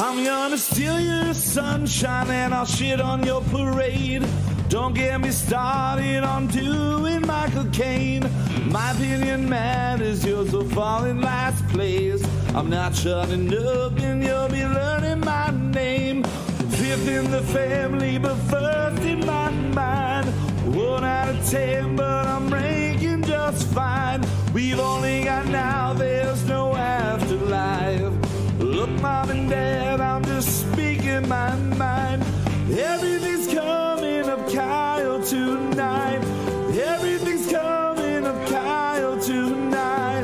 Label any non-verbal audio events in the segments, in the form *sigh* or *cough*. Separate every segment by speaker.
Speaker 1: I'm gonna steal your sunshine and I'll shit on your parade. Don't get me started on doing Michael Caine. My opinion matters, yours will fall in last place. I'm not shutting up and you'll be learning my name. Fifth in the family, but first in my mind. One out of ten, but I'm ranking just fine. We've only got now, there's no afterlife. Look, mom and dad, I'm just speaking my mind. Everything's coming up, Kyle, tonight. Everything's coming up, Kyle, tonight.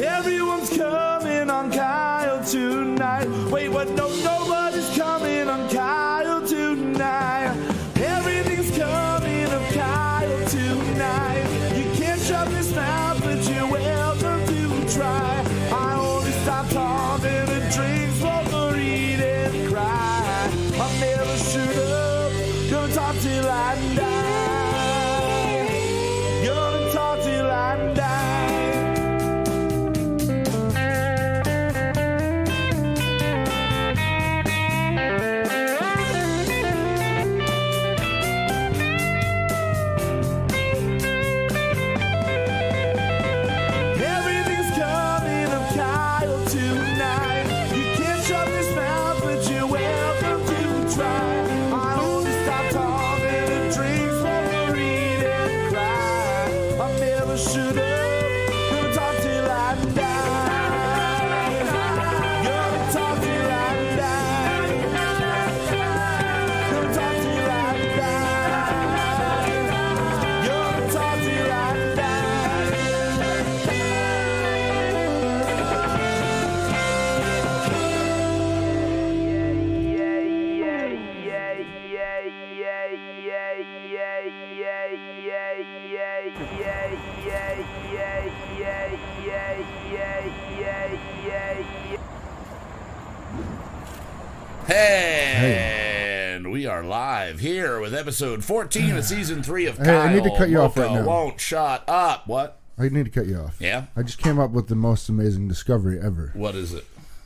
Speaker 1: Everyone's coming on Kyle tonight. Wait, what? No, nobody's coming on Kyle tonight. Everything's coming up, Kyle, tonight. You can't shut this mouth, but you're welcome to try. I only stop talking and drinks for eat and cry. I'll never shoot up, gonna talk till I die. Gonna talk till I die. Everything's coming up, Kyle, tonight. You can't shut this mouth, but you're welcome to try. I only stop talking and drinks for read and cry. I never should have. Gonna talk till I die. Gonna talk till I die. Gonna talk till I die. Gonna talk till I die.
Speaker 2: And we are live here with episode 14 of season 3
Speaker 3: *sighs*
Speaker 2: of
Speaker 3: Hey,
Speaker 2: Kyle.
Speaker 3: I need to cut you off right
Speaker 2: Moco
Speaker 3: now.
Speaker 2: Won't shut up. What?
Speaker 3: I need to cut you off.
Speaker 2: Yeah?
Speaker 3: I just came up with the most amazing discovery ever.
Speaker 2: What is it?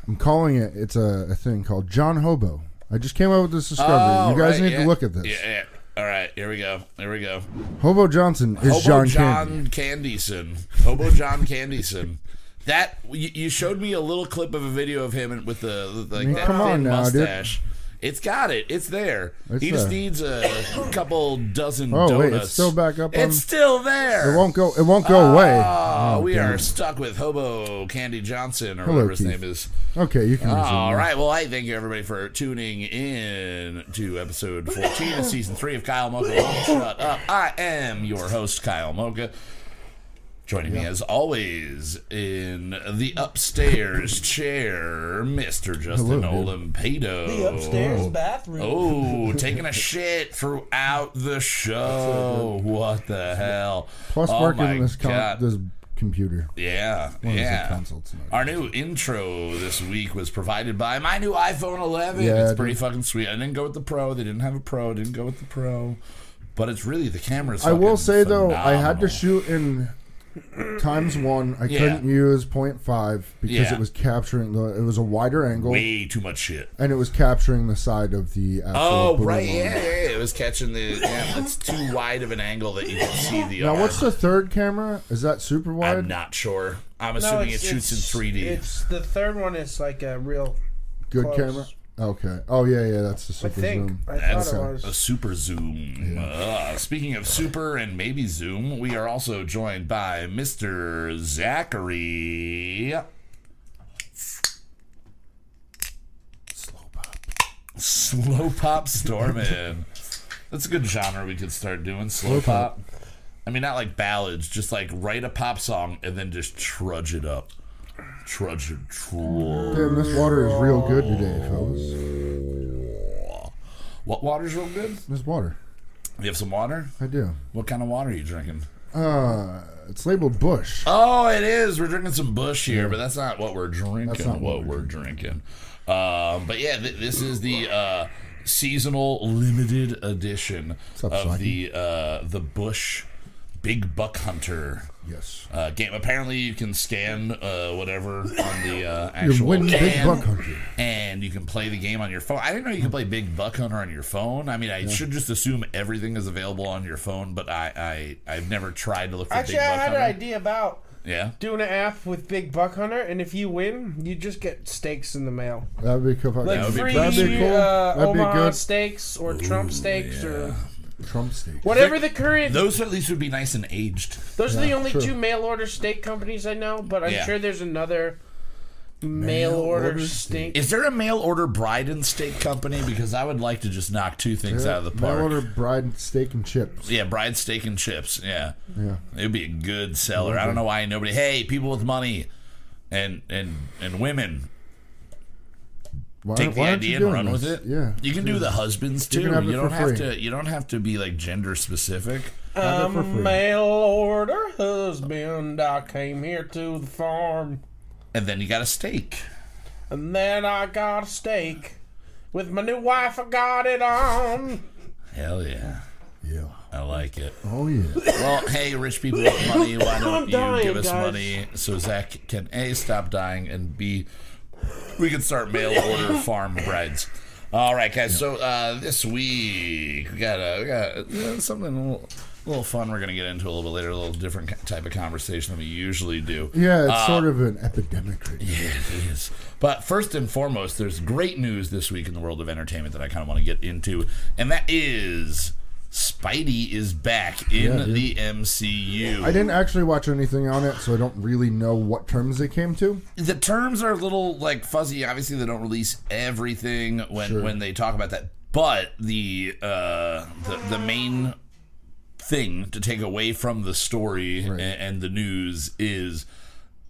Speaker 3: I'm calling it. It's a, a thing called John Hobo. I just came up with this discovery.
Speaker 2: Oh,
Speaker 3: you guys
Speaker 2: right,
Speaker 3: need
Speaker 2: yeah.
Speaker 3: to look at this.
Speaker 2: Yeah, yeah. All right, here we go. Here we go.
Speaker 3: Hobo Johnson is
Speaker 2: Hobo
Speaker 3: John,
Speaker 2: John,
Speaker 3: Candy.
Speaker 2: Candyson. Hobo John Candyson. That you, you showed me a little clip of a video of him with the like
Speaker 3: mean,
Speaker 2: that
Speaker 3: come on
Speaker 2: thin
Speaker 3: now, dude.
Speaker 2: mustache. It's got it. It's there.
Speaker 3: It's
Speaker 2: he just
Speaker 3: there.
Speaker 2: needs a couple dozen
Speaker 3: Oh,
Speaker 2: donuts.
Speaker 3: wait, it's still back up on-
Speaker 2: It's still there.
Speaker 3: It won't go. It won't go away.
Speaker 2: Oh, we
Speaker 3: damn
Speaker 2: are
Speaker 3: it.
Speaker 2: stuck with Hobo Candy Johnson or
Speaker 3: Hello,
Speaker 2: whatever his
Speaker 3: Keith.
Speaker 2: name is.
Speaker 3: Okay, you can. resume
Speaker 2: All
Speaker 3: now.
Speaker 2: right. Well, I thank you everybody for tuning in to episode 14 of season three of Kyle Mocha.
Speaker 3: *laughs*
Speaker 2: Won't Shut up. I am your host, Kyle Mocha. Joining me as always in the
Speaker 3: *laughs*
Speaker 2: upstairs chair, Mr. Justin
Speaker 3: Hello,
Speaker 2: Olimpado.
Speaker 4: The upstairs bathroom. *laughs*
Speaker 2: Oh, taking a shit throughout the show. What the hell?
Speaker 3: Plus,
Speaker 2: oh
Speaker 3: working
Speaker 2: my
Speaker 3: this com-
Speaker 2: God.
Speaker 3: this computer. One
Speaker 2: Yeah,
Speaker 3: of those
Speaker 2: yeah.
Speaker 3: consults and
Speaker 2: Our new intro this week was provided by my new iPhone 11.
Speaker 3: Yeah,
Speaker 2: it's
Speaker 3: dude.
Speaker 2: pretty fucking sweet. I didn't go with the Pro. They didn't have a Pro. Didn't go with the Pro. But it's really the camera's.
Speaker 3: I will
Speaker 2: fucking
Speaker 3: say though, I had
Speaker 2: phenomenal.
Speaker 3: to shoot in times one. I
Speaker 2: Yeah.
Speaker 3: couldn't use 0.5 because
Speaker 2: Yeah.
Speaker 3: it was capturing the. It was a wider angle,
Speaker 2: way too much shit.
Speaker 3: and it was capturing the side of the. Actual
Speaker 2: Oh
Speaker 3: booty
Speaker 2: right,
Speaker 3: line.
Speaker 2: yeah, yeah, yeah. It was catching the. Yeah, it's too wide of an angle that you can see the.
Speaker 3: Now,
Speaker 2: arm.
Speaker 3: what's the third camera? Is that super wide?
Speaker 2: I'm not sure. I'm assuming it shoots in 3D.
Speaker 4: It's the third one is like a real.
Speaker 3: Good
Speaker 4: close.
Speaker 3: camera. Okay. Oh yeah, yeah. That's the
Speaker 4: I
Speaker 3: super
Speaker 4: think
Speaker 3: zoom.
Speaker 4: I
Speaker 2: That's
Speaker 4: thought it
Speaker 2: a
Speaker 4: was.
Speaker 2: super zoom. Ugh. speaking of super and maybe zoom, we are also joined by Mr. Zachary. Slow pop Stormin. That's a good genre we could start doing. Slow pop. I mean, not like ballads, just like write a pop song and then just trudge it up. Trudge it, trudge.
Speaker 3: Damn, this water is real good today, fellas.
Speaker 2: What water's real good?
Speaker 3: This water,
Speaker 2: You have some water?
Speaker 3: I do.
Speaker 2: What kind of water are you drinking?
Speaker 3: Uh, it's labeled Bush.
Speaker 2: Oh, it is. We're drinking some Bush here, but that's not what we're drinking.
Speaker 3: not
Speaker 2: what
Speaker 3: what
Speaker 2: we're drinking. Um, but yeah, th- this is the uh,
Speaker 1: seasonal limited edition
Speaker 3: up,
Speaker 1: of
Speaker 3: Slinky?
Speaker 1: the uh, the Bush Big Buck Hunter
Speaker 3: Yes.
Speaker 1: uh, game. Apparently, you can scan uh, whatever on the uh,
Speaker 3: You
Speaker 1: actual
Speaker 3: win Big
Speaker 1: can,
Speaker 3: Buck Hunter.
Speaker 1: and you can play the game on your phone. I didn't know you could play Big Buck Hunter on your phone. I mean, I should just assume everything is available on your phone, but I, I I've never tried to look for
Speaker 4: Actually,
Speaker 1: Big
Speaker 4: I
Speaker 1: Buck
Speaker 4: had
Speaker 1: Hunter.
Speaker 4: an idea about
Speaker 1: Yeah.
Speaker 4: doing an app with Big Buck Hunter, and if you win, you just get steaks in the mail,
Speaker 3: That'd be cool.
Speaker 4: like
Speaker 1: would be
Speaker 4: free
Speaker 1: pretty
Speaker 3: That'd be cool.
Speaker 4: uh,
Speaker 3: That'd be
Speaker 4: Omaha
Speaker 3: good.
Speaker 4: steaks or Trump steaks or
Speaker 3: Trump steak.
Speaker 4: whatever the current. Those,
Speaker 1: Those at least would be nice and aged.
Speaker 4: are the only
Speaker 3: true.
Speaker 4: two mail order steak companies I know, but I'm
Speaker 1: Yeah.
Speaker 4: sure there's another mail order
Speaker 3: order
Speaker 4: steak.
Speaker 1: Is there a mail order bride and steak company? Because I would like to just knock two things out of the
Speaker 3: Mail
Speaker 1: park.
Speaker 3: order bride and steak and chips.
Speaker 1: Yeah, bride steak and chips. Yeah,
Speaker 3: Yeah.
Speaker 1: it would be a good seller. I don't know why nobody. Hey, people with money, and and and women
Speaker 3: Why,
Speaker 1: take the
Speaker 3: why aren't you
Speaker 1: idea and
Speaker 3: doing
Speaker 1: run with
Speaker 3: this?
Speaker 1: it.
Speaker 3: Yeah.
Speaker 1: you can do the husbands too. You,
Speaker 3: You can have it
Speaker 1: don't
Speaker 3: for
Speaker 1: have
Speaker 3: free.
Speaker 1: to. You don't have to be like gender specific.
Speaker 3: Have it for free.
Speaker 4: Mail order husband, I came here to the farm,
Speaker 1: And then you got a steak.
Speaker 4: and then I got a steak. With my new wife, I got it on.
Speaker 1: Hell yeah,
Speaker 3: Yeah.
Speaker 1: I like it. *laughs*
Speaker 3: Oh yeah.
Speaker 1: Well, hey, rich people with money,
Speaker 3: *laughs*
Speaker 1: why
Speaker 4: I'm
Speaker 1: don't you
Speaker 4: dying,
Speaker 1: give us
Speaker 4: guys.
Speaker 1: money so Zach can A, stop dying, and B, we can start mail
Speaker 3: *laughs*
Speaker 1: order farm brides. All right, guys. So uh, this week we got, uh, we got uh, something a little, a little fun we're going to get into a little bit later, a little different type of conversation than we usually do.
Speaker 3: Yeah. It's
Speaker 1: Uh,
Speaker 3: sort of an epidemic. Right now.
Speaker 1: Yeah, it is. But first and foremost, there's great news this week in the world of entertainment that I kind of want to get into, and that is Spidey is back in
Speaker 3: Yeah, dude.
Speaker 1: the MCU.
Speaker 3: I didn't actually watch anything on it, so I don't really know what terms they came to.
Speaker 1: the terms are a little like fuzzy. Obviously, they don't release everything when when they talk about that. But the uh, the the main thing to take away from the story a- and, the news is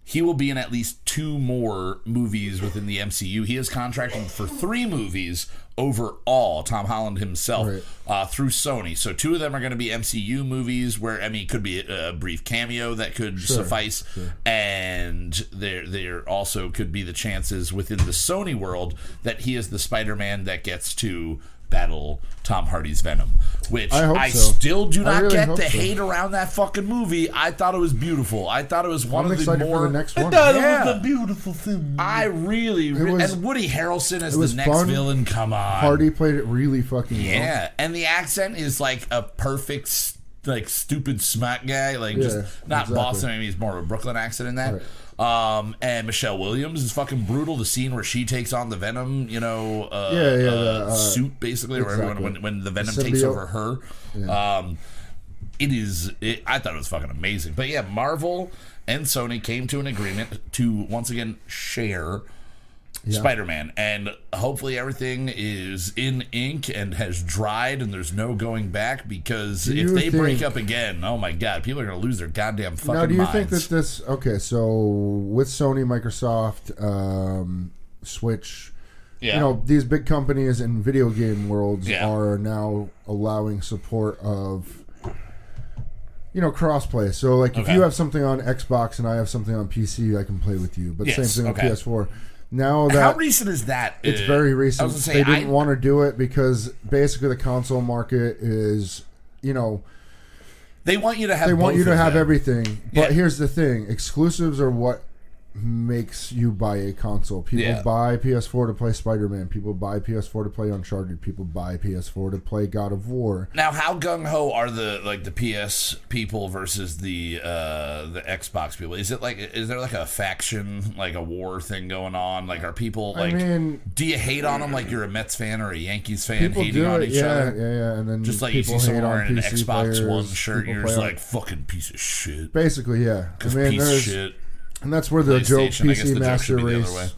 Speaker 1: he will be in at least two more movies within the MCU. He is contracted for three movies overall. Tom Holland himself
Speaker 3: Right.
Speaker 1: uh, through Sony. So two of them are going to be MCU movies, where I mean, it could be a, a brief cameo that could suffice, and there there also could be the chances within the Sony world that he is the Spider-Man that gets to battle Tom Hardy's Venom, which
Speaker 3: I
Speaker 1: I,
Speaker 3: hope so.
Speaker 1: still do
Speaker 3: I
Speaker 1: not
Speaker 3: really
Speaker 1: get
Speaker 3: hope
Speaker 1: the
Speaker 3: so.
Speaker 1: hate around that fucking movie. I thought it was beautiful. I thought it was one
Speaker 3: I'm
Speaker 1: of the
Speaker 3: excited
Speaker 1: more.
Speaker 3: for the next one.
Speaker 1: Yeah.
Speaker 4: beautiful thing.
Speaker 1: I really, re-
Speaker 3: was-
Speaker 1: and Woody Harrelson as
Speaker 3: was
Speaker 1: the next
Speaker 3: fun.
Speaker 1: villain. Come on,
Speaker 3: Hardy played it really fucking well.
Speaker 1: yeah, and the accent is like a perfect, s- like stupid smart guy, like just
Speaker 3: Yeah,
Speaker 1: not
Speaker 3: exactly.
Speaker 1: Boston. I mean, he's more of a Brooklyn accent in that. Um, and Michelle Williams is fucking brutal. The scene where she takes on the Venom, you know, uh,
Speaker 3: Yeah, yeah,
Speaker 1: uh,
Speaker 3: the, uh,
Speaker 1: suit basically, or everyone
Speaker 3: exactly.
Speaker 1: when, when the
Speaker 3: The
Speaker 1: Venom takes
Speaker 3: symbiote.
Speaker 1: over her. Um, it is. It, I thought it was fucking amazing. But yeah, Marvel and Sony came to an agreement to once again share Spider Man, and hopefully everything is in ink and has dried, and there's no going back because if
Speaker 3: you
Speaker 1: they break
Speaker 3: think-
Speaker 1: up again, oh my god, people are gonna lose their goddamn fucking
Speaker 3: Now, do you think
Speaker 1: minds.
Speaker 3: that this? Okay, so with Sony, Microsoft, um, Switch,
Speaker 1: yeah.
Speaker 3: you know, these big companies in video game worlds
Speaker 1: Yeah.
Speaker 3: are now allowing support of, you know, crossplay. So, like, if
Speaker 1: Okay.
Speaker 3: you have something on Xbox and I have something on PC, I can play with you. But
Speaker 1: Yes,
Speaker 3: same thing
Speaker 1: okay.
Speaker 3: with PS4. Now that uh,
Speaker 1: how recent is that? Uh,
Speaker 3: It's very recent.
Speaker 1: Eh, I was gonna say,
Speaker 3: they didn't
Speaker 1: I-
Speaker 3: want to do it because basically the console market is, you know,
Speaker 1: They want you to have.
Speaker 3: they want
Speaker 1: both
Speaker 3: you to
Speaker 1: of
Speaker 3: have
Speaker 1: them.
Speaker 3: everything.
Speaker 1: Yeah.
Speaker 3: But here's the thing: exclusives are what makes you buy a console. People
Speaker 1: Yeah.
Speaker 3: buy PS4 to play Spider-Man. People buy PS4 to play Uncharted. People buy PS4 to play God of War.
Speaker 1: Now, how gung ho are the like the PS people versus the uh, the Xbox people? Is it like is there like a faction, like a war thing going on? Like, are people like?
Speaker 3: mean-
Speaker 1: do you hate on them like you're a Mets fan or a Yankees fan,
Speaker 3: People
Speaker 1: hating
Speaker 3: do
Speaker 1: on
Speaker 3: it,
Speaker 1: each
Speaker 3: yeah,
Speaker 1: other?
Speaker 3: yeah, yeah. And then
Speaker 1: Just like you see
Speaker 3: people hate
Speaker 1: someone
Speaker 3: on
Speaker 1: wearing an
Speaker 3: PC
Speaker 1: Xbox One
Speaker 3: players,
Speaker 1: shirt,
Speaker 3: people
Speaker 1: you're
Speaker 3: play
Speaker 1: just
Speaker 3: on-
Speaker 1: like fucking piece of shit.
Speaker 3: basically, yeah. I mean,
Speaker 1: piece of
Speaker 3: there's-
Speaker 1: shit. *laughs*
Speaker 3: and that's where the joke
Speaker 1: PlayStation, I guess the
Speaker 3: PC
Speaker 1: joke
Speaker 3: Master
Speaker 1: should be the other way.
Speaker 3: Race,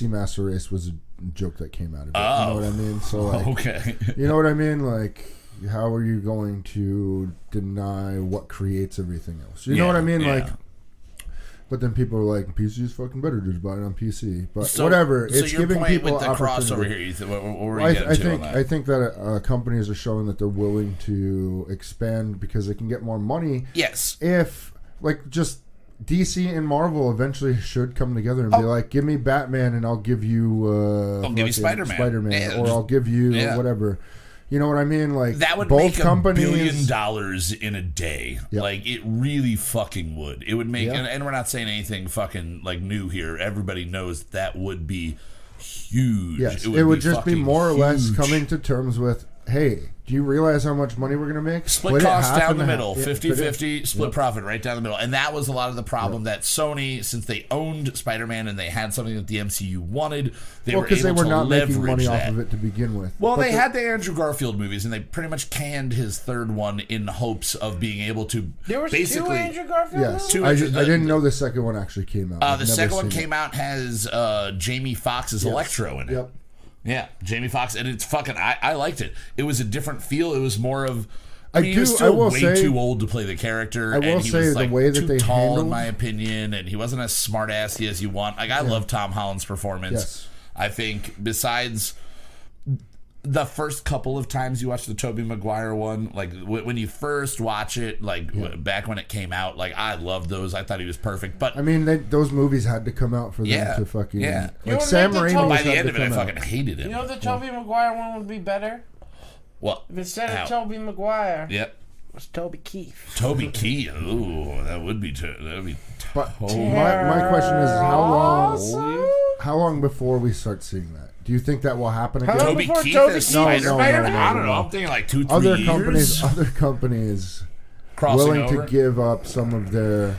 Speaker 3: PC Master Race was a joke that came out of it. You
Speaker 1: Oh.
Speaker 3: know what I
Speaker 1: *laughs*
Speaker 3: mean? So like,
Speaker 1: Okay.
Speaker 3: You know what I mean? Like, how are you going to deny what creates everything else? You know
Speaker 1: Yeah,
Speaker 3: what I mean?
Speaker 1: yeah.
Speaker 3: Like, but then people are like, PC is fucking better. Just buy it on PC. But
Speaker 1: So-
Speaker 3: whatever.
Speaker 1: So
Speaker 3: it's
Speaker 1: your
Speaker 3: giving
Speaker 1: point
Speaker 3: people
Speaker 1: with the crossover
Speaker 3: opportunity.
Speaker 1: here. You th- what, what were you
Speaker 3: Well, I,
Speaker 1: getting
Speaker 3: I
Speaker 1: to
Speaker 3: think
Speaker 1: on
Speaker 3: I
Speaker 1: that?
Speaker 3: think that uh, companies are showing that they're willing to expand because they can get more money
Speaker 1: yes.
Speaker 3: if like just DC and Marvel eventually should come together and be like, give me Batman and I'll give you. Uh,
Speaker 2: Oh. I'll give you
Speaker 3: fucking
Speaker 2: Spider-Man." Yeah,
Speaker 3: or
Speaker 2: just-
Speaker 3: I'll give you
Speaker 2: yeah.
Speaker 3: whatever. You know what I mean? Like
Speaker 2: That would
Speaker 3: both
Speaker 2: make a
Speaker 3: companies.
Speaker 2: billion dollars in a day.
Speaker 3: Yep.
Speaker 2: Like it really fucking would. It would make,
Speaker 3: Yep.
Speaker 2: and, and we're not saying anything fucking like new here. Everybody knows that would be huge.
Speaker 3: Yes, it would, just be
Speaker 2: fucking
Speaker 3: more or less
Speaker 2: huge.
Speaker 3: coming to terms with, hey, do you realize how much money we're going to make?
Speaker 2: Split
Speaker 3: it
Speaker 2: costs
Speaker 3: half
Speaker 2: down
Speaker 3: and
Speaker 2: the
Speaker 3: half.
Speaker 2: middle,
Speaker 3: Yeah,
Speaker 2: 50
Speaker 3: split it-
Speaker 2: 50, split profit right down the middle. And that was a lot of the problem that Sony, since they owned Spider Man and they had something that the MCU wanted, they
Speaker 3: Well,
Speaker 2: were
Speaker 3: because
Speaker 2: able
Speaker 3: they were
Speaker 2: to
Speaker 3: not
Speaker 2: leverage
Speaker 3: making money
Speaker 2: that.
Speaker 3: off of it to begin with.
Speaker 2: Well,
Speaker 3: But
Speaker 2: they
Speaker 3: the-
Speaker 2: had the Andrew Garfield movies, and they pretty much canned his third one in hopes of being able to
Speaker 4: There was
Speaker 2: basically.
Speaker 4: two Andrew Garfield.
Speaker 3: Yes,
Speaker 2: two
Speaker 3: I,
Speaker 2: inches-
Speaker 3: just, I didn't know the second one actually came out.
Speaker 2: uh,
Speaker 3: I've
Speaker 2: the
Speaker 3: never
Speaker 2: second one
Speaker 3: seen it.
Speaker 2: came out has uh, Jamie Foxx's Electro in it.
Speaker 3: Yep.
Speaker 2: Yeah, Jamie Foxx, and it's fucking. I, I liked it. It was a different feel. It was more of. I,
Speaker 3: I
Speaker 2: mean, he was
Speaker 3: do- I
Speaker 2: still
Speaker 3: will
Speaker 2: way
Speaker 3: say-
Speaker 2: too old to play the character.
Speaker 3: I will
Speaker 2: and he
Speaker 3: say the
Speaker 2: was, like,
Speaker 3: way that
Speaker 2: too
Speaker 3: they
Speaker 2: tall, in
Speaker 3: handled-
Speaker 2: my opinion, and he wasn't as smart assy as you want. Like I love Tom Holland's performance.
Speaker 3: Yes.
Speaker 2: I think besides the first couple of times you watch the Toby Maguire one, like w- when you first watch it, like w- back when it came out, like I loved those. I thought he was perfect, but
Speaker 3: I mean, they, those movies had to come out for them
Speaker 2: Yeah,
Speaker 3: to fucking.
Speaker 2: yeah.
Speaker 4: You
Speaker 3: Like
Speaker 4: don't
Speaker 3: Sam
Speaker 4: need to
Speaker 3: Raimi
Speaker 4: tell-
Speaker 2: by
Speaker 3: had
Speaker 2: the
Speaker 3: to
Speaker 2: end of it, I
Speaker 3: come out.
Speaker 2: fucking hated it.
Speaker 4: You know the Toby Maguire one would be better?
Speaker 2: well,
Speaker 4: If instead of
Speaker 2: How?
Speaker 4: Toby Maguire,
Speaker 2: yep.
Speaker 4: it was Toby Keith.
Speaker 2: Toby Keith. Ooh, that would be ter- that would be
Speaker 3: But
Speaker 2: Oh.
Speaker 3: my, my question is how long? How long before we start seeing that? Do you think that will happen again?
Speaker 4: long
Speaker 2: Toby
Speaker 4: before
Speaker 2: Keith
Speaker 4: Toby
Speaker 2: is
Speaker 4: Keith
Speaker 2: Spider-Man.
Speaker 4: is Spider-Man?
Speaker 2: I don't know. I'm thinking like two, three
Speaker 3: Other
Speaker 2: years.
Speaker 3: companies, other companies
Speaker 2: crossing
Speaker 3: willing
Speaker 2: over.
Speaker 3: to give up some of their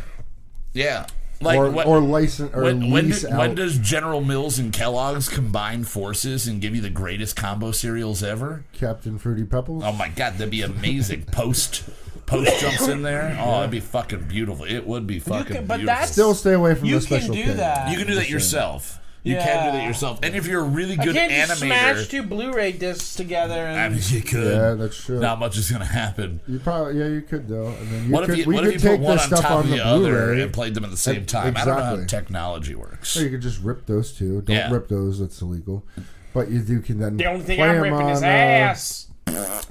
Speaker 2: yeah, like
Speaker 3: or
Speaker 2: what,
Speaker 3: or license or
Speaker 2: when, when,
Speaker 3: lease
Speaker 2: do-
Speaker 3: out.
Speaker 2: when does General Mills and Kellogg's combine forces and give you the greatest combo cereals ever?
Speaker 3: Captain Fruity Pebbles.
Speaker 2: Oh my God, that'd be *laughs* amazing. Post, post jumps in there. Oh, that'd be fucking beautiful. It would be fucking
Speaker 4: can- but
Speaker 2: beautiful.
Speaker 4: that's-
Speaker 3: Still stay away from
Speaker 4: You
Speaker 3: the
Speaker 4: can
Speaker 3: special
Speaker 4: do
Speaker 3: K.
Speaker 4: that.
Speaker 2: you can do that yourself. You can do that
Speaker 4: Yeah.
Speaker 2: yourself. And if you're a really
Speaker 4: I
Speaker 2: good
Speaker 4: can't just smash
Speaker 2: animator,
Speaker 4: two Blu-ray discs together
Speaker 2: I
Speaker 4: and
Speaker 2: mean, you could.
Speaker 3: Yeah, that's true.
Speaker 2: Not much is gonna happen.
Speaker 3: You probably yeah, you could though. I mean, you
Speaker 2: What
Speaker 3: could,
Speaker 2: if you,
Speaker 3: we
Speaker 2: what
Speaker 3: could
Speaker 2: if you
Speaker 3: take
Speaker 2: put one
Speaker 3: this
Speaker 2: on
Speaker 3: stuff
Speaker 2: top
Speaker 3: on
Speaker 2: of
Speaker 3: the
Speaker 2: the other
Speaker 3: Blu-ray.
Speaker 2: and played them at the same time? I don't know how
Speaker 3: exactly.
Speaker 2: technology works.
Speaker 3: Or you could just rip those two. Don't
Speaker 2: Yeah.
Speaker 3: rip those; that's illegal. But you do can then
Speaker 4: the only thing
Speaker 3: play
Speaker 4: I'm
Speaker 3: them
Speaker 4: ripping is
Speaker 3: on, uh,
Speaker 4: ass.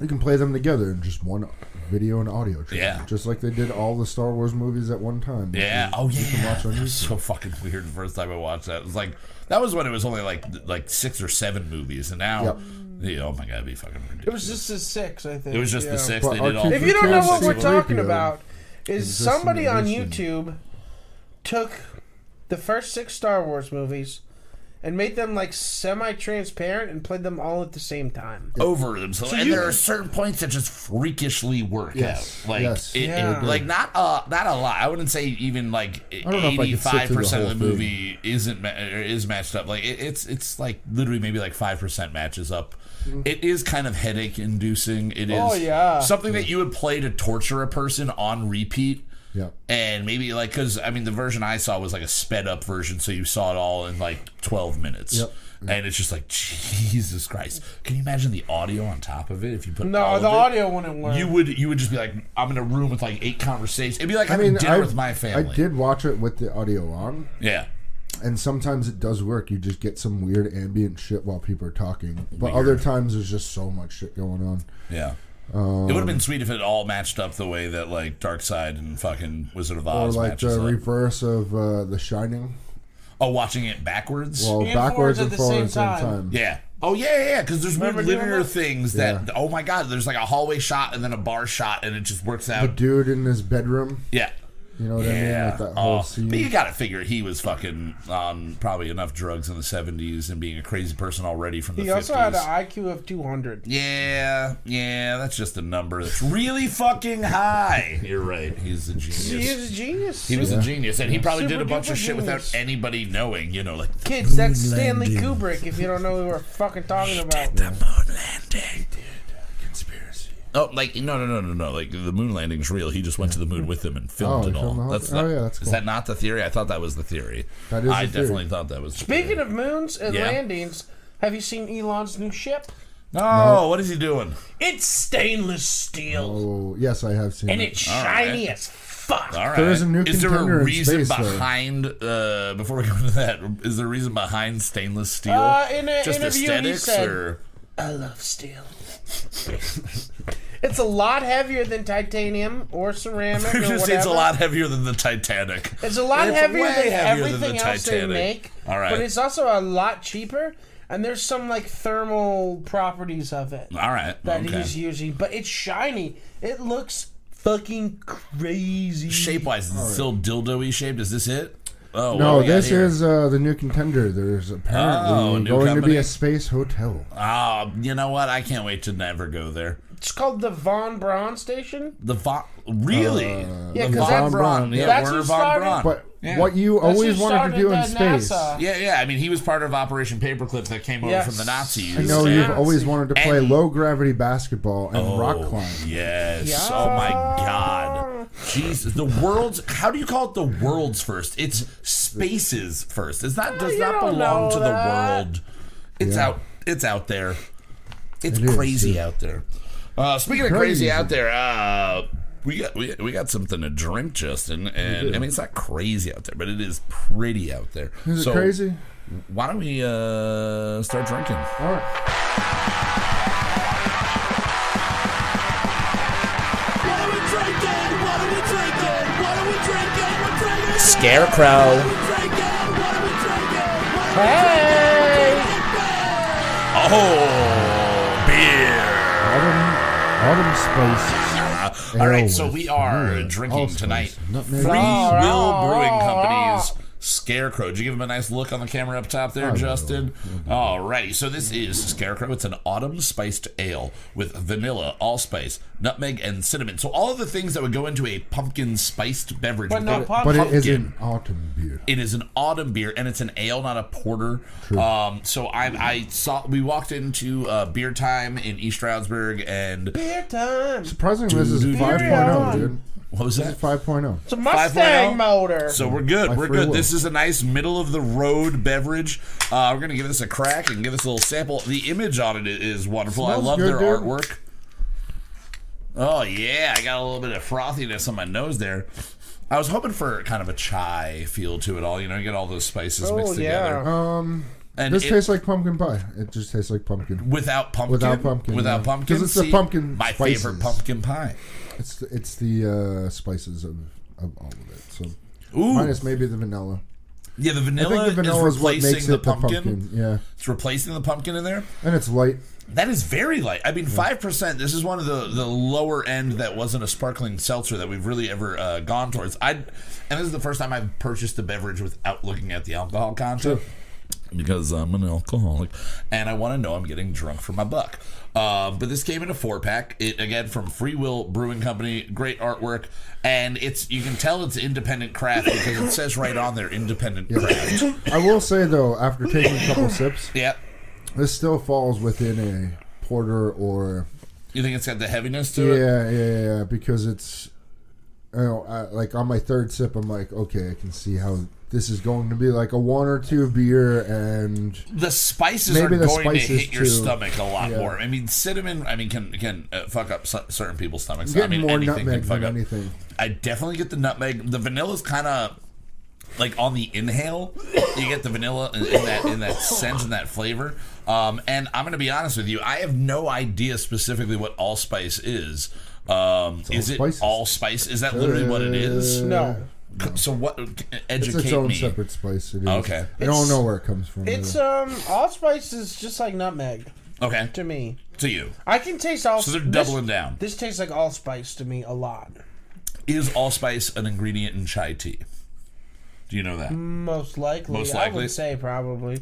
Speaker 3: you can play them together in just one video and audio track.
Speaker 2: Yeah.
Speaker 3: just like they did all the Star Wars movies at one time.
Speaker 2: Yeah. Oh yeah.
Speaker 3: watch on
Speaker 2: That was so fucking weird. The first time I watched that, it was like that was when it was only like like six or seven movies, and now,
Speaker 3: Yep.
Speaker 2: yeah, oh my god, it'd be fucking
Speaker 4: It
Speaker 2: ridiculous.
Speaker 4: was just the six, I think.
Speaker 2: It was just
Speaker 4: yeah.
Speaker 2: the six.
Speaker 3: But
Speaker 2: They did all.
Speaker 3: Arcade
Speaker 4: If you don't know what
Speaker 3: Fantastic
Speaker 4: we're talking
Speaker 3: Sleepio
Speaker 4: about, is
Speaker 3: is just
Speaker 4: somebody
Speaker 3: an
Speaker 4: on YouTube
Speaker 3: addition.
Speaker 4: took the first six Star Wars movies and made them like semi-transparent and played them all at the same time.
Speaker 2: over themselves. and
Speaker 4: you-
Speaker 2: there are certain points that just freakishly work
Speaker 3: Yes.
Speaker 2: out. Like
Speaker 3: Yes.
Speaker 2: it, it-
Speaker 4: Yeah.
Speaker 2: like not uh not a lot. I wouldn't say even like
Speaker 3: don't know if I could sit
Speaker 2: eighty
Speaker 3: through the
Speaker 2: five percent of the
Speaker 3: whole thing.
Speaker 2: movie isn't ma- or is matched up. Like it, it's it's like literally maybe like five percent matches up.
Speaker 3: Mm-hmm.
Speaker 2: It is kind of headache inducing. It is
Speaker 4: Oh, yeah.
Speaker 2: something that you would play to torture a person on repeat.
Speaker 3: Yeah.
Speaker 2: And maybe like because I mean the version I saw was like a sped up version, so you saw it all in like twelve minutes.
Speaker 3: Yep.
Speaker 2: And it's just like *laughs* Jesus Christ! Can you imagine the audio on top of it? If you put
Speaker 4: No,
Speaker 2: all
Speaker 4: the
Speaker 2: of it?
Speaker 4: audio wouldn't work.
Speaker 2: you would you would just be like, I'm in a room with like eight conversations. It'd be like
Speaker 3: I
Speaker 2: having
Speaker 3: mean,
Speaker 2: dinner
Speaker 3: I,
Speaker 2: with my family.
Speaker 3: I did watch it with the audio on,
Speaker 2: Yeah,
Speaker 3: and sometimes it does work. You just get some weird ambient shit while people are talking, but other times there's just so much shit going on.
Speaker 2: yeah. it would have been sweet if it all matched up the way that like Dark Side and fucking Wizard of
Speaker 3: Or
Speaker 2: Oz
Speaker 3: like uh,
Speaker 2: matches
Speaker 3: the
Speaker 2: up.
Speaker 3: reverse of uh, The Shining,
Speaker 2: oh, watching it backwards.
Speaker 3: well,
Speaker 4: And forwards
Speaker 3: backwards
Speaker 4: at
Speaker 3: and
Speaker 4: the
Speaker 3: forwards
Speaker 4: same
Speaker 3: at the same
Speaker 4: time.
Speaker 3: time.
Speaker 2: Yeah. Oh yeah, yeah. Because there's weird
Speaker 4: Remember doing
Speaker 2: linear
Speaker 4: that?
Speaker 2: things that oh my god, there's like a hallway shot and then a bar shot and it just works
Speaker 3: The
Speaker 2: out.
Speaker 3: dude in his bedroom,
Speaker 2: Yeah.
Speaker 3: you know what I mean?
Speaker 2: Yeah.
Speaker 3: Like that whole
Speaker 2: Oh,
Speaker 3: scene.
Speaker 2: but you gotta figure he was fucking on probably enough drugs in the '70s and being a crazy person already from the
Speaker 4: He
Speaker 2: 50s.
Speaker 4: also had an IQ of 200.
Speaker 2: yeah, yeah, that's just a number that's really fucking high. You're right. He's a
Speaker 4: He
Speaker 2: genius.
Speaker 4: is a genius.
Speaker 2: He was a genius, and he probably did a
Speaker 4: Super
Speaker 2: bunch of
Speaker 4: duper
Speaker 2: shit without
Speaker 4: genius.
Speaker 2: anybody knowing. You know, like
Speaker 4: Kids, that's Stanley Kubrick, if you don't know who we're fucking talking about.
Speaker 2: moon landing.
Speaker 3: uh,
Speaker 2: Conspiracy. Oh, like no, no, no, no, no! Like the moon landing's real. He just went to the moon
Speaker 3: *laughs*
Speaker 2: with them and filmed
Speaker 3: Oh,
Speaker 2: it
Speaker 3: he filmed the
Speaker 2: all.
Speaker 3: whole-
Speaker 2: That's
Speaker 3: oh,
Speaker 2: not,
Speaker 3: yeah, that's
Speaker 2: Is
Speaker 3: cool.
Speaker 2: that not the theory? I thought that was the theory.
Speaker 3: That is
Speaker 2: I
Speaker 3: the theory.
Speaker 2: definitely thought that was. the
Speaker 4: Speaking
Speaker 2: theory.
Speaker 4: of moons and
Speaker 2: Yeah.
Speaker 4: landings, have you seen Elon's new ship?
Speaker 2: no, what is he doing?
Speaker 4: It's stainless steel,
Speaker 3: Oh, yes, I have seen
Speaker 4: and
Speaker 3: it.
Speaker 4: it's
Speaker 2: All right.
Speaker 4: shiny as fuck.
Speaker 2: All right.
Speaker 3: There is a new
Speaker 2: Is there
Speaker 3: contender
Speaker 2: a
Speaker 3: in
Speaker 2: reason
Speaker 3: space, though.
Speaker 2: behind? Uh, before we go into that, is there a reason behind stainless steel?
Speaker 4: Uh, in a
Speaker 2: Just
Speaker 4: interview, he
Speaker 2: aesthetics,
Speaker 4: said-
Speaker 2: or
Speaker 4: I love steel. It's a lot heavier than titanium or
Speaker 2: *laughs*
Speaker 4: ceramic or
Speaker 2: Just,
Speaker 4: whatever.
Speaker 2: it's a lot heavier than the Titanic.
Speaker 4: It's a lot
Speaker 2: It's
Speaker 4: heavier
Speaker 2: way
Speaker 4: than
Speaker 2: heavier than
Speaker 4: everything
Speaker 2: the
Speaker 4: else
Speaker 2: Titanic.
Speaker 4: they make.
Speaker 2: All right.
Speaker 4: But it's also a lot cheaper, and there's some like thermal properties of it
Speaker 2: All right.
Speaker 4: that
Speaker 2: okay.
Speaker 4: he's using. But it's shiny. It looks fucking crazy.
Speaker 2: Shape wise, is it still dildo-y shaped? Is this it? Oh, what
Speaker 3: No,
Speaker 2: do we got
Speaker 3: this
Speaker 2: here?
Speaker 3: is uh, the new contender. There's
Speaker 2: Oh, a
Speaker 3: apparently
Speaker 2: new
Speaker 3: going to
Speaker 2: company?
Speaker 3: be a space hotel.
Speaker 2: Oh, you know what? I can't wait to never go there.
Speaker 4: It's called the Von Braun Station.
Speaker 2: The Von, really?
Speaker 4: Yeah,
Speaker 2: the
Speaker 4: 'cause
Speaker 2: Von
Speaker 4: that's-
Speaker 2: Braun. Yeah,
Speaker 4: that's
Speaker 2: we're
Speaker 4: who
Speaker 2: Von
Speaker 4: started-
Speaker 2: Braun.
Speaker 3: Uh, But
Speaker 2: Yeah.
Speaker 3: what you
Speaker 4: That's
Speaker 3: always
Speaker 4: who
Speaker 3: wanted to do in
Speaker 4: started the
Speaker 3: space.
Speaker 4: NASA.
Speaker 2: yeah, yeah. I mean, he was part of Operation Paperclip that came over
Speaker 4: Yes.
Speaker 2: from the Nazis.
Speaker 3: I know
Speaker 2: and-
Speaker 3: you've always wanted to play
Speaker 2: And-
Speaker 3: low gravity basketball and rock
Speaker 2: Oh,
Speaker 3: climb.
Speaker 2: Yes. Oh my God. Jesus. The world's. How do you call it? The world's first. It's spaces first. It's not. Does
Speaker 4: you
Speaker 2: not
Speaker 4: don't
Speaker 2: belong
Speaker 4: know
Speaker 2: to
Speaker 4: that.
Speaker 2: the world. It's
Speaker 3: Yeah.
Speaker 2: out. It's out there. It's
Speaker 3: It is,
Speaker 2: crazy
Speaker 3: dude.
Speaker 2: out there. Uh, speaking of
Speaker 3: Crazy.
Speaker 2: crazy out there, uh, we got we, we got something to drink, Justin. And I mean, it's not crazy out there, but it is pretty out there.
Speaker 3: Is it
Speaker 2: So,
Speaker 3: crazy?
Speaker 2: Why don't we uh, start drinking?
Speaker 3: All right.
Speaker 5: What are we drinking? What are we drinking? What are we drinking? We're drinking.
Speaker 2: Scarecrow.
Speaker 5: What are we drinking? What are we drinking? What are we
Speaker 4: Hey!
Speaker 2: Oh, beer.
Speaker 3: Autumn, autumn space.
Speaker 2: Uh, all right, so
Speaker 3: Ales.
Speaker 2: we are
Speaker 3: Yeah,
Speaker 2: drinking
Speaker 3: allspice,
Speaker 2: tonight.
Speaker 3: nutmeg.
Speaker 2: Free
Speaker 4: Rah,
Speaker 2: Will
Speaker 4: rah,
Speaker 2: Brewing
Speaker 4: rah,
Speaker 2: Company's Scarecrow. Did you give him a nice look on the camera up top there, Justin? Alrighty, so this is Scarecrow. It's an autumn spiced ale with vanilla, allspice, nutmeg, and cinnamon. So all of the things that would go into a pumpkin spiced beverage.
Speaker 4: But
Speaker 2: would
Speaker 4: no
Speaker 2: go-
Speaker 4: pop-
Speaker 3: But it
Speaker 2: Pumpkin.
Speaker 3: isn't autumn beer.
Speaker 2: it is an autumn beer and it's an ale, not a porter. Um, so I, I saw we walked into uh, beer time in East Stroudsburg, and
Speaker 4: Beer time. It's
Speaker 3: Surprisingly, this is
Speaker 2: Dude.
Speaker 3: 5.0, dude.
Speaker 2: what was that?
Speaker 3: 5.0.
Speaker 4: a Mustang
Speaker 2: 5.0.
Speaker 4: motor.
Speaker 2: oh? So we're good.
Speaker 3: My
Speaker 2: we're
Speaker 3: free
Speaker 2: good.
Speaker 3: will.
Speaker 2: This is a nice middle of the road beverage. Uh, we're gonna give this a crack and give this a little sample. The image on it is wonderful. I
Speaker 3: Smells
Speaker 2: love
Speaker 3: good,
Speaker 2: their
Speaker 3: dude.
Speaker 2: artwork. Oh yeah, I got a little bit of frothiness on my nose there. I was hoping for kind of a chai feel to it all. You know, you get all those spices
Speaker 4: Oh,
Speaker 2: mixed
Speaker 4: yeah.
Speaker 2: together.
Speaker 3: Um,
Speaker 2: And
Speaker 3: this
Speaker 2: it-
Speaker 3: tastes like pumpkin pie. It just tastes like pumpkin.
Speaker 2: without pumpkin.
Speaker 3: Without pumpkin,
Speaker 2: Without
Speaker 3: yeah.
Speaker 2: pumpkin.
Speaker 3: 'Cause it's the
Speaker 2: See,
Speaker 3: pumpkin
Speaker 2: My
Speaker 3: spices.
Speaker 2: favorite pumpkin pie.
Speaker 3: It's the, it's the uh, spices of, of all of it. So
Speaker 2: Ooh,
Speaker 3: minus maybe the vanilla.
Speaker 2: yeah. The
Speaker 3: I
Speaker 2: vanilla,
Speaker 3: think the vanilla
Speaker 2: is
Speaker 3: is what
Speaker 2: replacing
Speaker 3: makes it
Speaker 2: the
Speaker 3: the pumpkin. Yeah,
Speaker 2: It's replacing the pumpkin in there.
Speaker 3: and it's light.
Speaker 2: That is very light. I mean, five percent. This is one of the the lower end that wasn't a sparkling seltzer that we've really ever uh, gone towards. I, and this is the first time I've purchased a beverage without looking at the alcohol content because I'm an alcoholic and I want to know I'm getting drunk for my buck. Uh, but this came in a four pack. It again from Free Will Brewing Company. Great artwork, and it's you can tell it's independent craft because it says right on there independent craft.
Speaker 3: I will say though, after taking a
Speaker 2: *laughs*
Speaker 3: couple sips,
Speaker 2: Yeah.
Speaker 3: this still falls within a porter or
Speaker 2: You think it's got the heaviness to it?
Speaker 3: yeah, yeah, yeah, yeah, because it's. You know, I, like on my third sip, I'm like, okay, I can see how this is going to be like a one or two beer, and
Speaker 2: the spices
Speaker 3: Maybe
Speaker 2: are
Speaker 3: the
Speaker 2: going to
Speaker 3: spices
Speaker 2: hit your
Speaker 3: too.
Speaker 2: stomach a lot
Speaker 3: Yeah.
Speaker 2: more. I mean, cinnamon. I mean, can can uh, fuck up c- certain people's stomachs.
Speaker 3: I'm getting
Speaker 2: I mean,
Speaker 3: more
Speaker 2: anything can
Speaker 3: nutmeg
Speaker 2: fuck
Speaker 3: than
Speaker 2: up.
Speaker 3: anything.
Speaker 2: I definitely get the nutmeg. The vanilla's kind of like on the inhale. You get the vanilla in, in that in that scent and that flavor. Um, and I'm gonna be honest with you. I have no idea specifically what allspice is. Um, is it
Speaker 3: allspices.
Speaker 2: allspice? Is that literally what it is?
Speaker 4: no.
Speaker 2: So what?
Speaker 3: Uh, It's
Speaker 2: Educate
Speaker 3: its own
Speaker 2: me.
Speaker 3: separate spice. It is.
Speaker 2: Okay.
Speaker 3: I don't
Speaker 4: It's-
Speaker 3: know where it comes from.
Speaker 4: It's
Speaker 3: either.
Speaker 4: um allspice is just like nutmeg
Speaker 2: Okay,
Speaker 4: to me.
Speaker 2: to you.
Speaker 4: I can taste all.
Speaker 2: So they're
Speaker 4: this-
Speaker 2: doubling down.
Speaker 4: This tastes like allspice to me a lot.
Speaker 2: Is allspice an ingredient in chai tea? Do you know that? Is
Speaker 4: Most likely,
Speaker 2: Most
Speaker 4: I
Speaker 2: likely.
Speaker 4: would say probably.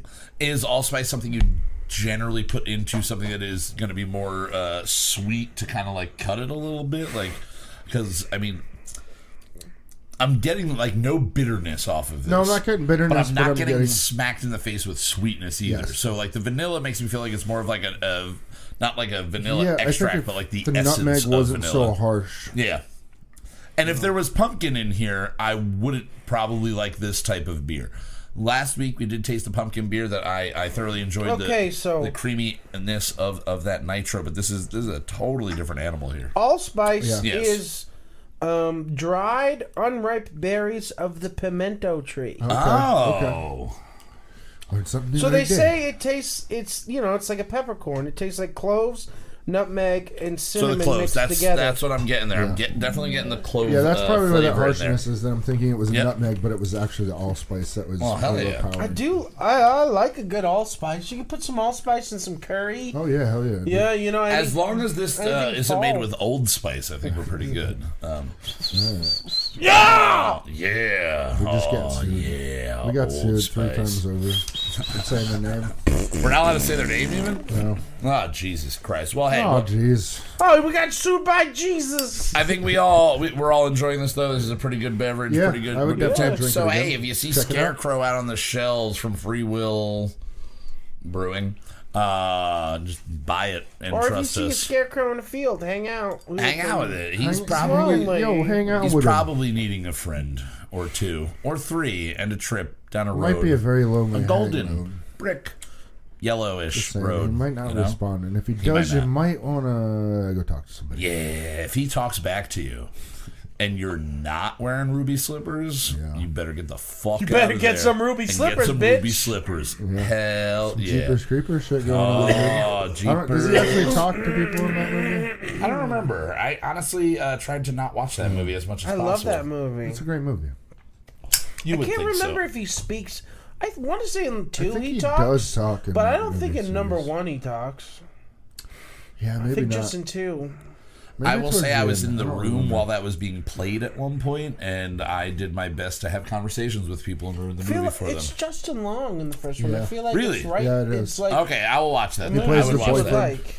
Speaker 2: allspice something you generally put into something that is going to be more uh, sweet to kind of like cut it a little bit? Like, because I mean, I'm getting like no bitterness off of this.
Speaker 3: no, I'm not getting bitterness,
Speaker 2: But I'm not getting,
Speaker 3: getting
Speaker 2: smacked in the face with sweetness either.
Speaker 3: Yes.
Speaker 2: So like the vanilla makes me feel like it's more of like a, a not like a vanilla
Speaker 3: yeah, I think
Speaker 2: extract,
Speaker 3: if
Speaker 2: but like the,
Speaker 3: the
Speaker 2: essence
Speaker 3: nutmeg
Speaker 2: of
Speaker 3: wasn't
Speaker 2: vanilla.
Speaker 3: so harsh.
Speaker 2: Yeah. And if there was pumpkin in here, I wouldn't probably like this type of beer. Last week we did taste the pumpkin beer that I, I thoroughly enjoyed
Speaker 4: Okay,
Speaker 2: the,
Speaker 4: so-
Speaker 2: the creaminess of, of that nitro, but this is this is a totally different animal here.
Speaker 4: Allspice
Speaker 2: Yeah. Yes.
Speaker 4: is um, dried, unripe berries of the pimento tree.
Speaker 2: oh.
Speaker 3: Learn something new
Speaker 4: so they
Speaker 3: every day.
Speaker 4: say it tastes. It's you know, it's like a peppercorn. It tastes like cloves, nutmeg, and
Speaker 2: So
Speaker 4: cinnamon
Speaker 2: the cloves.
Speaker 4: mixed
Speaker 2: That's
Speaker 4: together.
Speaker 2: that's what I'm getting there. I'm get, definitely getting the cloves.
Speaker 3: Yeah, that's
Speaker 2: uh,
Speaker 3: probably where the
Speaker 2: flavor in there.
Speaker 3: harshness is. That I'm thinking it was
Speaker 2: Yep.
Speaker 3: nutmeg, but it was actually the allspice that was
Speaker 2: Oh, hell yeah.
Speaker 3: overpowered.
Speaker 4: I do. I, I like a good allspice. You can put some allspice in some curry.
Speaker 3: Oh yeah, hell yeah. dude.
Speaker 4: Yeah, you know.
Speaker 2: As
Speaker 4: any-
Speaker 2: long as this uh,
Speaker 4: anything
Speaker 2: isn't made
Speaker 4: fall.
Speaker 2: with Old Spice, I think we're pretty good. Um,
Speaker 3: *laughs*
Speaker 4: yeah.
Speaker 2: yeah.
Speaker 3: We just got
Speaker 2: oh,
Speaker 3: sued.
Speaker 2: yeah.
Speaker 3: We got
Speaker 2: Old
Speaker 3: sued three
Speaker 2: Spice.
Speaker 3: times over for saying the
Speaker 2: *laughs*
Speaker 3: name.
Speaker 2: We're not allowed to say their name even?
Speaker 3: No.
Speaker 2: Oh, Jesus Christ. Well, hey,
Speaker 3: Oh jeez.
Speaker 4: Oh, we got sued by Jesus.
Speaker 2: I think we all we, we're all enjoying this though. This is a pretty good beverage,
Speaker 3: Yeah,
Speaker 2: pretty good.
Speaker 3: I would
Speaker 2: pretty good
Speaker 3: definitely
Speaker 2: tip.
Speaker 3: drink
Speaker 2: so
Speaker 3: it again.
Speaker 2: hey, if you see
Speaker 3: Check it out.
Speaker 2: Scarecrow out on the shelves from Free Will Brewing, uh, just buy it and
Speaker 4: Or if you
Speaker 2: trust
Speaker 4: see a
Speaker 2: us.
Speaker 4: scarecrow in the field, hang out. We
Speaker 2: Hang
Speaker 4: can-
Speaker 2: out with it. He's
Speaker 3: Hang-
Speaker 2: probably
Speaker 4: Probably.
Speaker 3: yo, hang out
Speaker 2: he's
Speaker 3: with him.
Speaker 2: probably needing a friend or two or three and a trip down a road.
Speaker 3: Might be a very low
Speaker 2: A
Speaker 3: man.
Speaker 2: golden brick, yellowish road.
Speaker 3: He might not
Speaker 2: you know?
Speaker 3: respond, and if he does,
Speaker 2: might
Speaker 3: you
Speaker 2: not.
Speaker 3: might want to go talk to somebody.
Speaker 2: Yeah, if he talks back to you and you're not wearing ruby slippers,
Speaker 3: Yeah.
Speaker 2: you better get the fuck. You
Speaker 4: better get some ruby
Speaker 2: Get
Speaker 4: slippers,
Speaker 2: some
Speaker 4: bitch.
Speaker 2: ruby slippers. Hell yeah.
Speaker 3: Jeepers Creepers shit going on. *laughs*
Speaker 2: Oh,
Speaker 3: I don't, does
Speaker 2: jeepers.
Speaker 3: he actually talk to people in that movie?
Speaker 2: I don't remember. I honestly uh, tried to not watch that movie as much as
Speaker 4: I
Speaker 2: possible.
Speaker 4: love that movie.
Speaker 3: It's a great movie.
Speaker 2: You
Speaker 4: I
Speaker 2: would
Speaker 4: can't
Speaker 2: think so.
Speaker 4: remember if he speaks. I want to say in
Speaker 3: I
Speaker 4: two
Speaker 3: think
Speaker 4: he,
Speaker 3: he
Speaker 4: talks,
Speaker 3: does talk, in
Speaker 4: but I
Speaker 3: that
Speaker 4: don't
Speaker 3: movie
Speaker 4: think in number
Speaker 3: series.
Speaker 4: one he talks.
Speaker 3: Yeah, maybe
Speaker 4: I think
Speaker 3: not.
Speaker 4: just in two.
Speaker 3: Maybe
Speaker 2: I will
Speaker 3: towards
Speaker 2: say I was
Speaker 3: end.
Speaker 2: in the
Speaker 3: I don't
Speaker 2: room
Speaker 3: remember.
Speaker 2: while that was being played at one point, and I did my best to have conversations with people and ruin the
Speaker 4: I feel
Speaker 2: movie
Speaker 4: like
Speaker 2: for
Speaker 4: it's
Speaker 2: them.
Speaker 4: Justin Long in the first one. I
Speaker 3: Yeah.
Speaker 4: feel like
Speaker 2: Really?
Speaker 4: it's right.
Speaker 3: Yeah, it
Speaker 4: It's
Speaker 3: is.
Speaker 4: like
Speaker 2: Okay, I will watch that.
Speaker 4: the
Speaker 2: movie.
Speaker 3: plays
Speaker 2: I
Speaker 4: movie
Speaker 2: would
Speaker 3: the
Speaker 2: watch
Speaker 4: looks
Speaker 2: that.
Speaker 3: boyfriend.
Speaker 4: like.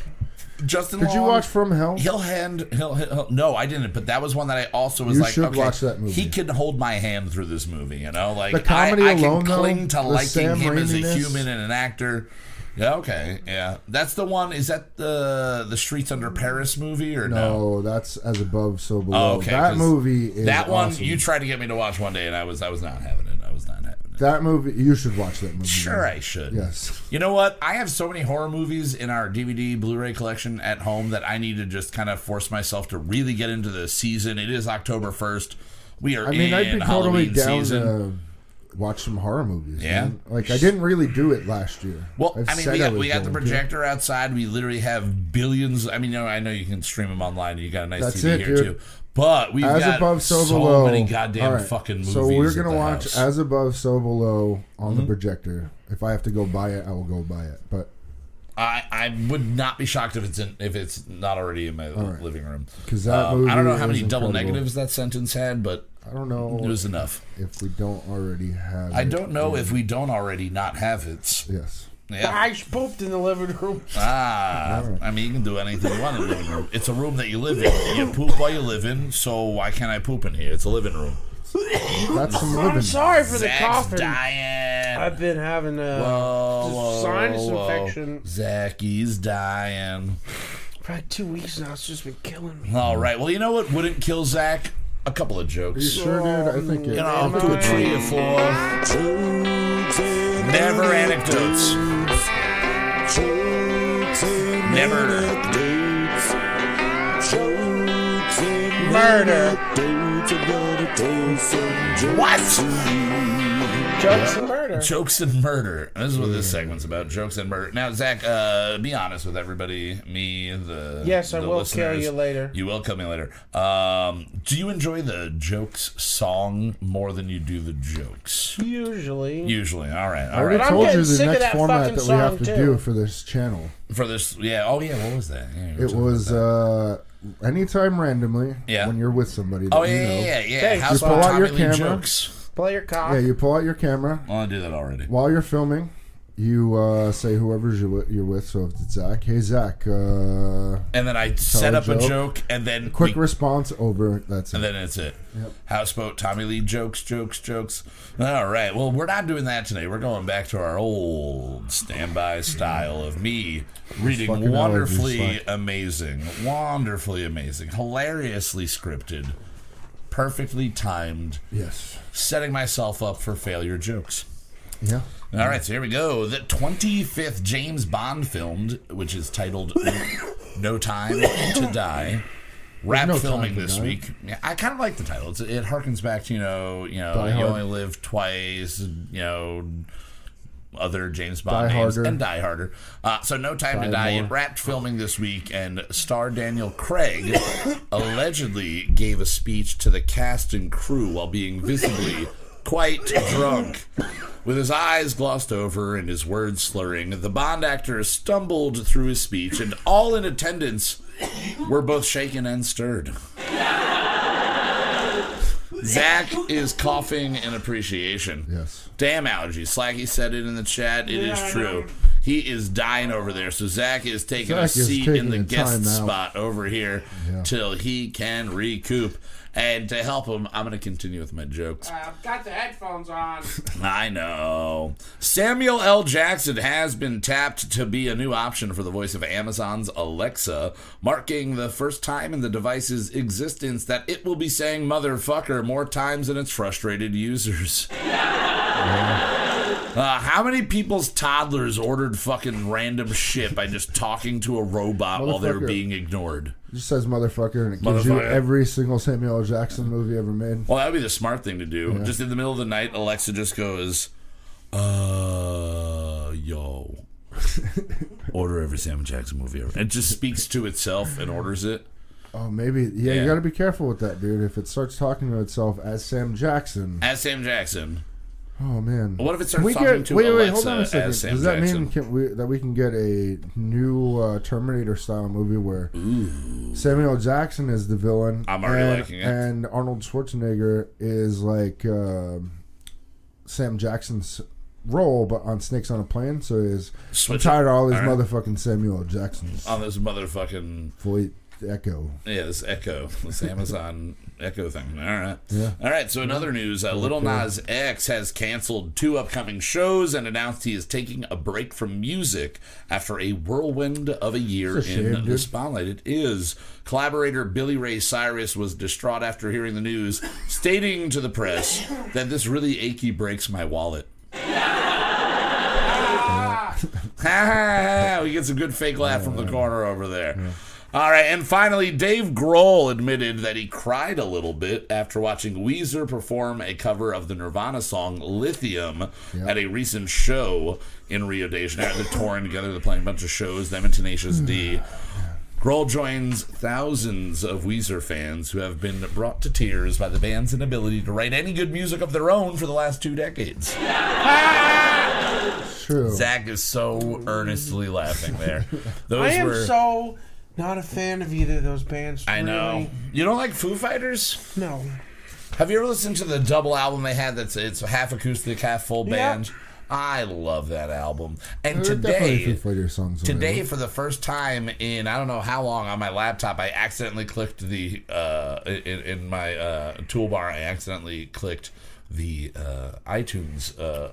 Speaker 2: Justin,
Speaker 3: Did you
Speaker 2: Long-
Speaker 3: watch From Hell?
Speaker 2: He'll hand. He'll, he'll. No, I didn't. But that was one that I also was
Speaker 3: You
Speaker 2: like,
Speaker 3: should
Speaker 2: okay,
Speaker 3: watch that movie.
Speaker 2: He can hold my hand through this movie. You know, like
Speaker 3: The comedy
Speaker 2: I, I
Speaker 3: alone,
Speaker 2: can
Speaker 3: though,
Speaker 2: cling to
Speaker 3: the
Speaker 2: liking
Speaker 3: Sam
Speaker 2: him as a
Speaker 3: Raimi-ness.
Speaker 2: human and an actor. Yeah. Okay. Yeah. That's the one. Is that the the Streets Under Paris movie or no?
Speaker 3: No, that's as above, so below.
Speaker 2: Oh, okay.
Speaker 3: that
Speaker 2: 'cause
Speaker 3: movie is
Speaker 2: that one
Speaker 3: awesome.
Speaker 2: you tried to get me to watch one day, and I was I was not having it. I was not having it.
Speaker 3: that movie, you should watch that movie.
Speaker 2: Sure, I should.
Speaker 3: Yes.
Speaker 2: You know what? I have so many horror movies in our DVD Blu-ray collection at home that I need to just kind of force myself to really get into the season. It is October first. We are
Speaker 3: I mean,
Speaker 2: in
Speaker 3: I'd be totally
Speaker 2: Halloween
Speaker 3: down
Speaker 2: season.
Speaker 3: to watch some horror movies.
Speaker 2: Yeah.
Speaker 3: man. Like, I didn't really do it last year.
Speaker 2: well,
Speaker 3: I've
Speaker 2: i mean,
Speaker 3: said
Speaker 2: we got,
Speaker 3: was
Speaker 2: we got the
Speaker 3: going to.
Speaker 2: projector outside. We literally have billions. I mean, you know, I know you can stream them online. You got a nice
Speaker 3: That's
Speaker 2: TV
Speaker 3: it,
Speaker 2: here
Speaker 3: dude.
Speaker 2: too. But we've
Speaker 3: As
Speaker 2: got
Speaker 3: above, so,
Speaker 2: so,
Speaker 3: below.
Speaker 2: many goddamn
Speaker 3: All right.
Speaker 2: fucking movies.
Speaker 3: So we're
Speaker 2: at
Speaker 3: gonna
Speaker 2: the
Speaker 3: watch
Speaker 2: house. Mm-hmm.
Speaker 3: as above, so below on the projector. If I have to go buy it, I will go buy it. But
Speaker 2: I, I would not be shocked if it's in, if it's not already in my living room.
Speaker 3: 'Cause that
Speaker 2: Um, I don't know
Speaker 3: movie
Speaker 2: how many
Speaker 3: is
Speaker 2: double
Speaker 3: incredible.
Speaker 2: negatives that sentence had, but
Speaker 3: I don't know
Speaker 2: it was enough.
Speaker 3: if we don't already have.
Speaker 2: I
Speaker 3: it.
Speaker 2: don't know if we don't already not have it.
Speaker 3: Yes.
Speaker 2: Yeah.
Speaker 4: I pooped in the living
Speaker 3: *laughs*
Speaker 4: room.
Speaker 2: Ah, I mean, you can do anything you want in a living room. It's a room that you live in. You poop while you live in, so why can't I poop in here? It's a living room.
Speaker 3: That's some
Speaker 4: I'm
Speaker 3: living.
Speaker 4: sorry for the
Speaker 2: Zach's
Speaker 4: coughing.
Speaker 2: dying.
Speaker 4: I've been having a
Speaker 2: Whoa,
Speaker 4: just
Speaker 2: whoa,
Speaker 4: sinus
Speaker 2: whoa.
Speaker 4: infection.
Speaker 2: Zach, he's dying.
Speaker 4: probably two weeks now. It's just been killing me.
Speaker 2: All right. Well, you know what wouldn't kill Zach? A couple of
Speaker 3: You
Speaker 2: jokes.
Speaker 3: sure, dude? I think it.
Speaker 2: You know, up to a tree of four. Never anecdotes. Never.
Speaker 4: Murder.
Speaker 2: What?
Speaker 4: Jokes and murder.
Speaker 2: Jokes and murder. This is what this segment's about. Jokes and murder. Now, Zach, uh, be honest with everybody. Me, the
Speaker 4: Yes, I
Speaker 2: the
Speaker 4: will
Speaker 2: listeners.
Speaker 4: kill you later.
Speaker 2: You will kill me later. Um, do you enjoy the jokes song more than you do the jokes?
Speaker 4: Usually.
Speaker 2: Usually, all right,
Speaker 3: I
Speaker 2: all
Speaker 3: already
Speaker 2: right.
Speaker 4: But I'm
Speaker 3: told
Speaker 4: getting
Speaker 3: you the
Speaker 4: sick of
Speaker 3: next
Speaker 4: that
Speaker 3: format
Speaker 4: fucking
Speaker 3: that we have
Speaker 4: song,
Speaker 3: to
Speaker 4: too.
Speaker 3: do for this channel.
Speaker 2: For this, yeah. Oh yeah, what was that? Yeah, you were
Speaker 3: It
Speaker 2: talking
Speaker 3: was
Speaker 2: about
Speaker 3: uh, anytime randomly
Speaker 2: Yeah.
Speaker 3: when you're with somebody. That
Speaker 2: that. oh
Speaker 3: you
Speaker 2: yeah,
Speaker 3: know.
Speaker 2: yeah, yeah, yeah.
Speaker 4: Hey,
Speaker 2: House
Speaker 3: just pull
Speaker 2: of
Speaker 3: out your
Speaker 2: Tommy Lee
Speaker 3: camera.
Speaker 2: jokes.
Speaker 4: Play your cock.
Speaker 3: Yeah, you pull out your camera
Speaker 2: Well, I do that already.
Speaker 3: while you're filming. You uh, say whoever's you're with, you're with. So if it's Zach, hey Zach, uh,
Speaker 2: And then I set
Speaker 3: a
Speaker 2: up a
Speaker 3: joke.
Speaker 2: joke, and then
Speaker 3: quick
Speaker 2: we-
Speaker 3: response over. That's it.
Speaker 2: And then it's it. Houseboat, Tommy Lee jokes, jokes, jokes. All right. Well, we're not doing that today. We're going back to our old standby style of me reading
Speaker 3: fucking allergies,
Speaker 2: wonderfully
Speaker 3: fuck.
Speaker 2: amazing, wonderfully amazing, hilariously scripted, perfectly timed,
Speaker 3: yes,
Speaker 2: setting myself up for failure jokes.
Speaker 3: yeah.
Speaker 2: All right, so here we go. The 25th James Bond film, which is titled No Time to Die, wrapped
Speaker 3: No Time
Speaker 2: filming
Speaker 3: to
Speaker 2: this
Speaker 3: Die.
Speaker 2: week. Yeah, I kind of like the title. It's, it harkens back to you know, you know,
Speaker 3: Die
Speaker 2: you
Speaker 3: Hard.
Speaker 2: only live twice. You know, other James Bond
Speaker 3: Die
Speaker 2: names
Speaker 3: Harder.
Speaker 2: and Die Harder. Uh, so No Time to
Speaker 3: Die
Speaker 2: Die.
Speaker 3: More.
Speaker 2: It wrapped filming this week, and star Daniel Craig *coughs* allegedly gave a speech to the cast and crew while being visibly quite drunk. With his eyes glossed over and his words slurring, the Bond actor stumbled through his speech, and all in attendance were both shaken and stirred. Zach is coughing in appreciation.
Speaker 3: Yes.
Speaker 2: Damn allergies. Slacky said it in the chat. It is true. He is dying over there. So Zach is taking a
Speaker 3: Zach is
Speaker 2: seat
Speaker 3: taking
Speaker 2: in the
Speaker 3: a
Speaker 2: guest
Speaker 3: timeout.
Speaker 2: spot over here
Speaker 3: Yeah.
Speaker 2: till he can recoup. And to help him, I'm going to continue with my jokes.
Speaker 4: I've got the headphones on.
Speaker 2: I know. Samuel L. Jackson has been tapped to be a new option for the voice of Amazon's Alexa, marking the first time in the device's existence that it will be saying motherfucker more times than its frustrated users. *laughs* Uh, how many people's toddlers ordered fucking random shit by just talking to a robot while they were
Speaker 3: Motherfucker.
Speaker 2: being ignored?
Speaker 3: It just says motherfucker and it gives you
Speaker 2: Motherfucker.
Speaker 3: every single Samuel L. Jackson movie ever made.
Speaker 2: Well, that would be the smart thing to do. Just in the middle of the night, Alexa just goes, uh, yo. Order every Sam Jackson movie ever. It just speaks to itself and orders it.
Speaker 3: Oh, maybe. Yeah,
Speaker 2: Yeah.
Speaker 3: you got to be careful with that, dude. If it starts talking to itself as Sam Jackson.
Speaker 2: As Sam Jackson.
Speaker 3: Oh, man.
Speaker 2: What if it starts
Speaker 3: we
Speaker 2: talking
Speaker 3: get,
Speaker 2: to
Speaker 3: wait,
Speaker 2: Alexa
Speaker 3: wait, hold on a second.
Speaker 2: as Sam
Speaker 3: Does that
Speaker 2: Jackson?
Speaker 3: mean can we, that we can get a new uh, Terminator style movie where Samuel Jackson is the villain?
Speaker 2: I'm already
Speaker 3: and,
Speaker 2: liking it.
Speaker 3: And Arnold Schwarzenegger is like um Sam Jackson's role, but on Snakes on a Plane. So is I'm
Speaker 2: Switch it.
Speaker 3: tired of all these
Speaker 2: All right.
Speaker 3: motherfucking Samuel L. Jacksons.
Speaker 2: on this motherfucking
Speaker 3: Void Echo.
Speaker 2: yeah, this Echo, this Amazon *laughs* Echo thing. All right,
Speaker 3: Yeah.
Speaker 2: all right. So in other news, uh, Little Nas X has canceled two upcoming shows and announced he is taking a break from music after a whirlwind of a year
Speaker 3: It's a
Speaker 2: in
Speaker 3: shame,
Speaker 2: the
Speaker 3: dude.
Speaker 2: spotlight. It is collaborator Billy Ray Cyrus was distraught after hearing the news, stating to the press that this really achy breaks my wallet. Ha, ha, ha. *laughs* we get some good fake laugh from the corner over there. All right, and finally, Dave Grohl admitted that he cried a little bit after watching Weezer perform a cover of the Nirvana song Lithium at a recent show in Rio de Janeiro. They're touring together, they're playing a bunch of shows, them and Tenacious D. Grohl joins thousands of Weezer fans who have been brought to tears by the band's inability to write any good music of their own for the last two decades.
Speaker 3: True.
Speaker 2: Zach is so earnestly laughing
Speaker 4: *laughs*
Speaker 2: there. Those
Speaker 4: I am
Speaker 2: were
Speaker 4: so not a fan of either of those bands.
Speaker 2: I know. You don't like Foo Fighters?
Speaker 4: really. No.
Speaker 2: Have you ever listened to the double album they had that's it's half acoustic, half full
Speaker 4: Yeah.
Speaker 2: band? I love that album. And
Speaker 3: There are definitely Foo
Speaker 2: today
Speaker 3: Fighters songs on
Speaker 2: today
Speaker 3: there.
Speaker 2: for the first time in I don't know how long on my laptop I accidentally clicked the uh in, in my uh toolbar I accidentally clicked the uh iTunes uh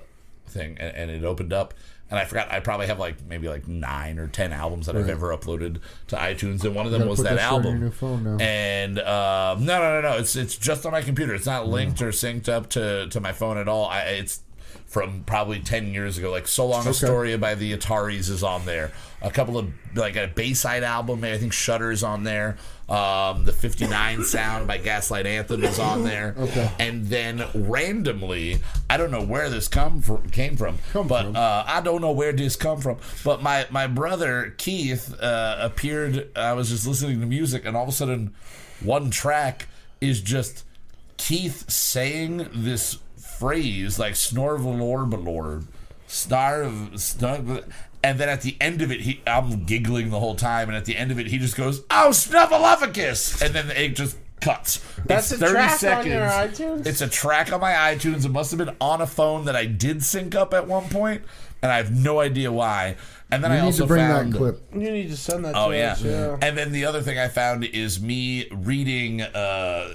Speaker 2: thing and, and it opened up and I forgot I probably have like maybe like 9 or 10 albums that I've ever uploaded to iTunes and one of them
Speaker 3: gotta
Speaker 2: was
Speaker 3: put
Speaker 2: that
Speaker 3: that shit on your
Speaker 2: album
Speaker 3: new phone now.
Speaker 2: and uh, no, no, no, no. It's it's just on my computer. It's not linked
Speaker 3: Mm.
Speaker 2: or synced up to to my phone at all. I, it's from probably ten years ago. Like "So Long a Story" by the Ataris is on there. A couple of like a Bayside album. I think Shudder is on there. Um, the '59 Sound by Gaslight Anthem is on there.
Speaker 3: Okay.
Speaker 2: And then randomly, I don't know where this come from, came from, but Uh, I don't know where this come from. But my my brother Keith uh, appeared. I was just listening to music, and all of a sudden, one track is just Keith saying this phrase like snorvelorbalord, star of snor- and then at the end of it, he I'm giggling the whole time, and at the end of it, he just goes, "Oh, snuffleupagus," and then it just cuts.
Speaker 4: That's
Speaker 2: It's
Speaker 4: a track on your iTunes?
Speaker 2: It's a track on my iTunes. It must have been on a phone that I did sync up at one point, and I have no idea why. And then I
Speaker 3: You need
Speaker 2: also
Speaker 3: to bring
Speaker 2: found
Speaker 3: that clip.
Speaker 4: You need to send that
Speaker 2: Oh
Speaker 4: to
Speaker 2: yeah.
Speaker 4: us. Yeah.
Speaker 2: And then the other thing I found is me reading. Uh,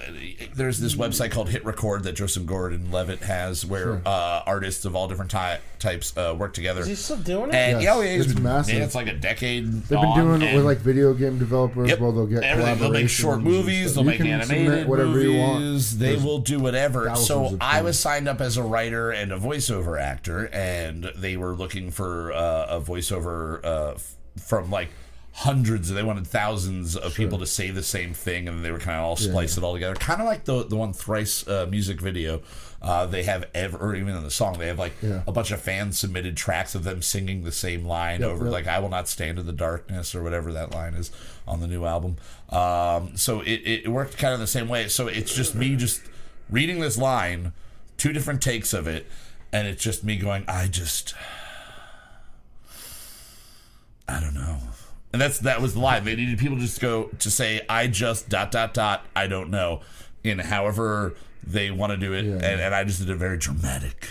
Speaker 2: there's this website called Hit Record that Joseph Gordon Levitt has, where uh, artists of all different ty- types uh, work together.
Speaker 4: Is he still doing it?
Speaker 3: Yes,
Speaker 2: and yeah, yeah,
Speaker 3: it's
Speaker 2: it's
Speaker 3: massive.
Speaker 2: It's like a decade.
Speaker 3: They've been doing it with like video game developers
Speaker 2: Yep.
Speaker 3: where they'll get
Speaker 2: everything. They'll make short
Speaker 3: collaborations and
Speaker 2: movies.
Speaker 3: stuff.
Speaker 2: They'll
Speaker 3: You
Speaker 2: make
Speaker 3: can
Speaker 2: animated
Speaker 3: submit whatever you want.
Speaker 2: movies. They
Speaker 3: There's-
Speaker 2: will do whatever.
Speaker 3: thousands
Speaker 2: So
Speaker 3: of
Speaker 2: I was
Speaker 3: things.
Speaker 2: signed up as a writer and a voiceover actor, and they were looking for uh, a voiceover uh, f- from like hundreds, they wanted thousands of people to say the same thing, and they were kind of all spliced it all together. Kind of like the the one thrice uh, music video. Uh, they have ever, or even in the song, they have like
Speaker 3: Yeah.
Speaker 2: a bunch of fan submitted tracks of them singing the same line over,
Speaker 3: yep.
Speaker 2: like "I will not stand in the darkness" or whatever that line is on the new album. Um, so it, it worked kind of the same way. So it's just me just reading this line, two different takes of it, and it's just me going, "I just." I don't know. And that's that was the line. They needed people to just go to say, I just dot dot dot, I don't know, in however they want to do it. And, and I just did a very dramatic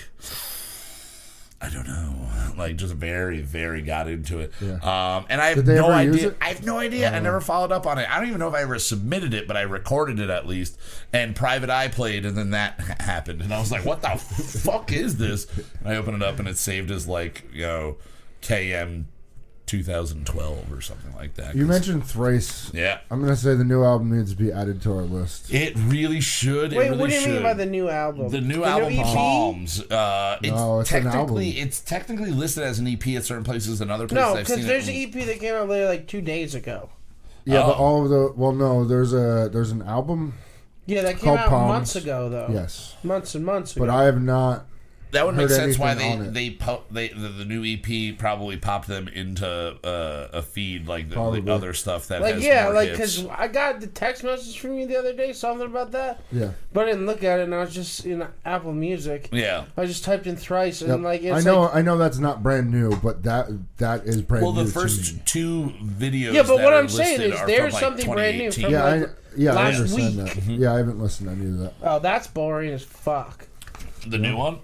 Speaker 2: I don't know. *laughs* Like just very, very got into it. Um and I have
Speaker 3: they
Speaker 2: no
Speaker 3: ever use
Speaker 2: idea
Speaker 3: it?
Speaker 2: I have no idea. I never followed up on it. I don't even know if I ever submitted it, but I recorded it at least. And Private Eye played, and then that *laughs* happened. And I was like, what the *laughs* fuck is this? And I opened it up, and it's saved as like, you know, KM 2012 or something like that.
Speaker 3: You
Speaker 2: 'Cause-
Speaker 3: mentioned thrice.
Speaker 2: Yeah.
Speaker 3: I'm gonna say the new album needs to be added to our list.
Speaker 2: It really should. it
Speaker 4: Wait,
Speaker 2: really
Speaker 4: what do you mean
Speaker 2: should.
Speaker 4: by the new E album?
Speaker 2: The new album
Speaker 4: EP?
Speaker 2: Palms. Uh, it's,
Speaker 3: No, it's an
Speaker 2: technically
Speaker 3: album.
Speaker 2: it's technically listed as an EP at certain places and other places.
Speaker 4: No,
Speaker 2: I've seen
Speaker 4: because there's
Speaker 2: it.
Speaker 4: an E EP that came out literally like two days ago.
Speaker 3: Yeah, but
Speaker 2: Oh.
Speaker 3: all of the well, no, there's a there's an album.
Speaker 4: Yeah, that came
Speaker 3: Called
Speaker 4: out
Speaker 3: Palms.
Speaker 4: months ago though.
Speaker 3: Yes,
Speaker 4: months and months ago.
Speaker 3: but I have not.
Speaker 2: that would make
Speaker 3: heard
Speaker 2: sense why they
Speaker 3: anything on it.
Speaker 2: they, po- they the, the new EP probably popped them into uh, a feed like the,
Speaker 3: Probably.
Speaker 2: the other stuff that
Speaker 4: like
Speaker 2: has
Speaker 4: yeah,
Speaker 2: more
Speaker 4: like
Speaker 2: hits.
Speaker 4: because I got the text message from you the other day, something about that.
Speaker 3: Yeah,
Speaker 4: But I didn't look at it, and I was just in Apple Music.
Speaker 2: yeah.
Speaker 4: I just typed in thrice, and
Speaker 3: Yep.
Speaker 4: like it's
Speaker 3: I know,
Speaker 4: like-
Speaker 3: I know that's not brand new, but that that is brand
Speaker 2: Well,
Speaker 3: new.
Speaker 2: the
Speaker 3: to
Speaker 2: first
Speaker 3: me.
Speaker 2: two videos.
Speaker 4: Yeah, but
Speaker 2: that
Speaker 4: what
Speaker 2: are
Speaker 4: I'm saying
Speaker 2: listed
Speaker 4: is
Speaker 2: are
Speaker 4: there's
Speaker 2: from, like,
Speaker 4: something brand new
Speaker 2: 2018.
Speaker 4: from-
Speaker 3: yeah, I,
Speaker 4: like,
Speaker 3: yeah, I
Speaker 4: last
Speaker 3: understand
Speaker 4: week.
Speaker 3: that.
Speaker 2: Mm-hmm.
Speaker 3: Yeah, I haven't listened to any of that.
Speaker 4: oh, that's boring as fuck.
Speaker 2: the new one.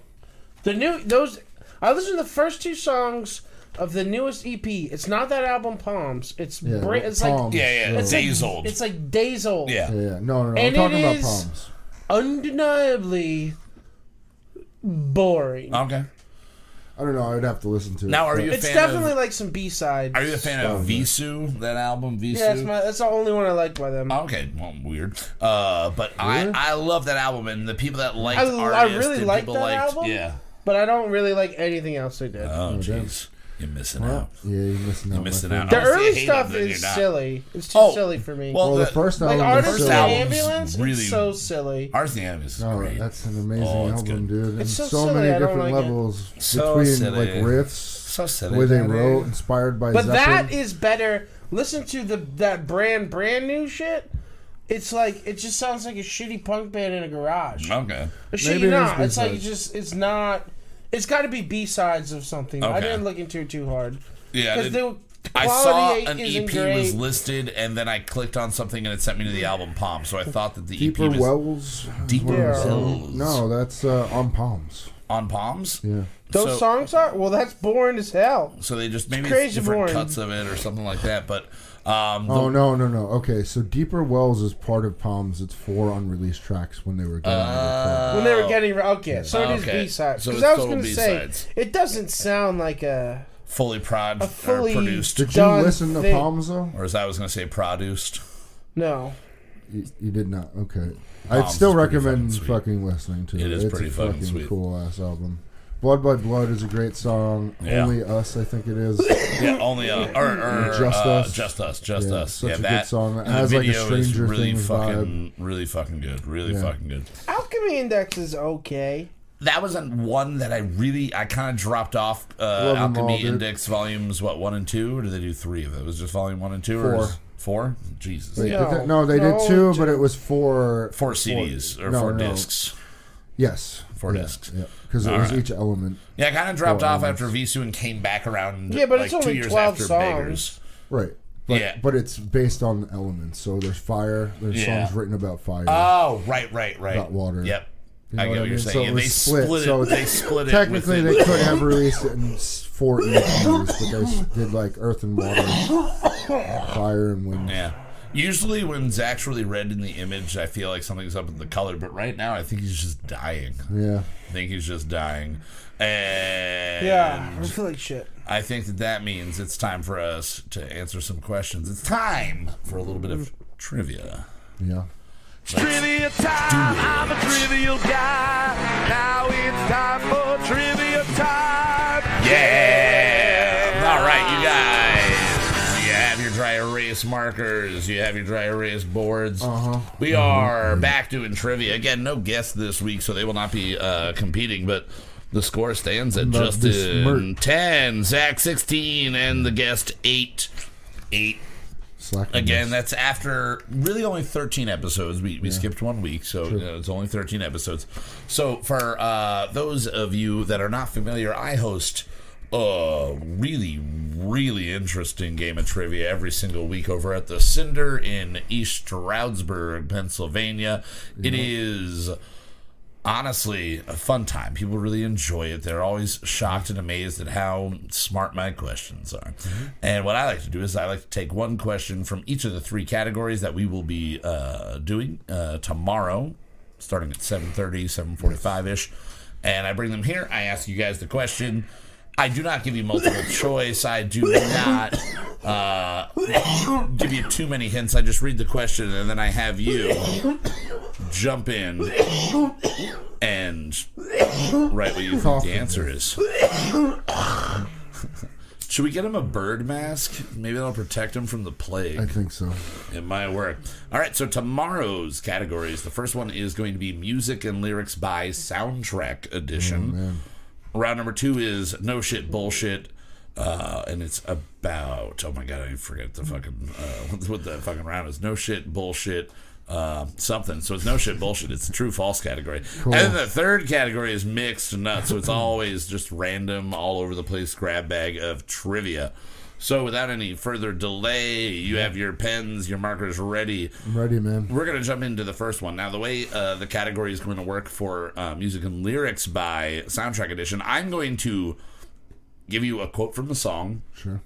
Speaker 4: The new those I listened to the first two songs of the newest EP. It's not that album Palms. It's
Speaker 3: Yeah,
Speaker 4: bra- it's
Speaker 3: Palms.
Speaker 4: like
Speaker 2: Yeah, yeah,
Speaker 3: It's
Speaker 2: days
Speaker 4: like,
Speaker 2: old.
Speaker 4: It's like days old.
Speaker 2: yeah,
Speaker 3: Yeah, yeah. no, no, no.
Speaker 4: And
Speaker 3: I'm talking
Speaker 4: it
Speaker 3: about
Speaker 4: is-
Speaker 3: problems.
Speaker 4: undeniably boring.
Speaker 2: okay.
Speaker 3: I don't know. I'd have to listen to it.
Speaker 2: Now, are
Speaker 3: but-
Speaker 2: you a
Speaker 4: it's
Speaker 2: fan
Speaker 4: definitely
Speaker 2: of?
Speaker 4: like some B sides.
Speaker 2: Are you a fan of Visu? That album, Visu.
Speaker 4: Yeah, that's my. That's the only one I like by them.
Speaker 2: Oh, Okay, well, weird. Uh, but I,
Speaker 3: Really?
Speaker 2: I love that album, and the people that liked
Speaker 4: I l- I
Speaker 2: artists
Speaker 4: really
Speaker 2: and
Speaker 4: liked
Speaker 2: people
Speaker 4: that
Speaker 2: liked,
Speaker 4: album.
Speaker 2: yeah.
Speaker 4: But I don't really like anything else they did.
Speaker 2: Oh, jeez, you're missing out.
Speaker 3: Yeah, you're missing out. my
Speaker 2: missing
Speaker 3: friend.
Speaker 2: out.
Speaker 4: the
Speaker 2: honestly, I
Speaker 4: early
Speaker 2: hate
Speaker 4: stuff
Speaker 2: them, then
Speaker 4: is
Speaker 2: you're not.
Speaker 4: silly. It's too
Speaker 2: Oh,
Speaker 4: silly for me.
Speaker 2: Well,
Speaker 3: Well, the,
Speaker 2: the-
Speaker 3: first
Speaker 4: like
Speaker 3: album,
Speaker 4: Artist
Speaker 2: first
Speaker 4: in
Speaker 3: is
Speaker 4: the
Speaker 2: album-
Speaker 3: album.
Speaker 2: album's
Speaker 4: Ambulance,
Speaker 2: really-
Speaker 4: it's so silly.
Speaker 2: Arthur Ham is
Speaker 3: Oh,
Speaker 2: great.
Speaker 3: that's an amazing
Speaker 2: Oh, it's
Speaker 3: album,
Speaker 2: good.
Speaker 3: dude. And
Speaker 4: It's
Speaker 3: so,
Speaker 4: so silly,
Speaker 3: many
Speaker 4: I don't
Speaker 3: different
Speaker 4: like it.
Speaker 3: levels
Speaker 2: So
Speaker 3: between
Speaker 2: silly.
Speaker 3: like riffs,
Speaker 2: So silly.
Speaker 3: the way they
Speaker 2: I mean-
Speaker 3: wrote, inspired by.
Speaker 4: But
Speaker 3: Zeppelin.
Speaker 4: that is better. Listen to the that brand brand new shit. It's like it just sounds like a shitty punk band in a garage.
Speaker 2: okay.
Speaker 4: A shitty
Speaker 3: maybe it
Speaker 4: not.
Speaker 3: is
Speaker 4: It's like it's
Speaker 3: B-sides.
Speaker 4: just it's not. It's got to be B sides of something. I
Speaker 2: Okay.
Speaker 4: didn't look into it too hard
Speaker 2: Yeah,
Speaker 4: because
Speaker 2: it-
Speaker 4: the
Speaker 2: I
Speaker 4: quality
Speaker 2: saw an
Speaker 4: isn't
Speaker 2: EP
Speaker 4: great.
Speaker 2: was listed, and then I clicked on something, and it sent me to the album Palm. So I thought that the
Speaker 3: Deeper
Speaker 2: EP was
Speaker 3: Wells. is
Speaker 2: Deeper
Speaker 3: one of them.
Speaker 2: Wells.
Speaker 3: No, that's uh, on Palms.
Speaker 2: on Palms.
Speaker 3: Yeah.
Speaker 4: Those
Speaker 2: so,
Speaker 4: songs are well. That's boring as hell.
Speaker 2: So they just maybe
Speaker 4: crazy
Speaker 2: it's different
Speaker 4: boring.
Speaker 2: cuts of it or something like that. But um, the
Speaker 3: Oh no, no, no. Okay, so Deeper Wells is part of Palms. It's four unreleased tracks when they were done.
Speaker 2: Uh,
Speaker 4: When they were getting okay, so it is
Speaker 2: Okay.
Speaker 4: B sides.
Speaker 2: So
Speaker 4: Because
Speaker 2: it's
Speaker 4: I was
Speaker 2: total
Speaker 4: going to say
Speaker 2: B-sides.
Speaker 4: it doesn't sound like a
Speaker 2: fully prod or
Speaker 4: fully-
Speaker 2: produced,
Speaker 3: did you
Speaker 4: done
Speaker 3: listen to
Speaker 4: thing.
Speaker 3: Palms though?
Speaker 2: or as I was going to say, produced.
Speaker 4: no.
Speaker 3: You, you did not. Okay, I'd
Speaker 2: Palms
Speaker 3: still
Speaker 2: is pretty
Speaker 3: recommend
Speaker 2: fucking
Speaker 3: fucking,
Speaker 2: sweet.
Speaker 3: listening to it.
Speaker 2: It is
Speaker 3: it's
Speaker 2: pretty
Speaker 3: a
Speaker 2: fucking
Speaker 3: fucking,
Speaker 2: sweet.
Speaker 3: cool ass album. Blood, Blood, Blood is a great song.
Speaker 2: Yeah.
Speaker 3: Only Us, I think it
Speaker 2: *coughs*
Speaker 3: is.
Speaker 2: Yeah, only uh, or, or
Speaker 3: Just
Speaker 2: uh,
Speaker 3: Us.
Speaker 2: just us, just
Speaker 3: Yeah,
Speaker 2: us.
Speaker 3: such
Speaker 2: yeah,
Speaker 3: a good
Speaker 2: that
Speaker 3: song. It
Speaker 2: and
Speaker 3: has,
Speaker 2: the
Speaker 3: like, a
Speaker 2: video is
Speaker 3: Stranger
Speaker 2: really
Speaker 3: Things
Speaker 2: fucking, really fucking good, really fucking good.
Speaker 4: Alchemy Index is okay.
Speaker 2: That was a one that I really, I kind of dropped off. Uh,
Speaker 3: 'em all,
Speaker 2: Alchemy
Speaker 3: dude.
Speaker 2: Index volumes, what one and two, or did they do three of it? Was it just volume one and two, or
Speaker 3: Four.
Speaker 2: is- four? Jesus,
Speaker 3: They
Speaker 2: yeah.
Speaker 3: did that- no, they
Speaker 4: No,
Speaker 3: did two,
Speaker 4: ju-
Speaker 3: but it was four.
Speaker 2: Four CDs or
Speaker 3: no,
Speaker 2: four
Speaker 3: no.
Speaker 2: discs.
Speaker 3: Yes,
Speaker 2: Four
Speaker 3: yeah,
Speaker 2: discs.
Speaker 3: Yeah, because it
Speaker 2: All
Speaker 3: was
Speaker 2: right.
Speaker 3: each element.
Speaker 2: Yeah, I kind of dropped
Speaker 3: Four
Speaker 2: off after Visu and came back around.
Speaker 4: Yeah, but
Speaker 2: like
Speaker 4: it's
Speaker 2: two
Speaker 4: only
Speaker 2: years
Speaker 4: 12
Speaker 2: after
Speaker 4: songs.
Speaker 2: Beggars.
Speaker 3: Right. But,
Speaker 2: Yeah.
Speaker 3: but it's based on the elements. So there's fire. There's
Speaker 2: Yeah.
Speaker 3: songs written about fire.
Speaker 2: Oh, right, right, right.
Speaker 3: About water.
Speaker 2: Yep.
Speaker 3: You know
Speaker 2: I get
Speaker 3: what
Speaker 2: what,
Speaker 3: I
Speaker 2: you're
Speaker 3: mean?
Speaker 2: saying.
Speaker 3: So it
Speaker 2: yeah,
Speaker 3: was
Speaker 2: they
Speaker 3: split,
Speaker 2: split,
Speaker 3: so
Speaker 2: it. They split it.
Speaker 3: Technically,
Speaker 2: with
Speaker 3: they
Speaker 2: it.
Speaker 3: could have
Speaker 2: *laughs*
Speaker 3: released it in s- four EPs, but they s- did like earth and water, fire and wind.
Speaker 2: Yeah. Usually, when Zach's really red in the image, I feel like something's up with the color. But right now, I think he's just dying.
Speaker 3: Yeah.
Speaker 2: I think he's just dying, and
Speaker 4: Yeah, I feel like shit.
Speaker 2: I think that that means it's time for us to answer some questions. It's time for a little bit of trivia.
Speaker 3: Yeah.
Speaker 1: Trivia time. I'm a trivial guy. Now it's time for trivia time.
Speaker 2: Yeah! All right, you guys. You have your dry erase markers. You have your dry erase boards.
Speaker 3: Uh-huh.
Speaker 2: We are back doing trivia again. No guests this week, so they will not be uh, competing. But the score stands at
Speaker 3: Love this
Speaker 2: Justin
Speaker 3: smirk.
Speaker 2: ten, Zach sixteen, and the guest eight, eight.
Speaker 3: Slack
Speaker 2: Again, that's after really only 13 episodes. We, we skipped one week, so you know, it's only 13 episodes. So, for uh, those of you that are not familiar, I host a really, really interesting game of trivia every single week over at the Cinder in East Stroudsburg, Pennsylvania. It is honestly a fun time. People really enjoy it. They're always shocked and amazed at how smart my questions are. And what I like to do is I like to take one question from each of the three categories that we will be uh, doing uh, tomorrow, starting at 7.30, 7.45ish. And I bring them here. I ask you guys the question. I do not give you multiple choice. I do not uh, give you too many hints. I just read the question and then I have you jump in and right what you think
Speaker 3: Coffee.
Speaker 2: the answer is. Should we get him a bird mask? Maybe that'll protect him from the
Speaker 3: I
Speaker 2: plague.
Speaker 3: think so.
Speaker 2: It might work. All right, so tomorrow's categories. The first one is going to be music and lyrics by soundtrack edition. Round number two is no shit bullshit. Uh, and it's about oh my god I forget the fucking uh, *laughs* what the fucking round is no shit bullshit uh, something so it's no shit bullshit it's a true false category and then the third category is mixed nuts so it's always just random all over the place grab bag of trivia so, without any further delay, you have your pens, your markers ready.
Speaker 3: I'm ready, man.
Speaker 2: We're going to jump into the first one. Now, the way uh, the category is going to work for uh, music and lyrics by soundtrack edition, I'm going to give you a quote from the song.
Speaker 3: Sure.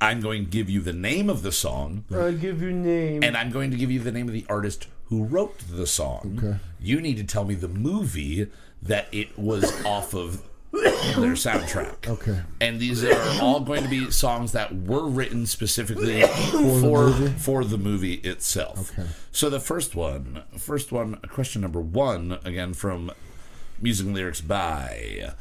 Speaker 2: I'm going to give you the name of the song,
Speaker 4: I'll give you name.
Speaker 2: and I'm going to give you the name of the artist who wrote the song.
Speaker 3: Okay.
Speaker 2: You need to tell me the movie that it was off of their soundtrack
Speaker 3: Okay.
Speaker 2: and these are all going to be songs that were written specifically *coughs* for
Speaker 3: movie?
Speaker 2: for the movie itself.
Speaker 3: Okay.
Speaker 2: So the first one, first one, question number one, again from music and lyrics by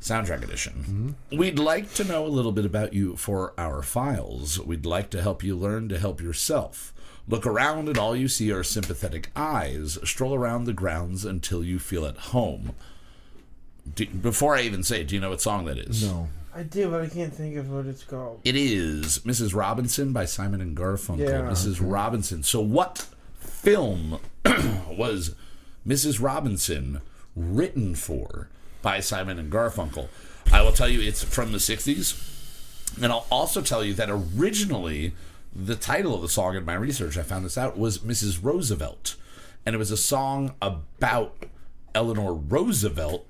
Speaker 2: soundtrack edition. We'd like to know a little bit about you for our files. We'd like to help you learn to help yourself. Look around, and all you see are sympathetic eyes. Stroll around the grounds until you feel at home. Do, before I even say it, do you know what song that is?
Speaker 3: No.
Speaker 4: I do, but I can't think of what it's called.
Speaker 2: It is Mrs. Robinson by Simon and Garfunkel.
Speaker 4: Yeah.
Speaker 2: Mrs. Robinson. So, what film *clears throat* was Mrs. Robinson written for by Simon and Garfunkel? I will tell you it's from the 60s. And I'll also tell you that originally the title of the song in my research, I found this out, was Mrs. Roosevelt. And it was a song about Eleanor Roosevelt.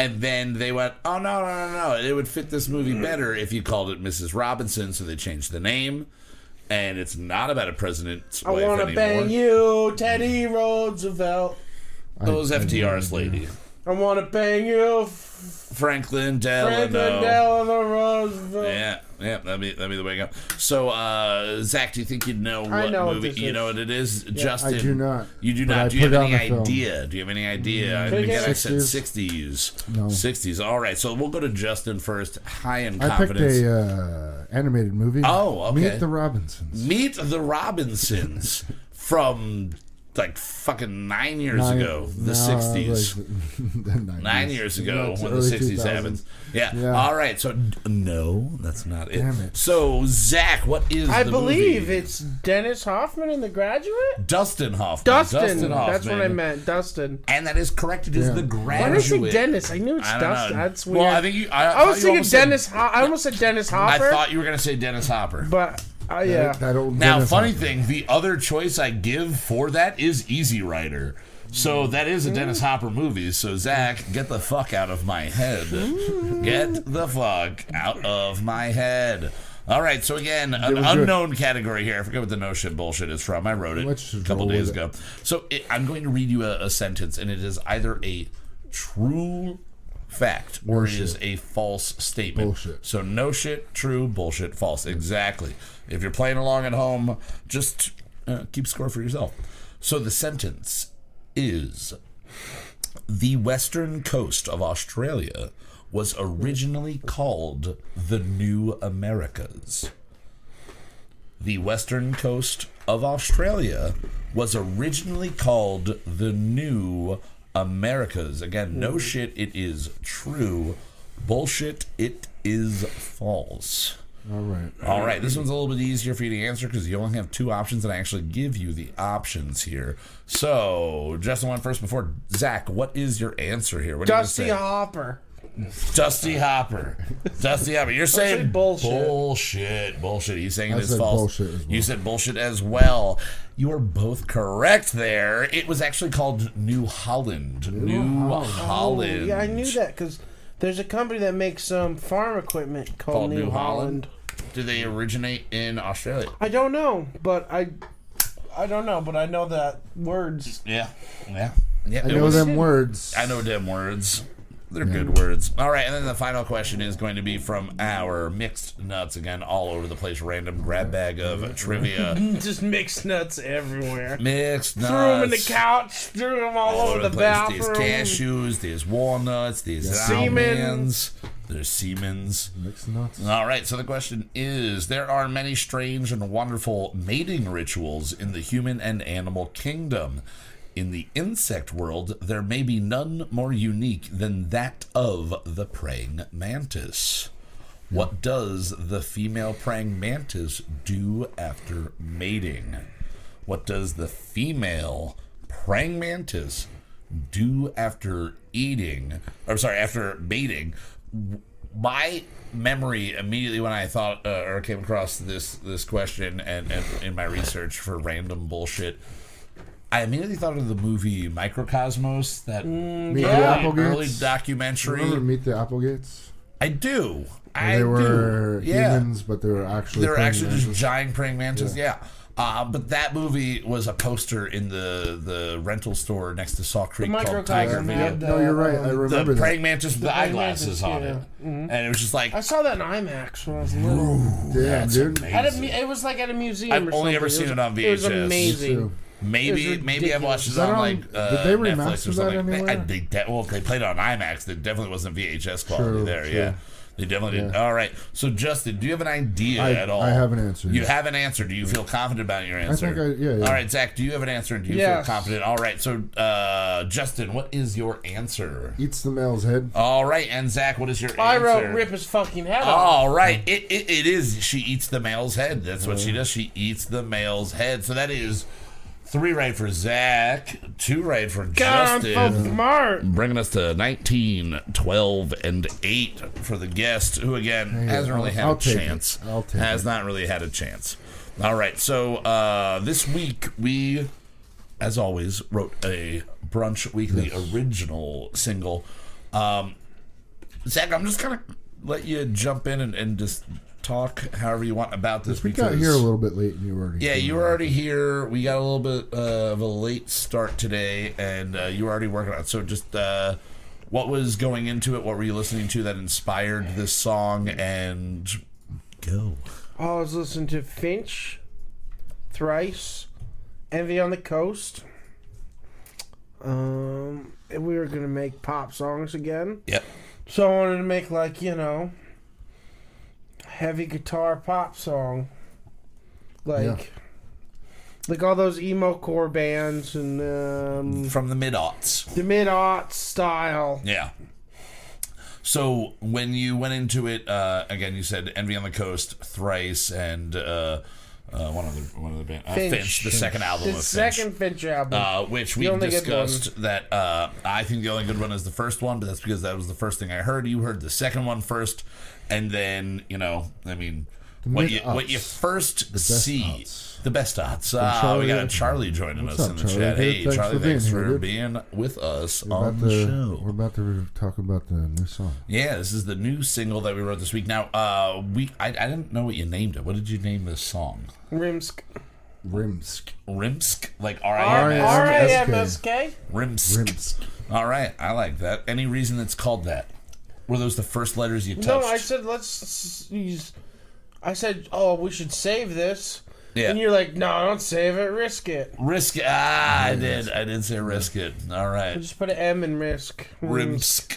Speaker 2: And then they went, oh, no, no, no, no. It would fit this
Speaker 4: Mm-hmm.
Speaker 2: movie better if you called it Mrs. Robinson. So they changed the name. And it's not about a president's
Speaker 4: I
Speaker 2: wife
Speaker 4: want to
Speaker 2: anymore.
Speaker 4: bang you, Teddy Roosevelt.
Speaker 2: Those FTRs, lady.
Speaker 4: I want to bang you,
Speaker 2: Franklin Delano.
Speaker 4: Franklin Delano Roosevelt.
Speaker 2: Yeah, yeah, that'd be that'd be the way to go. So, uh, Zach, do you think you know what
Speaker 4: I know what
Speaker 2: movie?
Speaker 4: this
Speaker 2: you
Speaker 4: is.
Speaker 2: know what it is, Justin?
Speaker 3: I do not,
Speaker 2: You do
Speaker 3: but
Speaker 2: not.
Speaker 3: I
Speaker 2: do you have
Speaker 3: put it
Speaker 2: any
Speaker 3: on the film.
Speaker 2: idea? Do you have any idea? I
Speaker 4: Pick
Speaker 2: think
Speaker 4: it.
Speaker 2: I said
Speaker 3: 60s.
Speaker 2: sixties.
Speaker 3: No.
Speaker 2: Sixties. All right, so we'll go to Justin first. High in
Speaker 3: I picked
Speaker 2: confidence.
Speaker 3: a uh, animated movie.
Speaker 2: Oh, okay.
Speaker 3: Meet the Robinsons.
Speaker 2: Meet the Robinsons from like fucking nine years ago, the sixties.
Speaker 3: *laughs*
Speaker 2: Nine years ago, when the sixties happened. Yeah.
Speaker 3: Yeah.
Speaker 2: All right. So d- no, that's not it.
Speaker 3: Damn it.
Speaker 2: So Zach, what is?
Speaker 4: I
Speaker 2: the
Speaker 4: believe
Speaker 2: movie?
Speaker 4: it's Dennis Hoffman in The Graduate.
Speaker 2: Dustin Hoffman.
Speaker 4: Dustin.
Speaker 2: Hoffman.
Speaker 4: That's what I meant. Dustin.
Speaker 2: And that is correct. It is
Speaker 3: Yeah.
Speaker 2: the
Speaker 4: Why
Speaker 2: graduate.
Speaker 4: did I say Dennis? I knew it's
Speaker 2: I don't
Speaker 4: Dustin.
Speaker 2: know.
Speaker 4: That's weird.
Speaker 2: Well, I think you. I,
Speaker 4: I
Speaker 2: thought
Speaker 4: was
Speaker 2: you
Speaker 4: thinking
Speaker 2: almost said-
Speaker 4: Dennis. Ho- I almost said Dennis
Speaker 2: I
Speaker 4: Hopper.
Speaker 2: thought you were going to say Dennis Hopper.
Speaker 4: but uh, yeah,
Speaker 3: That old
Speaker 2: now,
Speaker 3: Dennis
Speaker 2: funny
Speaker 3: Hopper.
Speaker 2: thing, the other choice I give for that is Easy Rider. So
Speaker 3: Hmm.
Speaker 2: that is a Dennis Hopper movie. So Zach, get the fuck out of my head.
Speaker 3: Hmm.
Speaker 2: Get the fuck out of my head. All right, so again, an
Speaker 3: was good.
Speaker 2: unknown category here. I forget what the no shit bullshit is from. I wrote it
Speaker 3: Let's
Speaker 2: a
Speaker 3: just
Speaker 2: couple
Speaker 3: roll
Speaker 2: days
Speaker 3: with it.
Speaker 2: ago. So it, I'm going to read you a, a sentence, and it is either a true fact or it is a false statement.
Speaker 3: Bullshit.
Speaker 2: So no shit, true, bullshit, false. Exactly. If you're playing along at home, just uh, keep score for yourself. So the sentence is the western coast of Australia was originally called the New Americas. the western coast of Australia was originally called the New Americas. Again, no shit, it is true. Bullshit, it is false.
Speaker 3: All right.
Speaker 2: All right, this one's a little bit easier for you to answer because you only have two options, and I actually give you the options here. So, Justin went first before Zach. What is your answer here? What do you
Speaker 4: Dusty
Speaker 2: say?
Speaker 4: Hopper.
Speaker 2: Dusty Hopper. Dusty Hopper. You're saying
Speaker 4: said bullshit.
Speaker 2: Bullshit. Bullshit. You saying
Speaker 3: I
Speaker 2: it is
Speaker 3: said
Speaker 2: false.
Speaker 3: bullshit as well.
Speaker 2: You said bullshit as well. You are both correct there. It was actually called New Holland. New, Holland.
Speaker 4: Oh, yeah, I knew that because there's a company that makes some farm equipment called,
Speaker 2: Called
Speaker 4: New,
Speaker 2: New
Speaker 4: Holland.
Speaker 2: Holland. Did they originate in Australia?
Speaker 4: I don't know, but I, I don't know, but I know that words. *laughs*
Speaker 2: Yeah. Yeah. Yeah.
Speaker 3: I
Speaker 2: it
Speaker 3: know
Speaker 2: was-
Speaker 3: them words.
Speaker 2: I know them words. They're good words. All right, and then the final question is going to be from our mixed nuts again, all over the place, random grab bag of trivia.
Speaker 4: Just mixed nuts everywhere.
Speaker 2: Mixed nuts.
Speaker 4: Threw them in the couch. Threw them all, over the,
Speaker 2: place.
Speaker 4: bathroom.
Speaker 2: There's cashews, there's walnuts, there's almonds,
Speaker 4: Siemens.
Speaker 2: there's Siemens.
Speaker 3: Mixed nuts.
Speaker 2: All right, so the question is there are many strange and wonderful mating rituals in the human and animal kingdom. In the insect world, there may be none more unique than that of the praying mantis. What does the female praying mantis do after mating? What does the female praying mantis do after eating? Or sorry, after mating? My memory immediately when I thought uh, or came across this this question and, and in my research for random bullshit, I immediately thought of the movie Microcosmos, that
Speaker 3: Meet the
Speaker 4: Yeah.
Speaker 2: early
Speaker 3: Applegates. Remember
Speaker 2: documentary.
Speaker 3: Meet the Applegates?
Speaker 2: I do. I
Speaker 3: They
Speaker 2: do.
Speaker 3: were
Speaker 2: Yeah.
Speaker 3: humans, but they were actually.
Speaker 2: They're
Speaker 3: praying
Speaker 2: actually
Speaker 3: mantis.
Speaker 2: just giant praying mantis. Yeah. Uh, but that movie was a poster in the, the rental store next to Saw Creek called Tiger
Speaker 4: microcosm, yeah.
Speaker 2: Man.
Speaker 4: just-
Speaker 3: No, you're right. I
Speaker 2: The
Speaker 3: remember
Speaker 2: praying
Speaker 3: that.
Speaker 2: mantis with the,
Speaker 4: praying
Speaker 2: eyeglasses
Speaker 4: mantis,
Speaker 2: on
Speaker 4: yeah. Mm-hmm.
Speaker 2: it. And it was just like,
Speaker 4: I saw that in IMAX when I was little.
Speaker 3: Damn,
Speaker 2: that's
Speaker 3: dude.
Speaker 2: amazing.
Speaker 4: At a, mu- it was like at a museum.
Speaker 2: I've
Speaker 4: or
Speaker 2: only
Speaker 4: something.
Speaker 2: ever seen
Speaker 4: was-
Speaker 2: it on
Speaker 4: It was
Speaker 2: VHS.
Speaker 3: uh,
Speaker 4: amazing.
Speaker 2: Maybe
Speaker 4: It's
Speaker 2: maybe I
Speaker 4: ridiculous.
Speaker 2: watched it on,
Speaker 3: Is
Speaker 2: like
Speaker 3: that on-
Speaker 2: uh,
Speaker 3: did they
Speaker 2: Netflix or
Speaker 3: remaster that
Speaker 2: something. They- I,
Speaker 3: anywhere?
Speaker 2: they de- well, if they played it on IMAX, it definitely wasn't VHS quality
Speaker 3: True,
Speaker 2: there.
Speaker 3: true.
Speaker 2: Yeah, they definitely did. All right. So Justin, do you have an idea
Speaker 3: I-
Speaker 2: at all?
Speaker 3: I have an answer,
Speaker 2: You
Speaker 3: yeah.
Speaker 2: have an answer. Do you feel confident about your answer?
Speaker 3: think I- yeah, yeah.
Speaker 2: All right, Zach. Do you have an answer? And do you
Speaker 4: Yes.
Speaker 2: feel confident? All right. So uh, Justin, what is your answer?
Speaker 3: Eats the male's head.
Speaker 2: All right, and Zach, what is your
Speaker 4: I
Speaker 2: answer?
Speaker 4: wrote rip his fucking head off.
Speaker 2: All right, it, it, it is. She eats the male's head. That's what she does. She eats the male's head. So that is three right for Zach, two right for
Speaker 4: God, I'm so
Speaker 2: Justin.
Speaker 4: smart.
Speaker 2: Bringing us to 19, 12, and 8 for the guest, who again hasn't really
Speaker 3: I'll-
Speaker 2: had
Speaker 3: I'll
Speaker 2: a
Speaker 3: take it.
Speaker 2: chance.
Speaker 3: I'll take
Speaker 2: has not really had a chance. All right, so uh, this week we as always, wrote a brunch weekly original single. Um, Zach, I'm just gonna let you jump in and, and just talk however you want about this.
Speaker 3: We got
Speaker 2: because-
Speaker 3: here a little bit late, and you already.
Speaker 2: Yeah, you were already here. We got a little bit uh, of a late start today, and uh, you were already working on. it. So just. Uh, what was going into it? What were you listening to that inspired this song? And go.
Speaker 4: Oh, I was listening to Finch, Thrice, Envy on the Coast. Um, and we were gonna make pop songs again,
Speaker 2: Yep.
Speaker 4: so I wanted to make like you know, heavy guitar pop song, like, like all those emo core bands and um,
Speaker 2: From the mid aughts.
Speaker 4: the mid aughts style.
Speaker 2: Yeah. So when you went into it, uh, again, you said "Envy on the Coast" thrice, and uh, uh, one other one other band, uh, Finch.
Speaker 4: Finch.
Speaker 2: the second album
Speaker 4: The
Speaker 2: of Finch,
Speaker 4: second Finch album.
Speaker 2: uh, which we
Speaker 4: The only good
Speaker 2: discussed. That uh, I think the only good one is the first one, but that's because that was the first thing I heard. You heard the second one first, and then you know, I mean, what you what you
Speaker 3: mid-ups.
Speaker 2: first see,
Speaker 3: odds.
Speaker 2: the best odds. Ah, we
Speaker 3: Charlie-
Speaker 2: got a Charlie joining
Speaker 3: What's
Speaker 2: us
Speaker 3: up,
Speaker 2: in the
Speaker 3: Charlie,
Speaker 2: chat.
Speaker 3: dude?
Speaker 2: Hey,
Speaker 3: Thanks
Speaker 2: Charlie,
Speaker 3: for being
Speaker 2: thanks
Speaker 3: here,
Speaker 2: for
Speaker 3: dude.
Speaker 2: being with us
Speaker 3: We're
Speaker 2: on
Speaker 3: about,
Speaker 2: the
Speaker 3: to,
Speaker 2: show.
Speaker 3: we're about to talk about the new song.
Speaker 2: Yeah, this is the new single that we wrote this week. Now, uh, we I, I didn't know what you named it. What did you name this song?
Speaker 4: Rimsk.
Speaker 3: Rimsk.
Speaker 2: Rimsk, like
Speaker 4: R
Speaker 2: R-I-M-S?
Speaker 4: I M S K.
Speaker 2: Rimsk.
Speaker 3: Rimsk.
Speaker 2: All right, I like that. Any reason it's called that? Were those the first letters you touched?
Speaker 4: No, I said let's s- use. I said, oh, we should save this.
Speaker 2: Yeah.
Speaker 4: And you're like, no, don't save it, risk it.
Speaker 2: risk. it. Ah, I did. I did say risk it. All right,
Speaker 4: Just put an M in risk.
Speaker 2: Rimsk.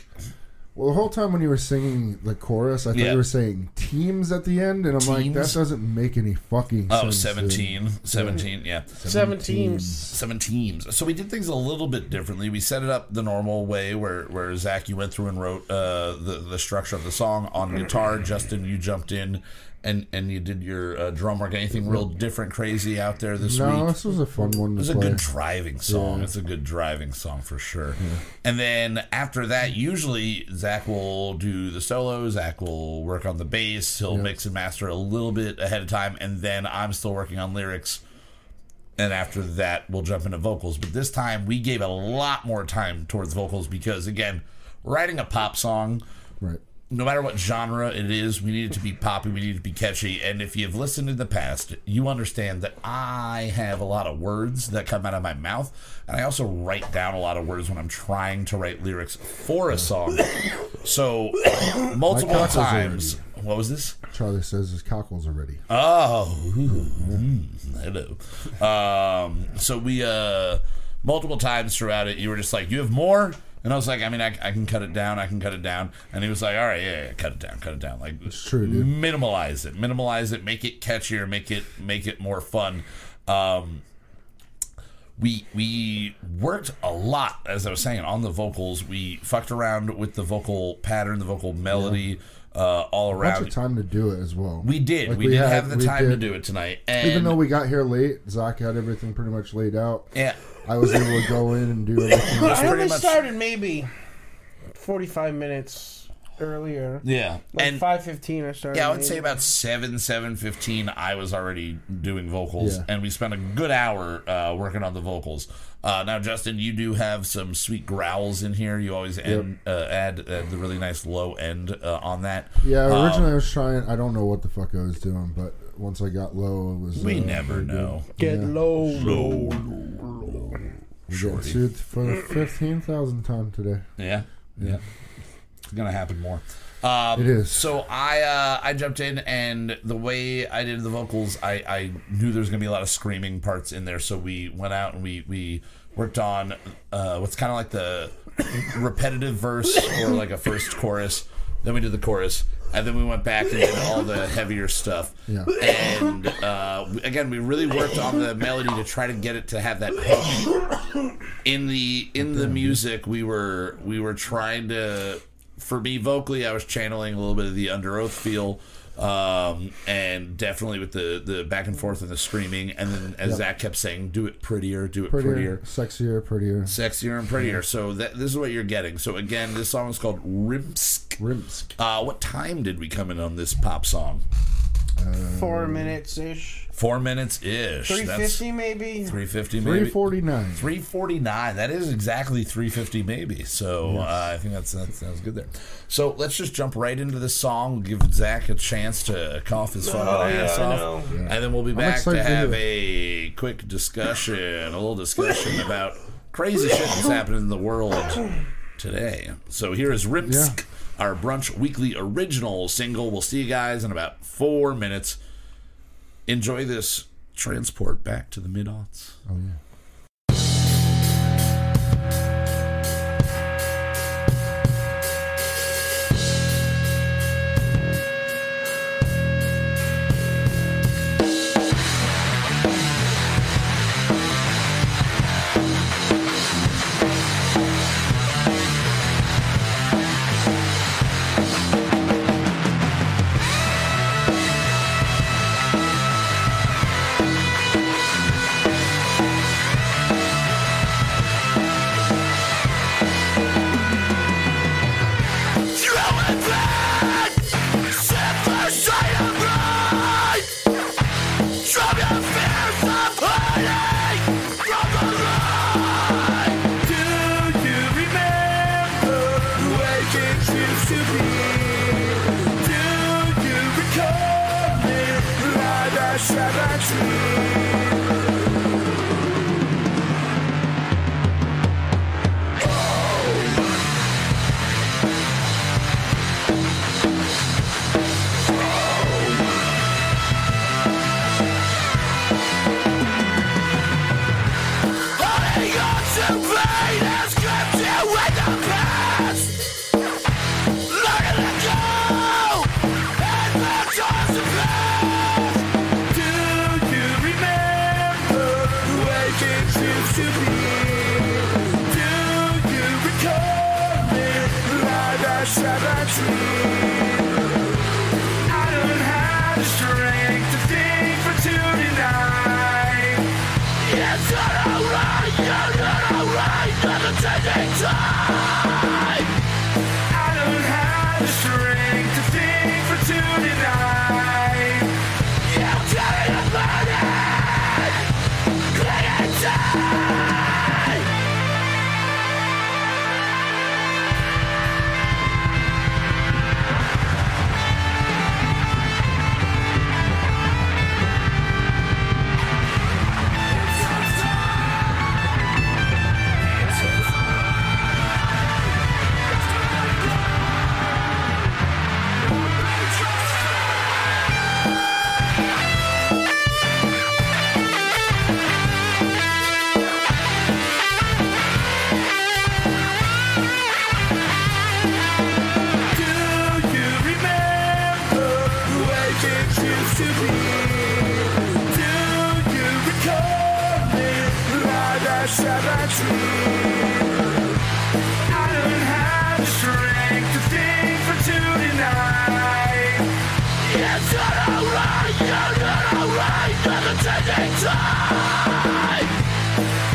Speaker 3: Well, the whole time when you were singing the chorus, I thought
Speaker 2: Yeah.
Speaker 3: you were saying teams at the end, and I'm like, that
Speaker 2: Teams?
Speaker 3: doesn't make any fucking
Speaker 2: Oh,
Speaker 3: sense. dude.
Speaker 2: 17. 17, yeah.
Speaker 4: Seven teams.
Speaker 2: Seven teams. So we did things a little bit differently. We set it up the normal way where, where Zach, you went through and wrote uh, the, the structure of the song on guitar. Justin, you jumped in and, and you did your uh, drum work. Anything real different, crazy out there this
Speaker 3: No,
Speaker 2: week?
Speaker 3: this was a fun one to
Speaker 2: It's a
Speaker 3: play.
Speaker 2: good driving song. It's a good driving song for sure. And then after that, usually Zach will do the solo. Zach will work on the bass. He'll mix and master a little bit ahead of time, and then I'm still working on lyrics. And after that, we'll jump into vocals. But this time, we gave a lot more time towards vocals because, again, writing a pop song
Speaker 3: right.
Speaker 2: no matter what genre it is, we need it to be poppy, we need it to be catchy. And if you've listened in the past, you understand that I have a lot of words that come out of my mouth. And I also write down a lot of words when I'm trying to write lyrics for a song. So, *coughs* multiple
Speaker 3: cockles are
Speaker 2: times. What was this?
Speaker 3: Charlie says his cockles are ready.
Speaker 2: Oh, *laughs* ooh, mm, hello. Um, so we uh, multiple times throughout it, you were just like, "You have more," and I was like, "I mean, I, I can cut it down. I can cut it down." And he was like, "All right, yeah, yeah cut it down, cut it down. Like,
Speaker 3: true, dude.
Speaker 2: minimalize it, minimalize it, make it catchier, make it make it more fun." Um, we we worked a lot, as I was saying, on the vocals. We fucked around with the vocal pattern, the vocal melody, uh, all
Speaker 3: Bunch
Speaker 2: around.
Speaker 3: of time to do it as well.
Speaker 2: We did.
Speaker 3: Like,
Speaker 2: we, did
Speaker 3: had-
Speaker 2: have the
Speaker 3: we
Speaker 2: time to
Speaker 3: did.
Speaker 2: do it tonight. And
Speaker 3: Even though we got here late, Zach had everything pretty much laid out.
Speaker 2: yeah,
Speaker 3: I was able to go in and do everything.
Speaker 2: *laughs* That's
Speaker 4: I
Speaker 2: pretty
Speaker 4: only
Speaker 2: much-
Speaker 4: started maybe forty-five minutes earlier.
Speaker 2: yeah,
Speaker 4: Like
Speaker 2: and
Speaker 4: five fifteen, I started.
Speaker 2: yeah, I would say
Speaker 4: maybe.
Speaker 2: about seven, seven fifteen. I was already doing vocals,
Speaker 3: Yeah.
Speaker 2: and we spent a good hour uh, working on the vocals. Uh, now, Justin, you do have some sweet growls in here. You always end, uh, add uh, the really nice low end uh, on that.
Speaker 3: Yeah,
Speaker 2: Um,
Speaker 3: originally I was trying. I don't know what the fuck I was doing, but once I got low, it was.
Speaker 2: we
Speaker 3: uh,
Speaker 2: never know.
Speaker 4: get low.
Speaker 2: Low,
Speaker 3: we got
Speaker 2: shorty.
Speaker 3: sued for the fifteen thousand time today.
Speaker 2: Yeah, yeah. It's gonna happen more. Um,
Speaker 3: It is.
Speaker 2: So I uh, I jumped in, and the way I did the vocals, I, I knew there was gonna be a lot of screaming parts in there. So we went out and we we worked on uh, what's kind of like the *coughs* repetitive verse or like a first chorus. Then we did the chorus, and then we went back and did all the heavier stuff.
Speaker 3: Yeah.
Speaker 2: And uh, again, we really worked on the melody to try to get it to have that pitch in the in the music we were we were trying to for me vocally i was channeling a little bit of the under oath feel um and definitely with the the back and forth and the screaming and then as zach kept saying do it prettier do it
Speaker 3: Prettier,
Speaker 2: prettier
Speaker 3: sexier, prettier.
Speaker 2: sexier and prettier so that this is what you're getting so again this song is called rimsk
Speaker 3: Rimsk.
Speaker 2: uh what time did we come in on this pop song
Speaker 4: Four minutes ish.
Speaker 2: four minutes ish
Speaker 4: Three fifty maybe.
Speaker 2: 350
Speaker 3: Three
Speaker 2: maybe
Speaker 3: forty
Speaker 2: *laughs*
Speaker 3: nine.
Speaker 2: 349 that is exactly 350 maybe so uh, i think that's that sounds good there so let's just jump right into this song give zach a chance to cough his fucking ass
Speaker 4: I
Speaker 2: off and then we'll be back
Speaker 3: excited
Speaker 2: to
Speaker 3: to
Speaker 2: have
Speaker 3: hear
Speaker 2: a quick discussion a little discussion about crazy shit that's happening in the world today so here is ripsk our brunch weekly original single we'll see you guys in about four minutes enjoy this transport back to the mid-aughts
Speaker 3: Oh yeah.
Speaker 5: Thank
Speaker 1: it used to be. Do you recall it? Live outside my tree. I don't have the strength to think for two tonight. It's not alright, you're not alright, gonna take it time. I don't have the strength to think for two tonight. You tell me to burn it, clean it down. Do you remember the way things used to be? Do you recall it? Live outside my tree. I don't have the strength to think for two tonight. It's not alright, you're not alright, nothing taking time.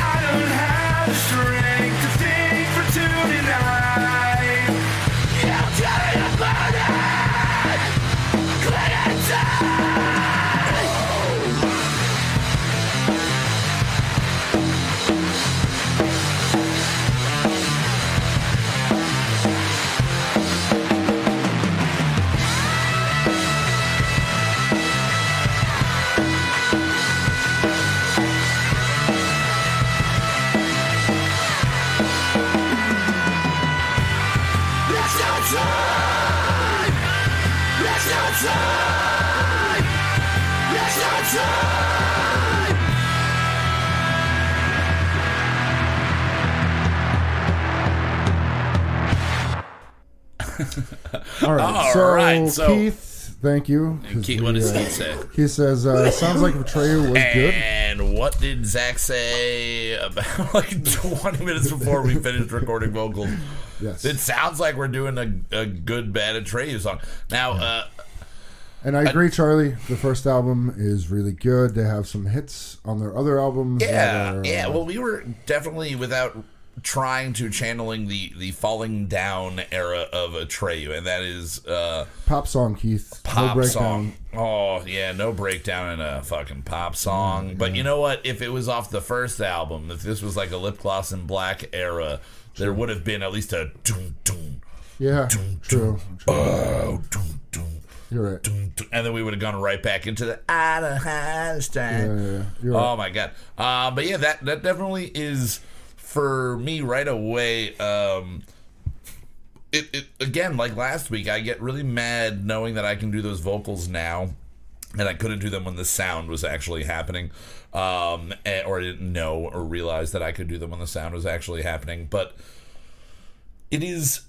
Speaker 1: I don't have the strength to think for two tonight. You tell me to burn it, clean it down. There's no time. There's no time. There's no time.
Speaker 3: All right.
Speaker 2: All
Speaker 3: so,
Speaker 2: right, so-
Speaker 3: Keith, thank you. 'cause
Speaker 2: Keith,
Speaker 3: we,
Speaker 2: what does
Speaker 3: uh,
Speaker 2: Keith say?
Speaker 3: He says, uh, "Sounds like Betrayer was good."
Speaker 2: And what did Zach say about *laughs* like 20 minutes before we finished recording vocals?
Speaker 3: Yes.
Speaker 2: It sounds like we're doing a, a good bad Atreyu song. Now, uh,
Speaker 3: And I agree, Charlie. The first album is really good. They have some hits on their other albums. that
Speaker 2: yeah,
Speaker 3: are,
Speaker 2: yeah.
Speaker 3: uh,
Speaker 2: Well, we were definitely without trying to channeling the the falling down era of Atreyu, and that is uh,
Speaker 3: pop song, Keith. No
Speaker 2: pop
Speaker 3: breakdown.
Speaker 2: song. Oh yeah, no breakdown in a fucking pop song.
Speaker 3: Mm-hmm.
Speaker 2: But you know what? If it was off the first album, if this was like a lip gloss in black era, there would have been at least a doom doom
Speaker 3: Yeah, true. true.
Speaker 2: oh doom doom.
Speaker 3: You're right.
Speaker 2: doom, doom. And then we would have gone right back into the out of
Speaker 3: Yeah,
Speaker 2: Einstein.
Speaker 3: yeah, yeah. You're right.
Speaker 2: Oh my god! Uh, but yeah, that that definitely is for me right away. Um, it, it again, like last week, I get really mad knowing that I can do those vocals now, and I couldn't do them when the sound was actually happening, um, eh, or I didn't know or realize that I could do them when the sound was actually happening. But it is.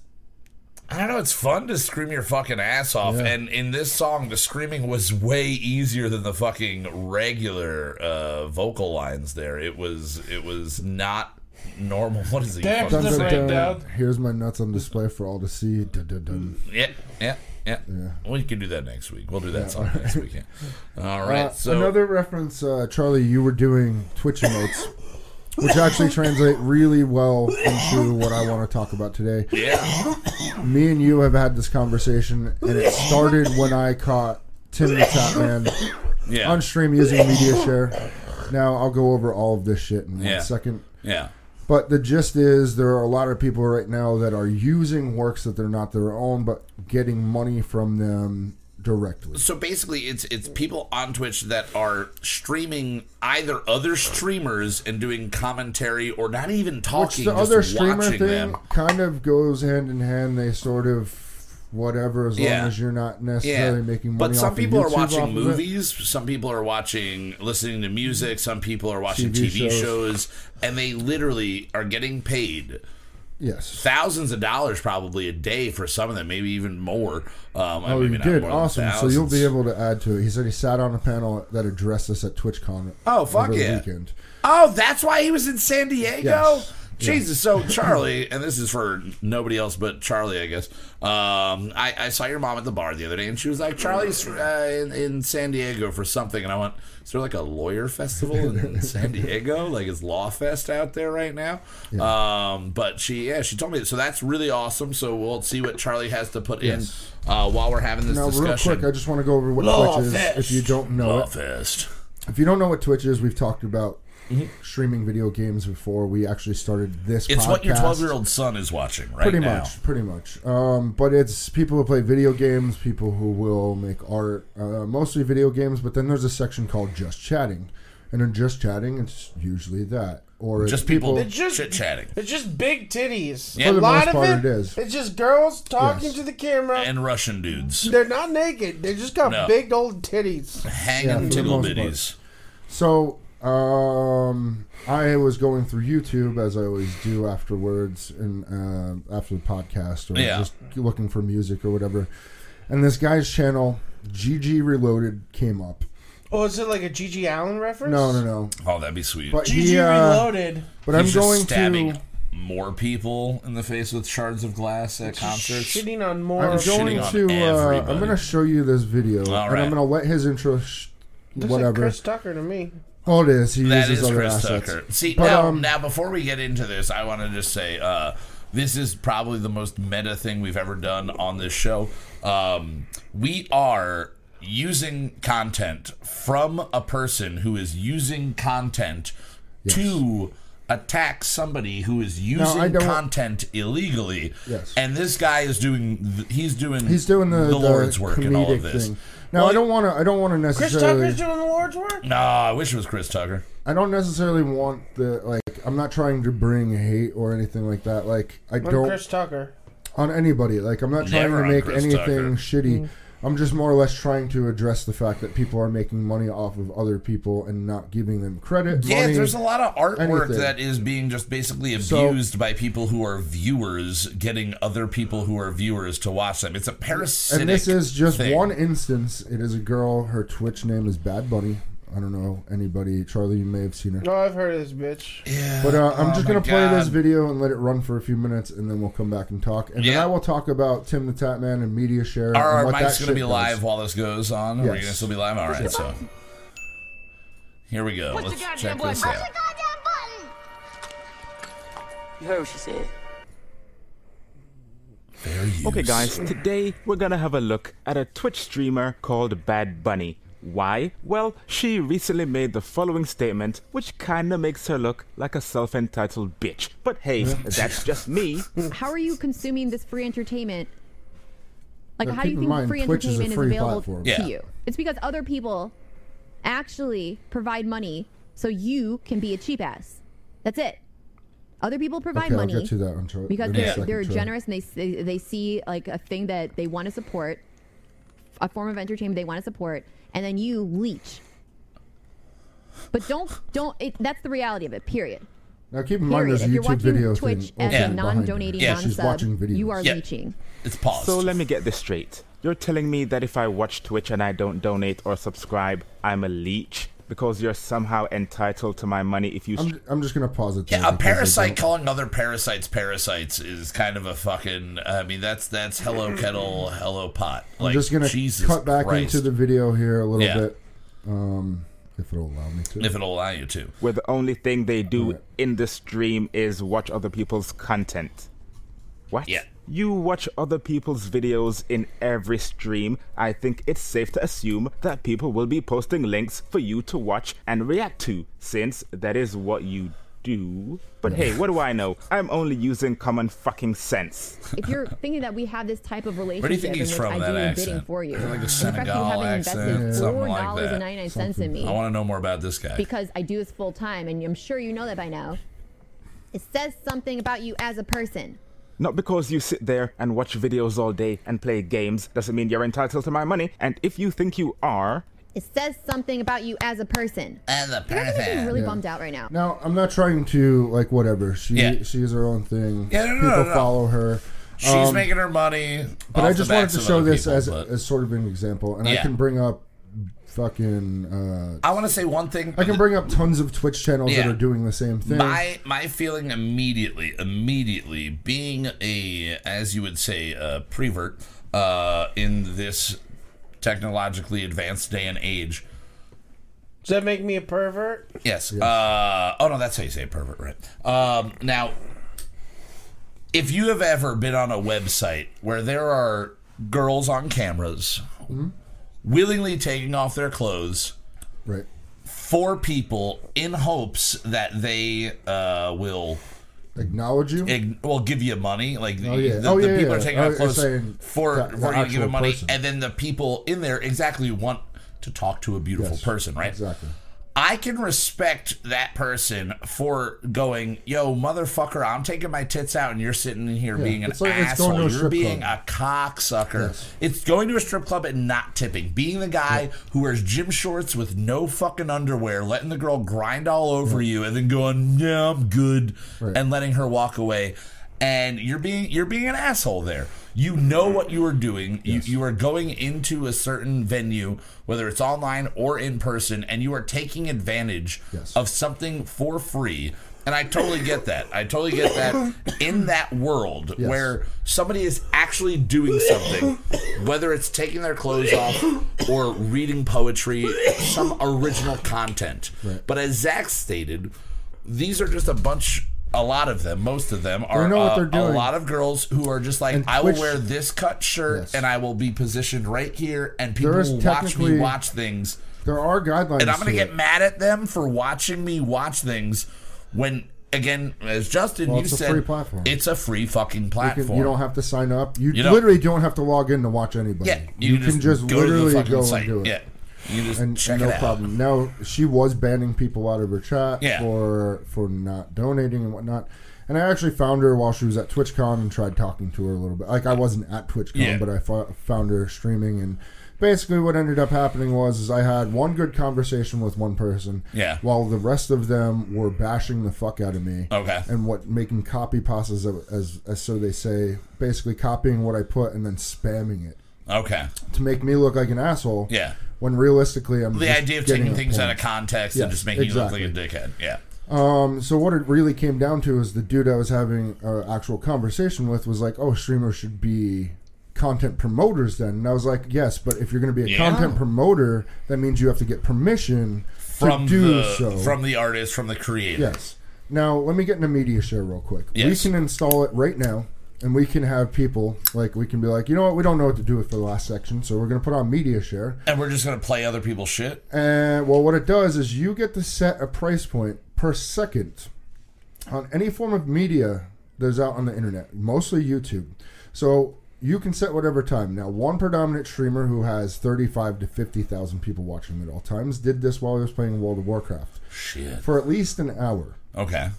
Speaker 2: I don't know. It's fun to scream your fucking ass off,
Speaker 3: Yeah.
Speaker 2: and in this song, the screaming was way easier than the fucking regular uh, vocal lines. There, it was. It was not normal. *laughs* What is it? you
Speaker 4: Damn,
Speaker 2: fucking-
Speaker 3: Dun, dun,
Speaker 4: Right,
Speaker 3: dun.
Speaker 4: Dad?
Speaker 3: Here's my nuts on display for all to see. Dun, dun, dun. Uh,
Speaker 2: Yeah, yeah, yeah. We can do that next week. We'll do that song next week. yeah. All right.
Speaker 3: Uh,
Speaker 2: so
Speaker 3: another reference, uh, Charlie. You were doing Twitch emotes, which actually translate really well into what I want to talk about today.
Speaker 2: yeah,
Speaker 3: Me and you have had this conversation, and it started when I caught Tim the Tapman
Speaker 2: yeah,
Speaker 3: on stream using
Speaker 2: *laughs*
Speaker 3: Media Share. Now I'll go over all of this shit in one second.
Speaker 2: Yeah. yeah,
Speaker 3: But the gist is, there are a lot of people right now that are using works that they're not their own, but getting money from them directly.
Speaker 2: So basically, it's it's people on Twitch that are streaming either other streamers and doing commentary or not even
Speaker 3: Which
Speaker 2: talking,
Speaker 3: the
Speaker 2: just
Speaker 3: other streamer
Speaker 2: watching
Speaker 3: thing
Speaker 2: them.
Speaker 3: kind of goes hand in hand. They sort of whatever, as
Speaker 2: Yeah.
Speaker 3: long as you're not
Speaker 2: Yeah,
Speaker 3: necessarily making money.
Speaker 2: but some
Speaker 3: off
Speaker 2: people
Speaker 3: of
Speaker 2: are
Speaker 3: YouTube off of
Speaker 2: watching
Speaker 3: it.
Speaker 2: movies. Some people are watching, listening to music. Some people are watching TV,
Speaker 3: TV
Speaker 2: shows.
Speaker 3: shows.
Speaker 2: and they literally are getting paid
Speaker 3: Yes.
Speaker 2: thousands of dollars probably a day for some of them, maybe even more. Um,
Speaker 3: Oh,
Speaker 2: maybe
Speaker 3: you
Speaker 2: not
Speaker 3: did.
Speaker 2: more than
Speaker 3: Awesome. So you'll be
Speaker 2: thousands.
Speaker 3: able to add to it. He said he sat on a panel that addressed us at TwitchCon.
Speaker 2: Oh, fuck
Speaker 3: over the
Speaker 2: yeah.
Speaker 3: weekend.
Speaker 2: Oh, that's why he was in San Diego.
Speaker 3: Yes.
Speaker 2: Jesus. So Charlie, and this is for nobody else but Charlie, I guess. Um, I, I saw your mom at the bar the other day, and she was like, "Charlie's uh, in, in San Diego for something," and I went, "Is there like a lawyer festival in, in San Diego? Like, is Law Fest out there right now?" Um, but she, yeah, she told me. So that's really awesome. So we'll see what Charlie has to put
Speaker 3: Yes.
Speaker 2: in uh, while we're having this
Speaker 3: Now, real
Speaker 2: discussion.
Speaker 3: quick, I just want to go over what Twitch is. If you don't know
Speaker 2: Law
Speaker 3: it,
Speaker 2: Fest.
Speaker 3: if you don't know what Twitch is, we've talked about streaming video games before. We actually started this.
Speaker 2: Mm-hmm. It's what your
Speaker 3: podcast.
Speaker 2: twelve-year-old son is watching right
Speaker 3: Pretty
Speaker 2: now.
Speaker 3: much, pretty much. Um, but it's people who play video games, people who will make art, uh, mostly video games. But then there's a section called just chatting, and in just chatting, it's usually that or it's
Speaker 2: Just people,
Speaker 4: It's just-
Speaker 2: chit chatting
Speaker 4: It's just big titties.
Speaker 2: Yeah. For
Speaker 4: a
Speaker 2: the
Speaker 4: lot
Speaker 3: most part,
Speaker 4: of it,
Speaker 3: it is.
Speaker 4: It's just girls talking
Speaker 3: Yes.
Speaker 4: to the camera.
Speaker 2: and Russian dudes
Speaker 4: they're not naked. They just got
Speaker 2: No.
Speaker 4: big old titties.
Speaker 2: hanging
Speaker 3: Yeah, for the
Speaker 2: tickle
Speaker 3: most part.
Speaker 2: bitties.
Speaker 3: So um, I was going through YouTube as I always do afterwards and uh, after the podcast, or
Speaker 2: Yeah.
Speaker 3: just looking for music or whatever. And this guy's channel, GG Reloaded, came up.
Speaker 4: Oh, is it like a Gigi Allen reference?
Speaker 3: No, no, no.
Speaker 2: Oh, that'd be sweet.
Speaker 3: But
Speaker 4: Gigi
Speaker 3: he, uh,
Speaker 4: Reloaded.
Speaker 3: But I'm
Speaker 2: He's
Speaker 3: going
Speaker 2: just stabbing
Speaker 3: to.
Speaker 2: more people in the face with shards of glass at concerts.
Speaker 4: Shitting on more.
Speaker 3: I'm
Speaker 4: of-
Speaker 3: going
Speaker 2: shitting on
Speaker 3: to. Uh,
Speaker 2: everybody.
Speaker 3: I'm going to show you this video,
Speaker 2: All
Speaker 3: and
Speaker 2: right.
Speaker 3: I'm going to let his intro. Sh-
Speaker 4: Looks like
Speaker 3: whatever.
Speaker 4: Chris Tucker to me.
Speaker 3: oh, it is. He
Speaker 2: That
Speaker 3: uses
Speaker 2: is
Speaker 3: other
Speaker 2: Chris
Speaker 3: assets.
Speaker 2: Tucker. See
Speaker 3: But,
Speaker 2: now,
Speaker 3: um,
Speaker 2: now before we get into this, I want to just say uh, this is probably the most meta thing we've ever done on this show. Um, we are using content from a person who is using content to attack somebody who is using
Speaker 3: don't-
Speaker 2: content illegally.
Speaker 3: Yes.
Speaker 2: And this guy is doing th- he's doing
Speaker 3: He's doing the, the,
Speaker 2: Lord's work
Speaker 3: comedic
Speaker 2: in all of this.
Speaker 3: thing. Now I don't want to. I don't want to
Speaker 4: Chris
Speaker 3: necessarily.
Speaker 4: Tucker's doing the Lord's work.
Speaker 2: No, I wish it was Chris Tucker.
Speaker 3: I don't necessarily want the like. I'm not trying to bring hate or anything like that. Like I
Speaker 4: I'm
Speaker 3: don't
Speaker 4: Chris Tucker.
Speaker 3: on anybody. Like I'm not trying
Speaker 2: Never
Speaker 3: to
Speaker 2: on
Speaker 3: make
Speaker 2: Chris
Speaker 3: anything
Speaker 2: Tucker.
Speaker 3: shitty. I'm just more or less trying to address the fact that people are making money off of other people and not giving them credit.
Speaker 2: Yeah,
Speaker 3: money.
Speaker 2: there's a lot of artwork
Speaker 3: anything.
Speaker 2: that is being just basically
Speaker 3: So-
Speaker 2: abused by people who are viewers, getting other people who are viewers to watch them. It's a parasitic.
Speaker 3: and this is just
Speaker 2: thing.
Speaker 3: one instance. It is a girl. Her Twitch name is Bad Bunny. I don't know anybody. Charlie, you may have seen her.
Speaker 4: No, I've heard of this bitch.
Speaker 2: Yeah.
Speaker 3: But uh, I'm
Speaker 2: Oh
Speaker 3: just
Speaker 2: my
Speaker 3: gonna play this
Speaker 2: God.
Speaker 3: video and let it run for a few minutes, and then we'll come back and talk. And then
Speaker 2: Yeah.
Speaker 3: I will talk about Tim the Tap Man and media share. and
Speaker 2: Are our
Speaker 3: what that
Speaker 2: mics going to
Speaker 3: shit
Speaker 2: be
Speaker 3: does.
Speaker 2: live while this goes on? Are we
Speaker 3: Yes.
Speaker 2: going to still be live? All right, so. Here we go.
Speaker 6: Push the
Speaker 2: Let's
Speaker 6: goddamn
Speaker 2: check this
Speaker 6: button.
Speaker 2: out.
Speaker 7: You heard what she said.
Speaker 2: Fair use.
Speaker 8: Okay, guys, today we're gonna have a look at a Twitch streamer called Bad Bunny. Why? Well, she recently made the following statement, which kinda makes her look like a self entitled bitch. But hey, that's just me.
Speaker 9: how are you consuming this free entertainment? Like,
Speaker 3: Now,
Speaker 9: how
Speaker 3: keep
Speaker 9: do you
Speaker 3: in
Speaker 9: think
Speaker 3: mind,
Speaker 9: free
Speaker 3: Twitch is a
Speaker 9: entertainment is,
Speaker 3: free
Speaker 9: available
Speaker 3: platform.
Speaker 9: to
Speaker 2: Yeah.
Speaker 9: you? It's because other people actually provide money, so you can be a cheap ass. That's it. Other people provide
Speaker 3: Okay, I'll
Speaker 9: money
Speaker 3: get to that one, Charlie.
Speaker 9: because
Speaker 3: in a
Speaker 9: they're,
Speaker 3: second,
Speaker 9: they're
Speaker 3: Charlie.
Speaker 9: generous and they, they they see like a thing that they want to support, a form of entertainment they want to support, and then you leech. But don't don't. It, that's the reality of it. Period.
Speaker 3: Now keep in mind,
Speaker 9: Period.
Speaker 3: there's a
Speaker 9: If you're
Speaker 3: YouTube
Speaker 9: watching
Speaker 3: video
Speaker 9: Twitch
Speaker 3: thing.
Speaker 9: as
Speaker 3: also
Speaker 2: Yeah.
Speaker 9: a
Speaker 3: behind
Speaker 9: non-donating,
Speaker 3: her.
Speaker 2: Yeah,
Speaker 9: non-sub,
Speaker 3: she's watching videos.
Speaker 9: you are
Speaker 2: Yeah.
Speaker 9: leeching.
Speaker 2: It's paused.
Speaker 8: So let me get this straight. You're telling me that if I watch Twitch and I don't donate or subscribe, I'm a leech? Because you're somehow entitled to my money if you.
Speaker 3: I'm, I'm just gonna pause it. there
Speaker 2: Yeah, a
Speaker 3: because I don't-
Speaker 2: parasite calling other parasites parasites is kind of a fucking. I mean, that's that's hello kettle, hello pot. Like,
Speaker 3: I'm just gonna
Speaker 2: Jesus
Speaker 3: cut back
Speaker 2: Christ,
Speaker 3: into the video here a little
Speaker 2: Yeah.
Speaker 3: bit, um, if it'll allow me to.
Speaker 2: if it'll allow you to.
Speaker 8: where the only thing they do in the stream is watch other people's content. What?
Speaker 2: Yeah.
Speaker 8: You watch other people's videos in every stream. I think it's safe to assume that people will be posting links for you to watch and react to, since that is what you do. But hey, what do I know? I'm only using common fucking sense.
Speaker 2: *laughs*
Speaker 9: If you're thinking that we have this type of relationship,
Speaker 2: do you think
Speaker 9: in
Speaker 2: he's
Speaker 9: which
Speaker 2: from,
Speaker 9: I
Speaker 2: that
Speaker 9: do your bidding
Speaker 2: accent?
Speaker 9: for you,
Speaker 2: Like a
Speaker 9: in fact, you
Speaker 2: Senegal
Speaker 9: haven't
Speaker 2: accent,
Speaker 9: invested
Speaker 2: something
Speaker 9: four
Speaker 2: like
Speaker 9: dollars
Speaker 2: that.
Speaker 9: and ninety nine cents in me
Speaker 2: I want to know more about this guy.
Speaker 9: because I do this full time, and I'm sure you know that by now. It says something about you as a person.
Speaker 8: Not because you sit there and watch videos all day and play games doesn't mean you're entitled to my money. And if you think you are,
Speaker 9: It says something about you as a person.
Speaker 2: And the
Speaker 9: You're gonna be
Speaker 2: person.
Speaker 9: really
Speaker 3: Yeah.
Speaker 9: bummed out right now.
Speaker 3: Now I'm not trying to like whatever. She
Speaker 2: Yeah.
Speaker 3: she is her own thing.
Speaker 2: Yeah, no, no,
Speaker 3: People
Speaker 2: no, no.
Speaker 3: follow her.
Speaker 2: She's making her money.
Speaker 3: Um, But I just wanted to show this
Speaker 2: people,
Speaker 3: as
Speaker 2: but-
Speaker 3: as sort of an example, and
Speaker 2: Yeah.
Speaker 3: I can bring up fucking. Uh,
Speaker 2: I want to say one thing.
Speaker 3: I can bring up tons of Twitch channels
Speaker 2: Yeah.
Speaker 3: that are doing the same thing.
Speaker 2: My my feeling immediately, immediately being a as you would say a prevert uh, in this technologically advanced day and age.
Speaker 4: Does that make me a pervert?
Speaker 2: Yes. Uh, oh no, that's how you say pervert, right? Um, now, if you have ever been on a website where there are girls on cameras
Speaker 3: Mm-hmm.
Speaker 2: willingly taking off their clothes
Speaker 3: Right.
Speaker 2: for people in hopes that they uh, will
Speaker 3: Acknowledge you.
Speaker 2: ig- will give you money. Like the,
Speaker 3: yeah.
Speaker 2: the,
Speaker 3: Oh,
Speaker 2: the
Speaker 3: yeah,
Speaker 2: people
Speaker 3: yeah.
Speaker 2: are taking
Speaker 3: Oh,
Speaker 2: out
Speaker 3: you're
Speaker 2: clothes
Speaker 3: saying
Speaker 2: for
Speaker 3: the- the
Speaker 2: for you to give
Speaker 3: actual
Speaker 2: them money,
Speaker 3: person.
Speaker 2: and then the people in there exactly want to talk to a beautiful
Speaker 3: Yes,
Speaker 2: person, right?
Speaker 3: Exactly.
Speaker 2: I can respect that person for going, yo, motherfucker, I'm taking my tits out and you're sitting in here being an
Speaker 3: it's like- it's going to a
Speaker 2: asshole. You're
Speaker 3: strip
Speaker 2: being
Speaker 3: club.
Speaker 2: a cocksucker.
Speaker 3: Yes.
Speaker 2: It's going to a strip club and not tipping. Being the guy who wears gym shorts with no fucking underwear, letting the girl grind all over you and then going, yeah, I'm good,
Speaker 3: Right.
Speaker 2: and letting her walk away. And you're being you're being an asshole there. You know what you are doing. You, you are going into a certain venue, whether it's online or in person, and you are taking advantage
Speaker 3: Yes.
Speaker 2: of something for free. And I totally get that. I totally get that
Speaker 3: *coughs*
Speaker 2: in that world
Speaker 3: Yes.
Speaker 2: where somebody is actually doing something, whether it's taking their clothes off or reading poetry, some original content.
Speaker 3: Right.
Speaker 2: But as Zach stated, these are just a bunch, a lot of them, most of them are
Speaker 3: know what
Speaker 2: uh,
Speaker 3: they're
Speaker 2: a
Speaker 3: doing.
Speaker 2: lot of girls who are just like,
Speaker 3: And
Speaker 2: I will
Speaker 3: Twitch-
Speaker 2: wear this cut shirt
Speaker 3: Yes.
Speaker 2: and I will be positioned right here, and people
Speaker 3: is
Speaker 2: will watch me
Speaker 3: technically-
Speaker 2: watch things
Speaker 3: There are guidelines.
Speaker 2: and I'm gonna
Speaker 3: to
Speaker 2: get
Speaker 3: it.
Speaker 2: mad at them for watching me watch things when again, as Justin,
Speaker 3: Well,
Speaker 2: you
Speaker 3: it's a
Speaker 2: said
Speaker 3: free platform.
Speaker 2: it's a free fucking
Speaker 3: You can-
Speaker 2: platform.
Speaker 3: you don't have to sign up. You,
Speaker 2: You don't-
Speaker 3: literally don't have to log in to watch anybody.
Speaker 2: yeah,
Speaker 3: you, can just, literally go and do it.
Speaker 2: Yeah, you just
Speaker 3: And
Speaker 2: check
Speaker 3: no
Speaker 2: it out.
Speaker 3: problem. Now she was banning people out of her chat
Speaker 2: Yeah.
Speaker 3: for for not donating and whatnot. And I actually found her while she was at TwitchCon and tried talking to her a little bit. Like I wasn't at TwitchCon,
Speaker 2: Yeah.
Speaker 3: but I fo- found her streaming. And basically, what ended up happening was is I had one good conversation with one person,
Speaker 2: Yeah.
Speaker 3: while the rest of them were bashing the fuck out of me
Speaker 2: Okay.
Speaker 3: and what making copy pastas of- as, as so they say basically copying what i put and then spamming it
Speaker 2: Okay,
Speaker 3: to make me look like an asshole
Speaker 2: Yeah.
Speaker 3: when realistically i'm
Speaker 2: the
Speaker 3: just
Speaker 2: idea of
Speaker 3: getting
Speaker 2: taking
Speaker 3: a
Speaker 2: things out of
Speaker 3: point.
Speaker 2: context and
Speaker 3: Yes,
Speaker 2: just making you look
Speaker 3: exactly.
Speaker 2: like a dickhead. Yeah,
Speaker 3: um so what it really came down to is the dude i was having an actual conversation with was like oh streamers should be content promoters then and i was like yes but if you're going to be a
Speaker 2: Yeah.
Speaker 3: content promoter that means you have to get permission
Speaker 2: from
Speaker 3: to do
Speaker 2: the
Speaker 3: so
Speaker 2: from the artist, from the creator.
Speaker 3: Yes. Now let me get in a media share real quick.
Speaker 2: Yes.
Speaker 3: We can install it right now, and we can have people like we can be like, you know what, we don't know what to do with the last section, so we're gonna put on media share.
Speaker 2: And we're just gonna play other people's shit.
Speaker 3: And well, what it does is you get to set a price point per second on any form of media that is out on the internet, mostly YouTube. So you can set whatever time. Now, one predominant streamer who has thirty-five to fifty thousand people watching at all times did this while he was playing World of Warcraft
Speaker 2: Shit.
Speaker 3: for at least an hour.
Speaker 2: Okay.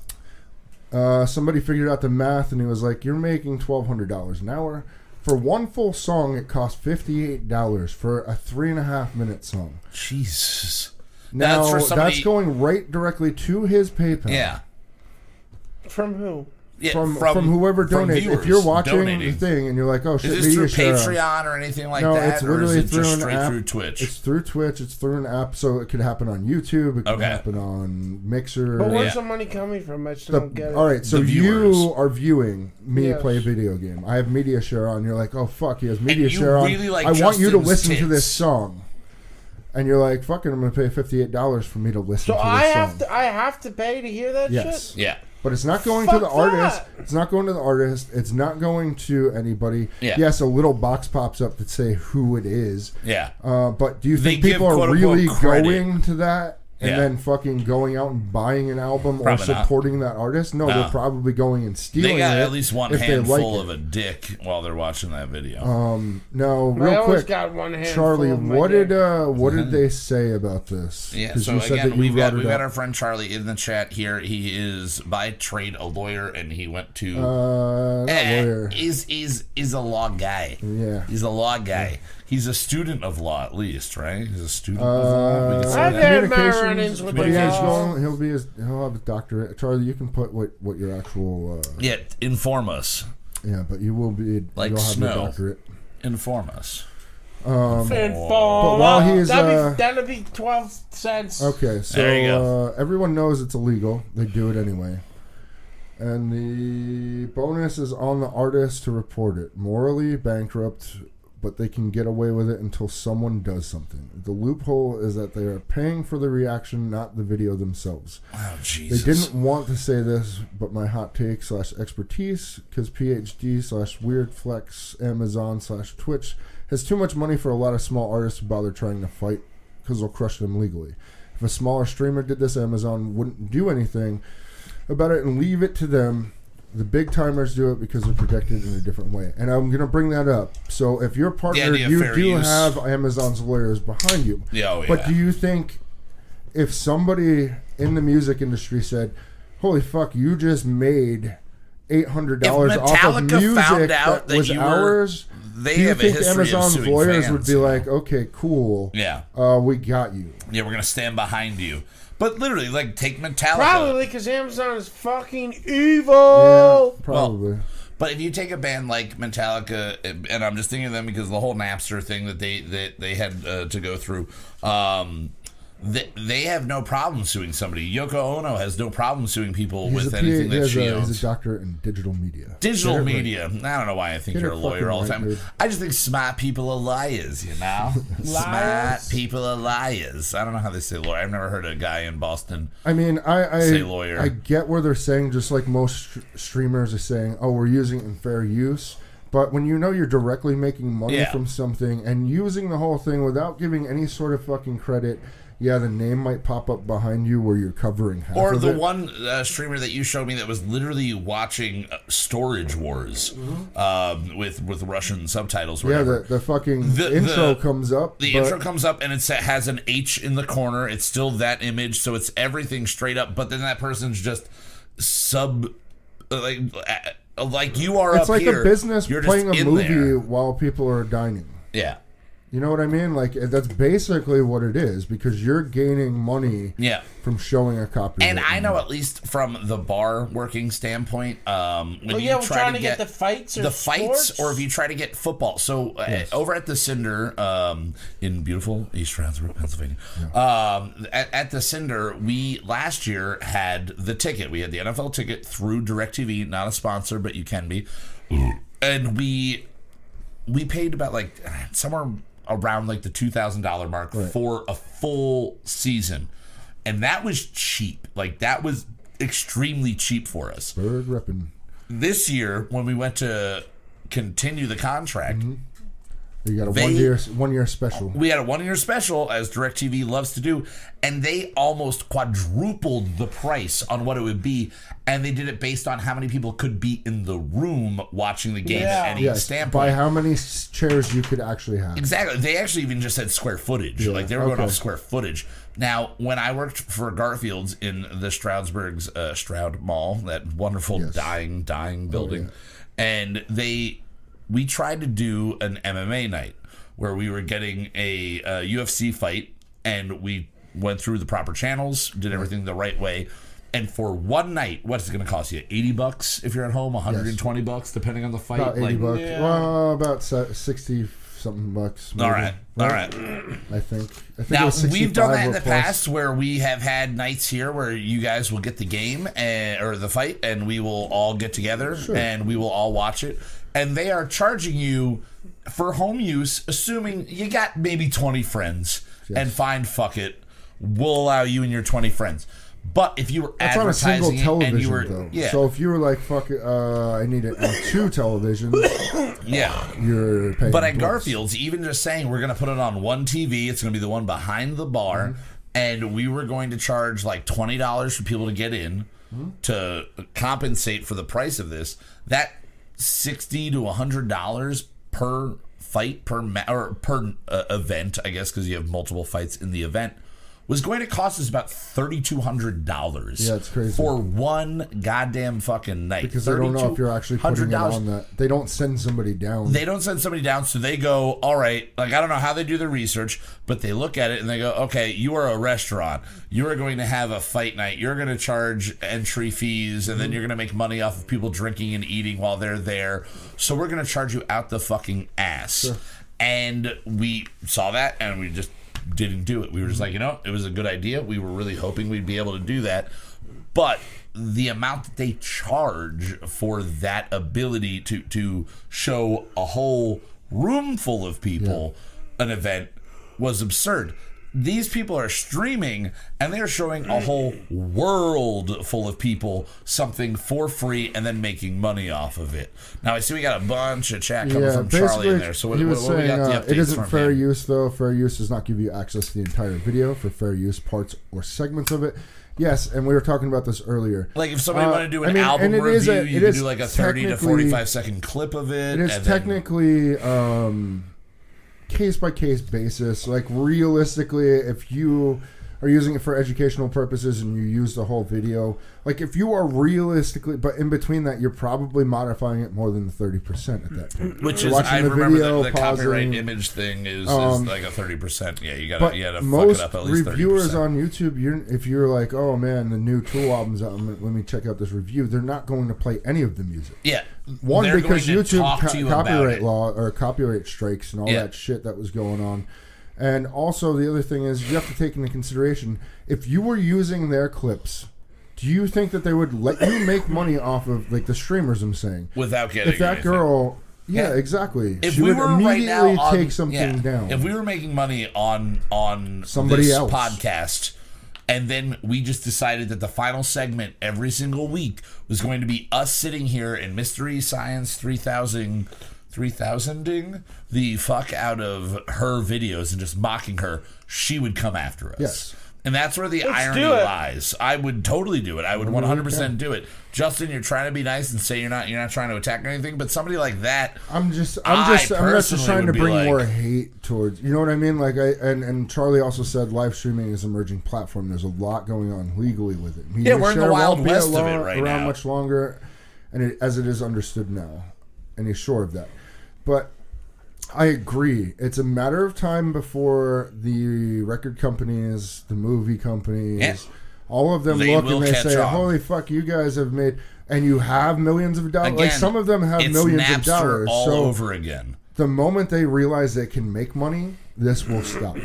Speaker 3: Uh, somebody figured out the math and he was like, "You're making twelve hundred dollars an hour for one full song. It costs fifty eight dollars for a three and a half minute song.
Speaker 2: Jesus.
Speaker 3: Now
Speaker 2: that's
Speaker 3: that's,
Speaker 2: for somebody.
Speaker 3: going right directly to his PayPal.
Speaker 2: yeah.
Speaker 4: From who?
Speaker 2: Yeah,
Speaker 3: From, from whoever
Speaker 2: from
Speaker 3: donates,
Speaker 2: viewers
Speaker 3: if you're watching the
Speaker 2: donating.
Speaker 3: thing and you're like, oh shit,
Speaker 2: Is this through
Speaker 3: media share.
Speaker 2: Patreon or anything like
Speaker 3: no,
Speaker 2: that?
Speaker 3: it's literally
Speaker 2: or is it
Speaker 3: through
Speaker 2: just
Speaker 3: an
Speaker 2: straight
Speaker 3: app.
Speaker 2: through Twitch?
Speaker 3: It's through Twitch. It's through an app, so it could happen on YouTube. It could
Speaker 2: Okay.
Speaker 3: happen on Mixer.
Speaker 4: But where's
Speaker 2: Yeah.
Speaker 4: the money coming from? I just
Speaker 3: The-
Speaker 4: don't get it.
Speaker 3: all right, so
Speaker 2: The viewers.
Speaker 3: you are viewing me
Speaker 4: Yes.
Speaker 3: play a video game. I have media share on. You're like, oh fuck, he has media
Speaker 2: you
Speaker 3: share on.
Speaker 2: really like
Speaker 3: I want you to
Speaker 2: Justin's
Speaker 3: listen to
Speaker 2: tits.
Speaker 3: this song, and you're like, fucking, I'm gonna pay fifty eight dollars for me to listen to
Speaker 4: So
Speaker 3: this
Speaker 4: I have
Speaker 3: song.
Speaker 4: to. I have to pay to hear that
Speaker 3: yes,
Speaker 4: shit.
Speaker 2: yeah.
Speaker 3: but it's not going to
Speaker 4: Fuck
Speaker 3: the artist.
Speaker 4: that.
Speaker 3: It's not going to the artist. It's not going to anybody.
Speaker 2: Yeah.
Speaker 3: Yes, a little box pops up that say who it is.
Speaker 2: Yeah.
Speaker 3: Uh, but do you
Speaker 2: They
Speaker 3: think
Speaker 2: give
Speaker 3: people are
Speaker 2: quote-unquote
Speaker 3: really
Speaker 2: credit.
Speaker 3: going to that and
Speaker 2: Yeah.
Speaker 3: then fucking going out and buying an album
Speaker 2: Probably
Speaker 3: or
Speaker 2: not.
Speaker 3: supporting that artist? No,
Speaker 2: No.
Speaker 3: they're probably going and stealing
Speaker 2: They got
Speaker 3: it
Speaker 2: at least one
Speaker 3: if they like
Speaker 2: handful
Speaker 3: it. Um,
Speaker 2: of a dick while they're watching that video.
Speaker 3: No,
Speaker 4: I
Speaker 3: real
Speaker 4: always
Speaker 3: quick,
Speaker 4: got one hand.
Speaker 3: Charlie,
Speaker 4: full of my
Speaker 3: what
Speaker 4: dick.
Speaker 3: did uh, what did they say about this?
Speaker 2: Mm-hmm. yeah.
Speaker 3: 'Cause
Speaker 2: So
Speaker 3: you said that
Speaker 2: again,
Speaker 3: you
Speaker 2: we've got
Speaker 3: brought
Speaker 2: we've
Speaker 3: it
Speaker 2: got
Speaker 3: up.
Speaker 2: our friend Charlie in the chat here. He is by trade a lawyer, and he went to.
Speaker 3: uh, not
Speaker 2: Eh,
Speaker 3: lawyer.
Speaker 2: He's, he's, he's a law guy.
Speaker 3: Yeah.
Speaker 2: He's a law guy. He's a student of law, at least, right? He's a student of law.
Speaker 3: Uh,
Speaker 2: We can say
Speaker 4: I've
Speaker 2: that.
Speaker 4: had my
Speaker 3: Communications,
Speaker 4: run-ins with
Speaker 3: but
Speaker 4: the
Speaker 3: he has
Speaker 4: law.
Speaker 3: going- He'll be his, he'll have a doctorate. Charlie, you can put what, what your actual uh,
Speaker 2: Yeah, inform us.
Speaker 3: yeah, but you will be
Speaker 2: Like
Speaker 3: you'll have your
Speaker 2: snow.
Speaker 3: doctorate.
Speaker 2: Inform us.
Speaker 4: And
Speaker 2: But
Speaker 3: while he is,
Speaker 4: that'd,
Speaker 3: uh,
Speaker 4: be, that'd be 12 cents.
Speaker 3: Okay, so
Speaker 2: There you go.
Speaker 3: Uh, everyone knows it's illegal. They do it anyway. And the bonus is on the artist to report it. Morally bankrupt, but they can get away with it until someone does something. The loophole is that they are paying for the reaction, not the video themselves.
Speaker 2: Oh,
Speaker 3: They
Speaker 2: Jesus.
Speaker 3: didn't want to say this, but my hot take slash expertise, because PhD slash weird flex Amazon slash Twitch has too much money for a lot of small artists to bother trying to fight, because they'll crush them legally. If a smaller streamer did this, Amazon wouldn't do anything about it and leave it to them. The big timers do it because they're protected in a different way. And I'm going to bring that up. So if you're partnered,
Speaker 2: idea of
Speaker 3: you
Speaker 2: fair
Speaker 3: do
Speaker 2: use.
Speaker 3: have Amazon's lawyers behind you.
Speaker 2: Yeah, oh,
Speaker 3: But
Speaker 2: yeah.
Speaker 3: do you think if somebody in the music industry said, "Holy fuck, you just made eight hundred dollars
Speaker 2: If
Speaker 3: off of
Speaker 2: Metallica
Speaker 3: music
Speaker 2: found
Speaker 3: that,
Speaker 2: out that
Speaker 3: was
Speaker 2: you were-
Speaker 3: ours,"
Speaker 2: They
Speaker 3: do you
Speaker 2: have a
Speaker 3: think
Speaker 2: history of
Speaker 3: Amazon's
Speaker 2: suing
Speaker 3: lawyers
Speaker 2: fans.
Speaker 3: would be like, "Okay, cool,
Speaker 2: Yeah.
Speaker 3: uh, we got you"?
Speaker 2: Yeah, we're going to stand behind you. But literally, like, take Metallica.
Speaker 4: Probably because Amazon is fucking evil.
Speaker 3: yeah, probably.
Speaker 2: But if you take a band like Metallica, and I'm just thinking of them because the whole Napster thing that they that they had uh, to go through, um, they, they have no problem suing somebody. Yoko Ono has no problem suing people
Speaker 3: he's,
Speaker 2: with
Speaker 3: a
Speaker 2: anything
Speaker 3: PhD,
Speaker 2: that
Speaker 3: he's,
Speaker 2: she
Speaker 3: a, he's
Speaker 2: owns.
Speaker 3: a doctorate in digital media.
Speaker 2: Digital
Speaker 3: Get it right.
Speaker 2: media. I don't know why I think
Speaker 3: Get
Speaker 2: you're a
Speaker 3: it
Speaker 2: lawyer all the
Speaker 3: fucking
Speaker 2: time.
Speaker 3: right, dude.
Speaker 2: I just think smart people are liars, you
Speaker 3: *laughs*
Speaker 2: know? smart people are liars. I don't know how they say lawyer. I've never heard a guy in Boston.
Speaker 3: I mean, I I,
Speaker 2: Say lawyer.
Speaker 3: I get where they're saying, just like most st- streamers are saying, oh, we're using it in fair use. But when you know you're directly making money
Speaker 2: Yeah.
Speaker 3: from something and using the whole thing without giving any sort of fucking credit, yeah, the name might pop up behind you where you're covering half
Speaker 2: Or
Speaker 3: of
Speaker 2: the
Speaker 3: it.
Speaker 2: one uh, streamer that you showed me that was literally watching uh, Storage Wars um, with with Russian subtitles.
Speaker 3: Mm-hmm. yeah,
Speaker 2: Whatever.
Speaker 3: the, the fucking
Speaker 2: The-
Speaker 3: intro
Speaker 2: the-
Speaker 3: comes up.
Speaker 2: the
Speaker 3: but-
Speaker 2: intro comes up and it's, it has an H in the corner. It's still that image, so it's everything straight up. But then that person's just sub uh, like uh, like you are.
Speaker 3: It's
Speaker 2: up
Speaker 3: like
Speaker 2: here,
Speaker 3: a business
Speaker 2: you're just
Speaker 3: playing a
Speaker 2: in
Speaker 3: movie
Speaker 2: there.
Speaker 3: while people are dining.
Speaker 2: Yeah,
Speaker 3: You know what I mean? Like that's basically what it is because you're gaining money
Speaker 2: yeah.
Speaker 3: from showing a copy.
Speaker 2: And I know at least from the bar working standpoint, um, when
Speaker 4: Well,
Speaker 2: you
Speaker 4: yeah, we're
Speaker 2: try
Speaker 4: trying
Speaker 2: to
Speaker 4: to get, the fights or
Speaker 2: the fights,
Speaker 4: sports.
Speaker 2: or if you try to get football. So uh, over at the Cinder um, in beautiful East Roundsburg, Pennsylvania, um, at, at the Cinder, we last year had the ticket. We had the NFL ticket through Directv, not a sponsor, but you can be, and we we paid about like somewhere around like the two thousand dollar mark for a full season, and that was cheap. Like that was extremely cheap for us
Speaker 3: Bird repping.
Speaker 2: this year when we went to continue the contract
Speaker 3: Mm-hmm. You got a
Speaker 2: They- Oh,
Speaker 3: one year one year special.
Speaker 2: we had a one year special as directv loves to do and they almost quadrupled the price on what it would be and they did it based on how many people could be in the room watching the game
Speaker 4: Yeah.
Speaker 2: at any
Speaker 3: Yes, by
Speaker 2: standpoint
Speaker 3: how many s- chairs you could actually have.
Speaker 2: Exactly. They actually even just said square footage. like they were going
Speaker 3: okay.
Speaker 2: off square footage. Now, when I worked for Garfield's in the Stroudsburg's uh, Stroud Mall, that wonderful
Speaker 3: Yes. Oh,
Speaker 2: dying, dying building, and they, we tried to do an MMA night where we were getting a uh, UFC fight, and we went through the proper channels, did everything the right way. And for one night, what's it going to cost you? Eighty bucks if you're at home, one hundred and twenty bucks depending on the fight.
Speaker 3: About eighty
Speaker 2: like,
Speaker 3: bucks.
Speaker 4: Yeah.
Speaker 3: Well, about se- sixty something bucks.
Speaker 2: all
Speaker 3: maybe.
Speaker 2: right, all right.
Speaker 3: I think. I think it
Speaker 2: Now
Speaker 3: was
Speaker 2: we've done
Speaker 3: 65
Speaker 2: that in
Speaker 3: or
Speaker 2: the
Speaker 3: plus.
Speaker 2: past where we have had nights here where you guys will get the game and, or the fight, and we will all get together and we will all watch it. And they are charging you for home use, assuming you got maybe twenty friends. And fine, fuck it, we'll allow you and your twenty friends. But if you were
Speaker 3: That's on a
Speaker 2: advertising
Speaker 3: single
Speaker 2: it
Speaker 3: television,
Speaker 2: and you were
Speaker 3: though.
Speaker 2: yeah
Speaker 3: So if you were like, "Fuck, it, uh, I need it on two televisions,"
Speaker 2: yeah
Speaker 3: you're paying.
Speaker 2: But at
Speaker 3: plus.
Speaker 2: Garfield's, even just saying we're going to put it on one TV, it's going to be the one behind the bar,
Speaker 3: Mm-hmm.
Speaker 2: and we were going to charge like twenty dollars for people to get in
Speaker 3: Mm-hmm.
Speaker 2: to compensate for the price of this. That sixty to hundred dollars per fight per ma- or per uh, event, I guess, because you have multiple fights in the event, was going to cost us about thirty two hundred dollars.
Speaker 3: Yeah, it's crazy.
Speaker 2: for one goddamn fucking night.
Speaker 3: because they don't know if you're actually putting it
Speaker 2: $3,200.
Speaker 3: on that. They don't send somebody down.
Speaker 2: They don't send somebody down, so they go, all right, like I don't know how they do their research, but they look at it and they go, okay, you are a restaurant. You are going to have a fight night. You're going to charge entry fees, and then you're going to make money off of people drinking and eating while they're there. So we're going to charge you out the fucking ass. And we saw that and we just didn't do it. We were just like, you know, it was a good idea. We were really hoping we'd be able to do that. But the amount that they charge for that ability to to show a whole room full of people an event was absurd. These people are streaming and they are showing a whole world full of people something for free and then making money off of it. Now I see we got a bunch of chat coming from Charlie in there. So what,
Speaker 3: he
Speaker 2: what,
Speaker 3: was
Speaker 2: what we
Speaker 3: saying
Speaker 2: got
Speaker 3: uh,
Speaker 2: the updates
Speaker 3: it isn't
Speaker 2: from
Speaker 3: fair
Speaker 2: him?
Speaker 3: use though. Fair use does not give you access to the entire video for fair use parts or segments of it. Yes, and we were talking about this earlier.
Speaker 2: Like if somebody
Speaker 3: Uh,
Speaker 2: wanted to do
Speaker 3: I
Speaker 2: an
Speaker 3: mean,
Speaker 2: album
Speaker 3: and it
Speaker 2: review,
Speaker 3: is a-
Speaker 2: you
Speaker 3: it
Speaker 2: could
Speaker 3: is
Speaker 2: do like a thirty to
Speaker 3: technically-
Speaker 2: forty-five second clip of it.
Speaker 3: It is
Speaker 2: and then-
Speaker 3: technically um, case by case basis. Like realistically, if you are using it for educational purposes and you use the whole video, like if you are realistically, but in between that, you're probably modifying it more than thirty percent at that point.
Speaker 2: Which
Speaker 3: You're
Speaker 2: is,
Speaker 3: watching
Speaker 2: I remember
Speaker 3: video,
Speaker 2: the, the
Speaker 3: pausing.
Speaker 2: copyright image thing is,
Speaker 3: Um,
Speaker 2: is like a thirty percent. Yeah, you gotta
Speaker 3: But
Speaker 2: you gotta fuck it
Speaker 3: most
Speaker 2: up at least thirty
Speaker 3: reviewers
Speaker 2: percent.
Speaker 3: on YouTube, you're, if you're like, "Oh man, the new Tool album's out. I'm gonna- Let me check out this review." They're not going to play any of the music.
Speaker 2: Yeah,
Speaker 3: One
Speaker 2: they're
Speaker 3: because
Speaker 2: going to
Speaker 3: YouTube
Speaker 2: talk
Speaker 3: co-
Speaker 2: to you about
Speaker 3: copyright
Speaker 2: it.
Speaker 3: law or copyright strikes and all
Speaker 2: Yeah.
Speaker 3: that shit that was going on. And also the other thing is you have to take into consideration if you were using their clips, do you think that they would let you make money off of like the streamers I'm saying?
Speaker 2: without getting
Speaker 3: If that
Speaker 2: anything.
Speaker 3: girl yeah,
Speaker 2: Yeah.
Speaker 3: exactly.
Speaker 2: If
Speaker 3: she
Speaker 2: we
Speaker 3: would
Speaker 2: were right
Speaker 3: immediately
Speaker 2: now on,
Speaker 3: take something
Speaker 2: yeah,
Speaker 3: down.
Speaker 2: If we were making money on on
Speaker 3: Somebody
Speaker 2: this
Speaker 3: else.
Speaker 2: podcast, and then we just decided that the final segment every single week was going to be us sitting here in Mystery Science three thousand. 3000ing the fuck out of her videos and just mocking her, she would come after us.
Speaker 3: Yes.
Speaker 2: And that's where the irony
Speaker 4: do it.
Speaker 2: lies. I would totally do it. I would 100% do it. Justin, you're trying to be nice and say you're not you're not trying to attack or anything, but somebody like that
Speaker 3: I'm just,
Speaker 2: I
Speaker 3: I'm just, I'm not just
Speaker 2: personally
Speaker 3: trying to
Speaker 2: would be
Speaker 3: bring
Speaker 2: like-
Speaker 3: more hate towards. You know what I mean? Like I and and Charlie also said live streaming is an emerging platform. There's a lot going on legally with it. Media
Speaker 2: we're in the
Speaker 3: share won't
Speaker 2: Wild
Speaker 3: be
Speaker 2: West of it
Speaker 3: alo-
Speaker 2: right
Speaker 3: around
Speaker 2: now.
Speaker 3: much longer, and it, as it is understood now, and he's sure of that. But I agree. It's a matter of time before the record companies, the movie companies,
Speaker 2: Yeah.
Speaker 3: all of them
Speaker 2: They
Speaker 3: look
Speaker 2: will
Speaker 3: and they
Speaker 2: catch
Speaker 3: say,
Speaker 2: on.
Speaker 3: "Holy fuck, you guys have made." And you have millions of dollars. Oh, like
Speaker 2: Again,
Speaker 3: some of them have
Speaker 2: it's
Speaker 3: millions
Speaker 2: Napster
Speaker 3: of dollars.
Speaker 2: all
Speaker 3: so
Speaker 2: over again.
Speaker 3: the moment they realize they can make money, this will stop.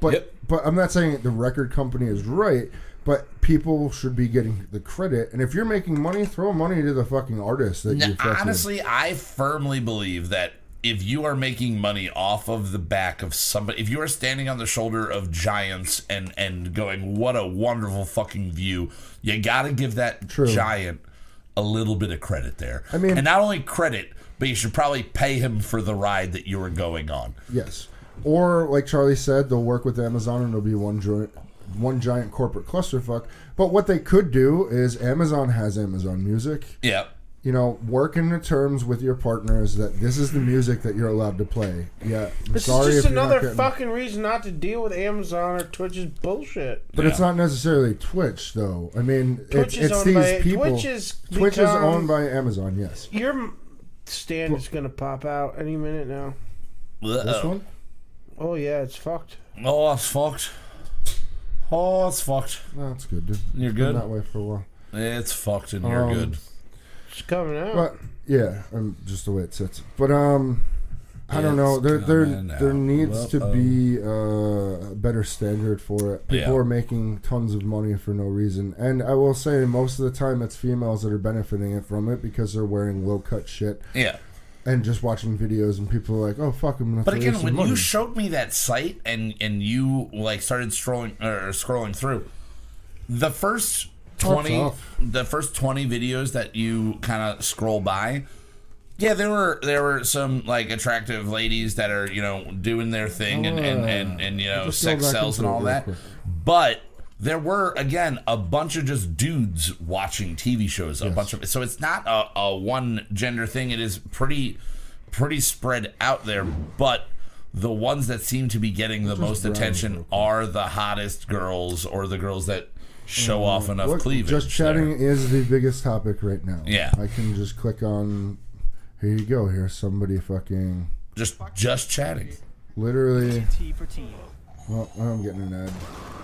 Speaker 3: But
Speaker 2: Yep.
Speaker 3: but I'm not saying the record company is right, but people should be getting the credit. And if you're making money, throw money to the fucking artist that you
Speaker 2: Now,
Speaker 3: fucking
Speaker 2: honestly, I firmly believe that if you are making money off of the back of somebody, if you are standing on the shoulder of giants and and going, "What a wonderful fucking view," you got to give that
Speaker 3: True.
Speaker 2: giant a little bit of credit there. I
Speaker 3: mean-
Speaker 2: and not only credit, but you should probably pay him for the ride that you were going on.
Speaker 3: yes. Or like Charlie said, they'll work with Amazon and it'll be one joint one giant corporate clusterfuck. But what they could do is Amazon has Amazon Music.
Speaker 2: Yeah.
Speaker 3: you know, work in the terms with your partners that this is the music that you're allowed to play. Yeah, I'm
Speaker 4: This
Speaker 3: sorry
Speaker 4: is just
Speaker 3: if you're not
Speaker 4: another
Speaker 3: getting-
Speaker 4: fucking reason not to deal with Amazon or Twitch's bullshit.
Speaker 3: But it's
Speaker 2: Yeah.
Speaker 3: not necessarily Twitch, though. I mean, it's,
Speaker 4: Twitch is
Speaker 3: it's
Speaker 4: owned
Speaker 3: these
Speaker 4: by-
Speaker 3: people.
Speaker 4: Twitch is
Speaker 3: Twitch is
Speaker 4: become-
Speaker 3: owned by Amazon. Yes.
Speaker 4: Your m- stand is gonna pop out any minute now.
Speaker 3: This one.
Speaker 4: Oh yeah, it's fucked.
Speaker 2: Oh, it's fucked. Oh, it's fucked.
Speaker 3: No, it's good. Dude.
Speaker 2: You're
Speaker 3: It's been
Speaker 2: good?
Speaker 3: that way for a while.
Speaker 2: It's fucked, and you're
Speaker 3: Um,
Speaker 2: good.
Speaker 4: It's coming out.
Speaker 3: But yeah, um, just the way it sits. But um, I don't know.
Speaker 2: It's
Speaker 3: There there
Speaker 2: coming out.
Speaker 3: there needs to
Speaker 2: Uh-oh.
Speaker 3: be uh, a better standard for it. People
Speaker 2: um, Yeah.
Speaker 3: are making tons of money for no reason, and I will say most of the time it's females that are benefiting it from it because they're wearing low cut shit
Speaker 2: Yeah.
Speaker 3: and just watching videos, and people are like, "Oh fuck, I'm gonna."
Speaker 2: But
Speaker 3: throw
Speaker 2: again,
Speaker 3: some
Speaker 2: when
Speaker 3: money.
Speaker 2: you showed me that site and and you like started scrolling or scrolling through, the first twenty,
Speaker 3: tough.
Speaker 2: the first twenty videos that you kind of scroll by, yeah, there were there were some like attractive ladies that are you know doing their thing and and and, and you know
Speaker 3: Just go
Speaker 2: sex
Speaker 3: back
Speaker 2: sells and
Speaker 3: into it
Speaker 2: all
Speaker 3: real
Speaker 2: that,
Speaker 3: quick.
Speaker 2: but. There were again a bunch of just dudes watching TV shows, a bunch of so it's not a, a one gender thing. It is pretty pretty spread out there, but the ones that seem to be getting the most
Speaker 3: brown
Speaker 2: attention are the hottest girls or the girls that show off enough
Speaker 3: Look,
Speaker 2: cleavage.
Speaker 3: just
Speaker 2: there.
Speaker 3: chatting is the biggest topic right now.
Speaker 2: Yeah.
Speaker 3: I can just click on. Here you go. Here's somebody fucking.
Speaker 2: just just chatting.
Speaker 3: Literally.
Speaker 6: T for team.
Speaker 3: Well, I'm getting an ad.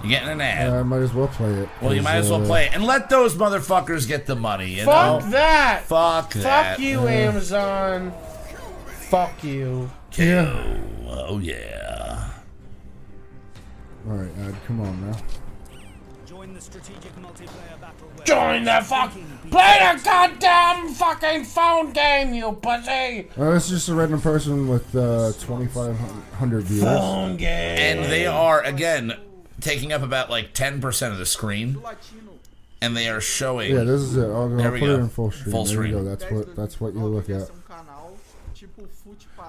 Speaker 2: You're getting an ad.
Speaker 3: I might as well play it.
Speaker 2: well, you
Speaker 3: 'cause,
Speaker 2: might as well
Speaker 3: uh,
Speaker 2: play it and let those motherfuckers get the money. You
Speaker 4: Fuck
Speaker 2: know?
Speaker 4: that! Fuck,
Speaker 2: Fuck that.
Speaker 4: you, Amazon. Fuck you.
Speaker 3: Yeah.
Speaker 2: Oh yeah.
Speaker 3: All right, ad. Come on now.
Speaker 6: Join the strategic multiplayer battle. where-
Speaker 4: Join the fuck. Play the goddamn fucking phone game, you pussy.
Speaker 3: Uh, this is just a random person with uh, 2,500 viewers.
Speaker 4: Phone game.
Speaker 2: And they are again taking up about like ten percent of the screen, and they are showing.
Speaker 3: Yeah, this is it. I'll, go,
Speaker 2: There
Speaker 3: I'll
Speaker 2: we
Speaker 3: put
Speaker 2: go.
Speaker 3: it in full screen.
Speaker 2: Full
Speaker 3: there
Speaker 2: screen.
Speaker 3: you go. That's what that's what you look at.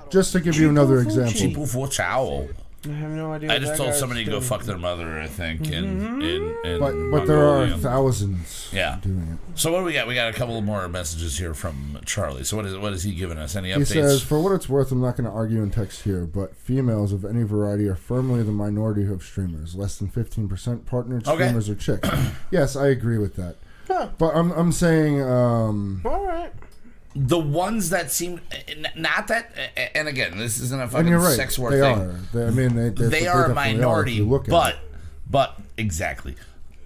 Speaker 3: Just to give you another example.
Speaker 2: Tipo for chow.
Speaker 4: I have no idea.
Speaker 2: I
Speaker 4: what
Speaker 2: just
Speaker 4: that
Speaker 2: told
Speaker 4: guy's Mm-hmm.
Speaker 2: somebody to go
Speaker 4: doing.
Speaker 2: fuck their mother, I think, in in, in
Speaker 3: But but there are
Speaker 2: Mongolia.
Speaker 3: thousands
Speaker 2: Yeah.
Speaker 3: doing it.
Speaker 2: So what do we got? We got a couple more messages here from Charlie. So what is what is he giving us? Any updates?
Speaker 3: He says, for what it's worth, I'm not going to argue in text here, but females of any variety are firmly the minority of streamers. Less than 15% partnered
Speaker 2: Okay.
Speaker 3: streamers are chicks.
Speaker 2: *clears throat*
Speaker 3: yes, I agree with that. But I'm, I'm saying, um,
Speaker 4: All right.
Speaker 2: the ones that seem n- not that, and again, this isn't a
Speaker 3: and
Speaker 2: fucking
Speaker 3: you're right.
Speaker 2: sex war
Speaker 3: they
Speaker 2: thing.
Speaker 3: are. They, I mean, they, they,
Speaker 2: They are a
Speaker 3: definitely if you
Speaker 2: minority,
Speaker 3: look at
Speaker 2: but
Speaker 3: it.
Speaker 2: but exactly.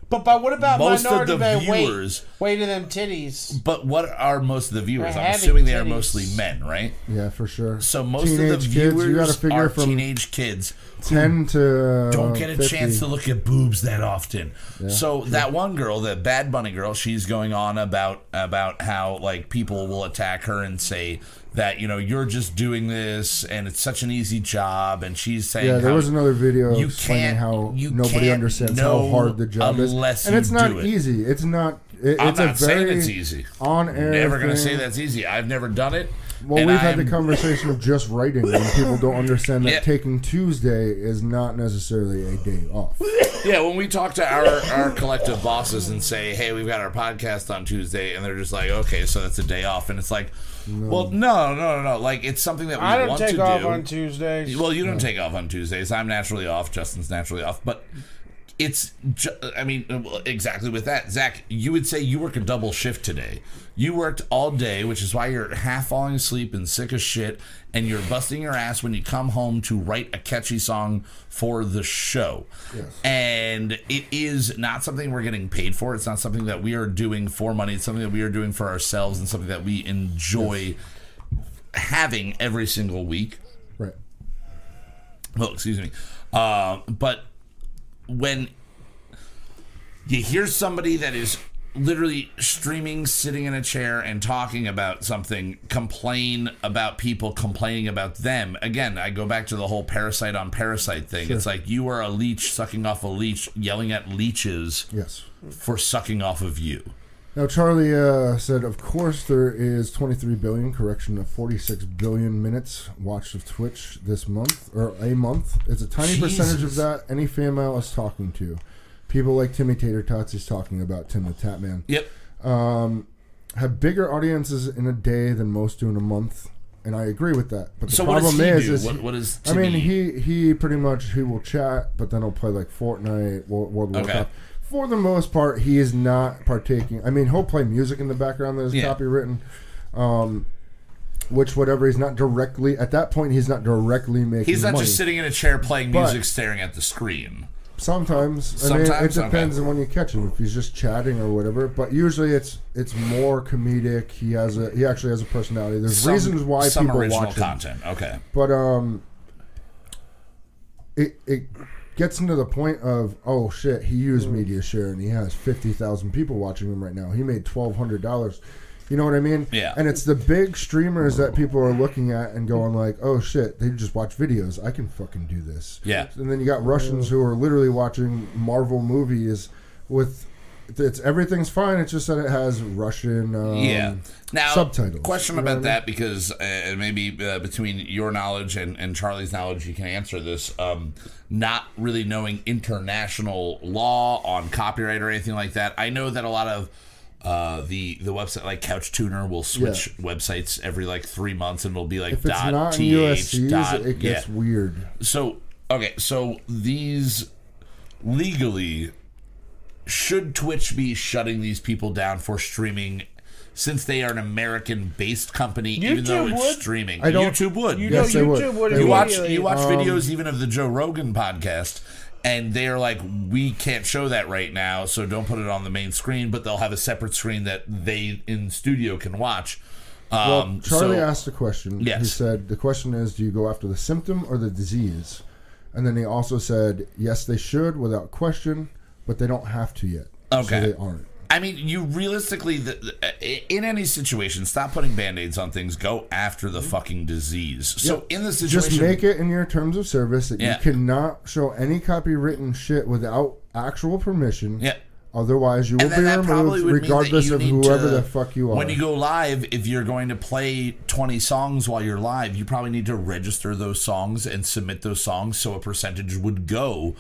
Speaker 4: But but what about
Speaker 2: Most of
Speaker 4: minority
Speaker 2: the
Speaker 4: men?
Speaker 2: viewers-
Speaker 4: Wait, wait to them titties.
Speaker 2: But what are most of the viewers?
Speaker 4: They're
Speaker 2: I'm
Speaker 4: having
Speaker 2: assuming they are
Speaker 4: titties.
Speaker 2: mostly men, right?
Speaker 3: yeah, for sure.
Speaker 2: So most of the
Speaker 3: Teenage
Speaker 2: viewers
Speaker 3: kids, you gotta
Speaker 2: are
Speaker 3: figure from
Speaker 2: teenage kids.
Speaker 3: 10 to uh,
Speaker 2: don't get a
Speaker 3: 50.
Speaker 2: chance to look at boobs that often. so that one girl, that Bad Bunny girl, she's going on about about how like people will attack her and say that you know you're just doing this and it's such an easy job, and she's saying
Speaker 3: Yeah, there
Speaker 2: how-
Speaker 3: was another video
Speaker 2: you
Speaker 3: explaining
Speaker 2: can't-
Speaker 3: how
Speaker 2: you
Speaker 3: nobody
Speaker 2: can't
Speaker 3: understands
Speaker 2: know
Speaker 3: how hard the job is,
Speaker 2: unless
Speaker 3: and
Speaker 2: you
Speaker 3: it's not
Speaker 2: do it.
Speaker 3: easy. It's not. It,
Speaker 2: I'm
Speaker 3: it's
Speaker 2: not
Speaker 3: a
Speaker 2: saying
Speaker 3: very
Speaker 2: it's easy.
Speaker 3: On air.
Speaker 2: Never
Speaker 3: going
Speaker 2: gonna say that's easy. I've never done it.
Speaker 3: Well,
Speaker 2: and
Speaker 3: we've had
Speaker 2: I'm-
Speaker 3: the conversation of just writing, and people don't understand that
Speaker 2: *laughs* Yeah.
Speaker 3: taking Tuesday is not necessarily a day off.
Speaker 2: Yeah, when we talk to our, our collective bosses and say, hey, we've got our podcast on Tuesday, and they're just like, okay, so that's a day off. And it's like, well, no, no, no, no. Like, it's something that we
Speaker 4: I don't
Speaker 2: want
Speaker 4: take
Speaker 2: to
Speaker 4: off
Speaker 2: do.
Speaker 4: on Tuesdays.
Speaker 2: well, you don't take off on Tuesdays. I'm naturally off. Justin's naturally off. But it's, ju- I mean, well, exactly with that. Zach, you would say you work a double shift today. You worked all day, which is why you're half falling asleep and sick as shit, and you're busting your ass when you come home to write a catchy song for the show. And it is not something we're getting paid for. It's not something that we are doing for money. It's something that we are doing for ourselves and something that we enjoy having every single week.
Speaker 3: Right.
Speaker 2: Oh, excuse me. Uh, but when you hear somebody that is literally streaming, sitting in a chair, and talking about something, complain about people complaining about them, again, I go back to the whole parasite on parasite thing. It's like you are a leech sucking off a leech, yelling at leeches
Speaker 3: Yes.
Speaker 2: for sucking off of you.
Speaker 3: Now, Charlie uh, said, of course, there is 23 billion, correction, of 46 billion minutes watched of Twitch this month, or a month. It's a tiny percentage of
Speaker 2: Jesus.
Speaker 3: that any female is talking to. People like Timmy Tater Tots is talking about, Tim the Tap Man,
Speaker 2: Yep.
Speaker 3: have bigger audiences in a day than most do in a month. And I agree with that. But the
Speaker 2: So what
Speaker 3: problem
Speaker 2: does he
Speaker 3: is,
Speaker 2: do?
Speaker 3: is
Speaker 2: what, what is
Speaker 3: I mean,
Speaker 2: Timmy-
Speaker 3: he he pretty much he will chat, but then he'll play like Fortnite, Wo- World of
Speaker 2: Okay.
Speaker 3: Warcraft. For the most part, he is not partaking. I mean, he'll play music in the background that is
Speaker 2: Yeah.
Speaker 3: copywritten, um, which whatever he's not directly at that point he's not directly making.
Speaker 2: He's not
Speaker 3: money.
Speaker 2: just sitting in a chair playing
Speaker 3: But-
Speaker 2: music, staring at the screen.
Speaker 3: Sometimes, I mean, it
Speaker 2: Sometimes, okay.
Speaker 3: depends on when you catch him. If he's just chatting or whatever, but usually it's it's more comedic. He has a he actually has a personality. There's
Speaker 2: Some-
Speaker 3: reasons why
Speaker 2: some
Speaker 3: people
Speaker 2: original
Speaker 3: watch him.
Speaker 2: content. Okay.
Speaker 3: But um, it it gets into the point of oh shit, he used
Speaker 2: Mm.
Speaker 3: media share and he has fifty thousand people watching him right now. He made twelve hundred dollars. You know what I mean?
Speaker 2: Yeah.
Speaker 3: And it's the big streamers that people are looking at and going like, oh shit, they just watch videos. I can fucking do this.
Speaker 2: Yeah.
Speaker 3: And then you got Russians who are literally watching Marvel movies with. It's everything's fine. It's just that it has Russian um,
Speaker 2: yeah. Now,
Speaker 3: subtitles.
Speaker 2: Question
Speaker 3: You know what
Speaker 2: about
Speaker 3: I mean?
Speaker 2: that because uh, maybe uh, between your knowledge and, and Charlie's knowledge, you can answer this. Um, not really knowing international law on copyright or anything like that, I know that a lot of Uh, the the website like Couch Tuner will switch websites every like three months and it'll be like
Speaker 3: If it's
Speaker 2: dot
Speaker 3: not in
Speaker 2: th
Speaker 3: USC's,
Speaker 2: dot
Speaker 3: it gets
Speaker 2: yeah.
Speaker 3: weird.
Speaker 2: So okay, so these legally should Twitch be shutting these people down for streaming since they are an American-based company, even though
Speaker 4: YouTube
Speaker 2: it's
Speaker 4: would.
Speaker 2: streaming?
Speaker 3: I don't- Um,
Speaker 2: YouTube would.
Speaker 4: You
Speaker 3: Yes,
Speaker 4: know,
Speaker 3: they would.
Speaker 4: YouTube would
Speaker 3: They
Speaker 2: You
Speaker 3: would.
Speaker 2: watch
Speaker 4: immediately-
Speaker 2: you watch videos even of the Joe Rogan podcast, and they're like, "We can't show that right now, so don't put it on the main screen." But they'll have a separate screen that they in studio can watch. Um,
Speaker 3: Charlie
Speaker 2: so,
Speaker 3: asked a question. He
Speaker 2: Yes.
Speaker 3: said, The question is, do you go after the symptom or the disease? And then he also said, Yes, they should without question, but they don't have to yet.
Speaker 2: Okay.
Speaker 3: So they aren't.
Speaker 2: I mean, you realistically, the, the, in any situation, stop putting band aids on things. Go after the fucking disease. So in this situation,
Speaker 3: Mm-hmm. Just make it in your terms of service that
Speaker 2: Yeah.
Speaker 3: you cannot show any copywritten shit without actual permission.
Speaker 2: Yeah.
Speaker 3: Otherwise, you will
Speaker 2: and
Speaker 3: be
Speaker 2: then that probably
Speaker 3: removed
Speaker 2: would
Speaker 3: regardless
Speaker 2: mean
Speaker 3: of
Speaker 2: that you need
Speaker 3: whoever
Speaker 2: to,
Speaker 3: the fuck you are.
Speaker 2: When you go live, if you're going to play 20 songs while you're live, you probably need to register those songs and submit those songs so a percentage would go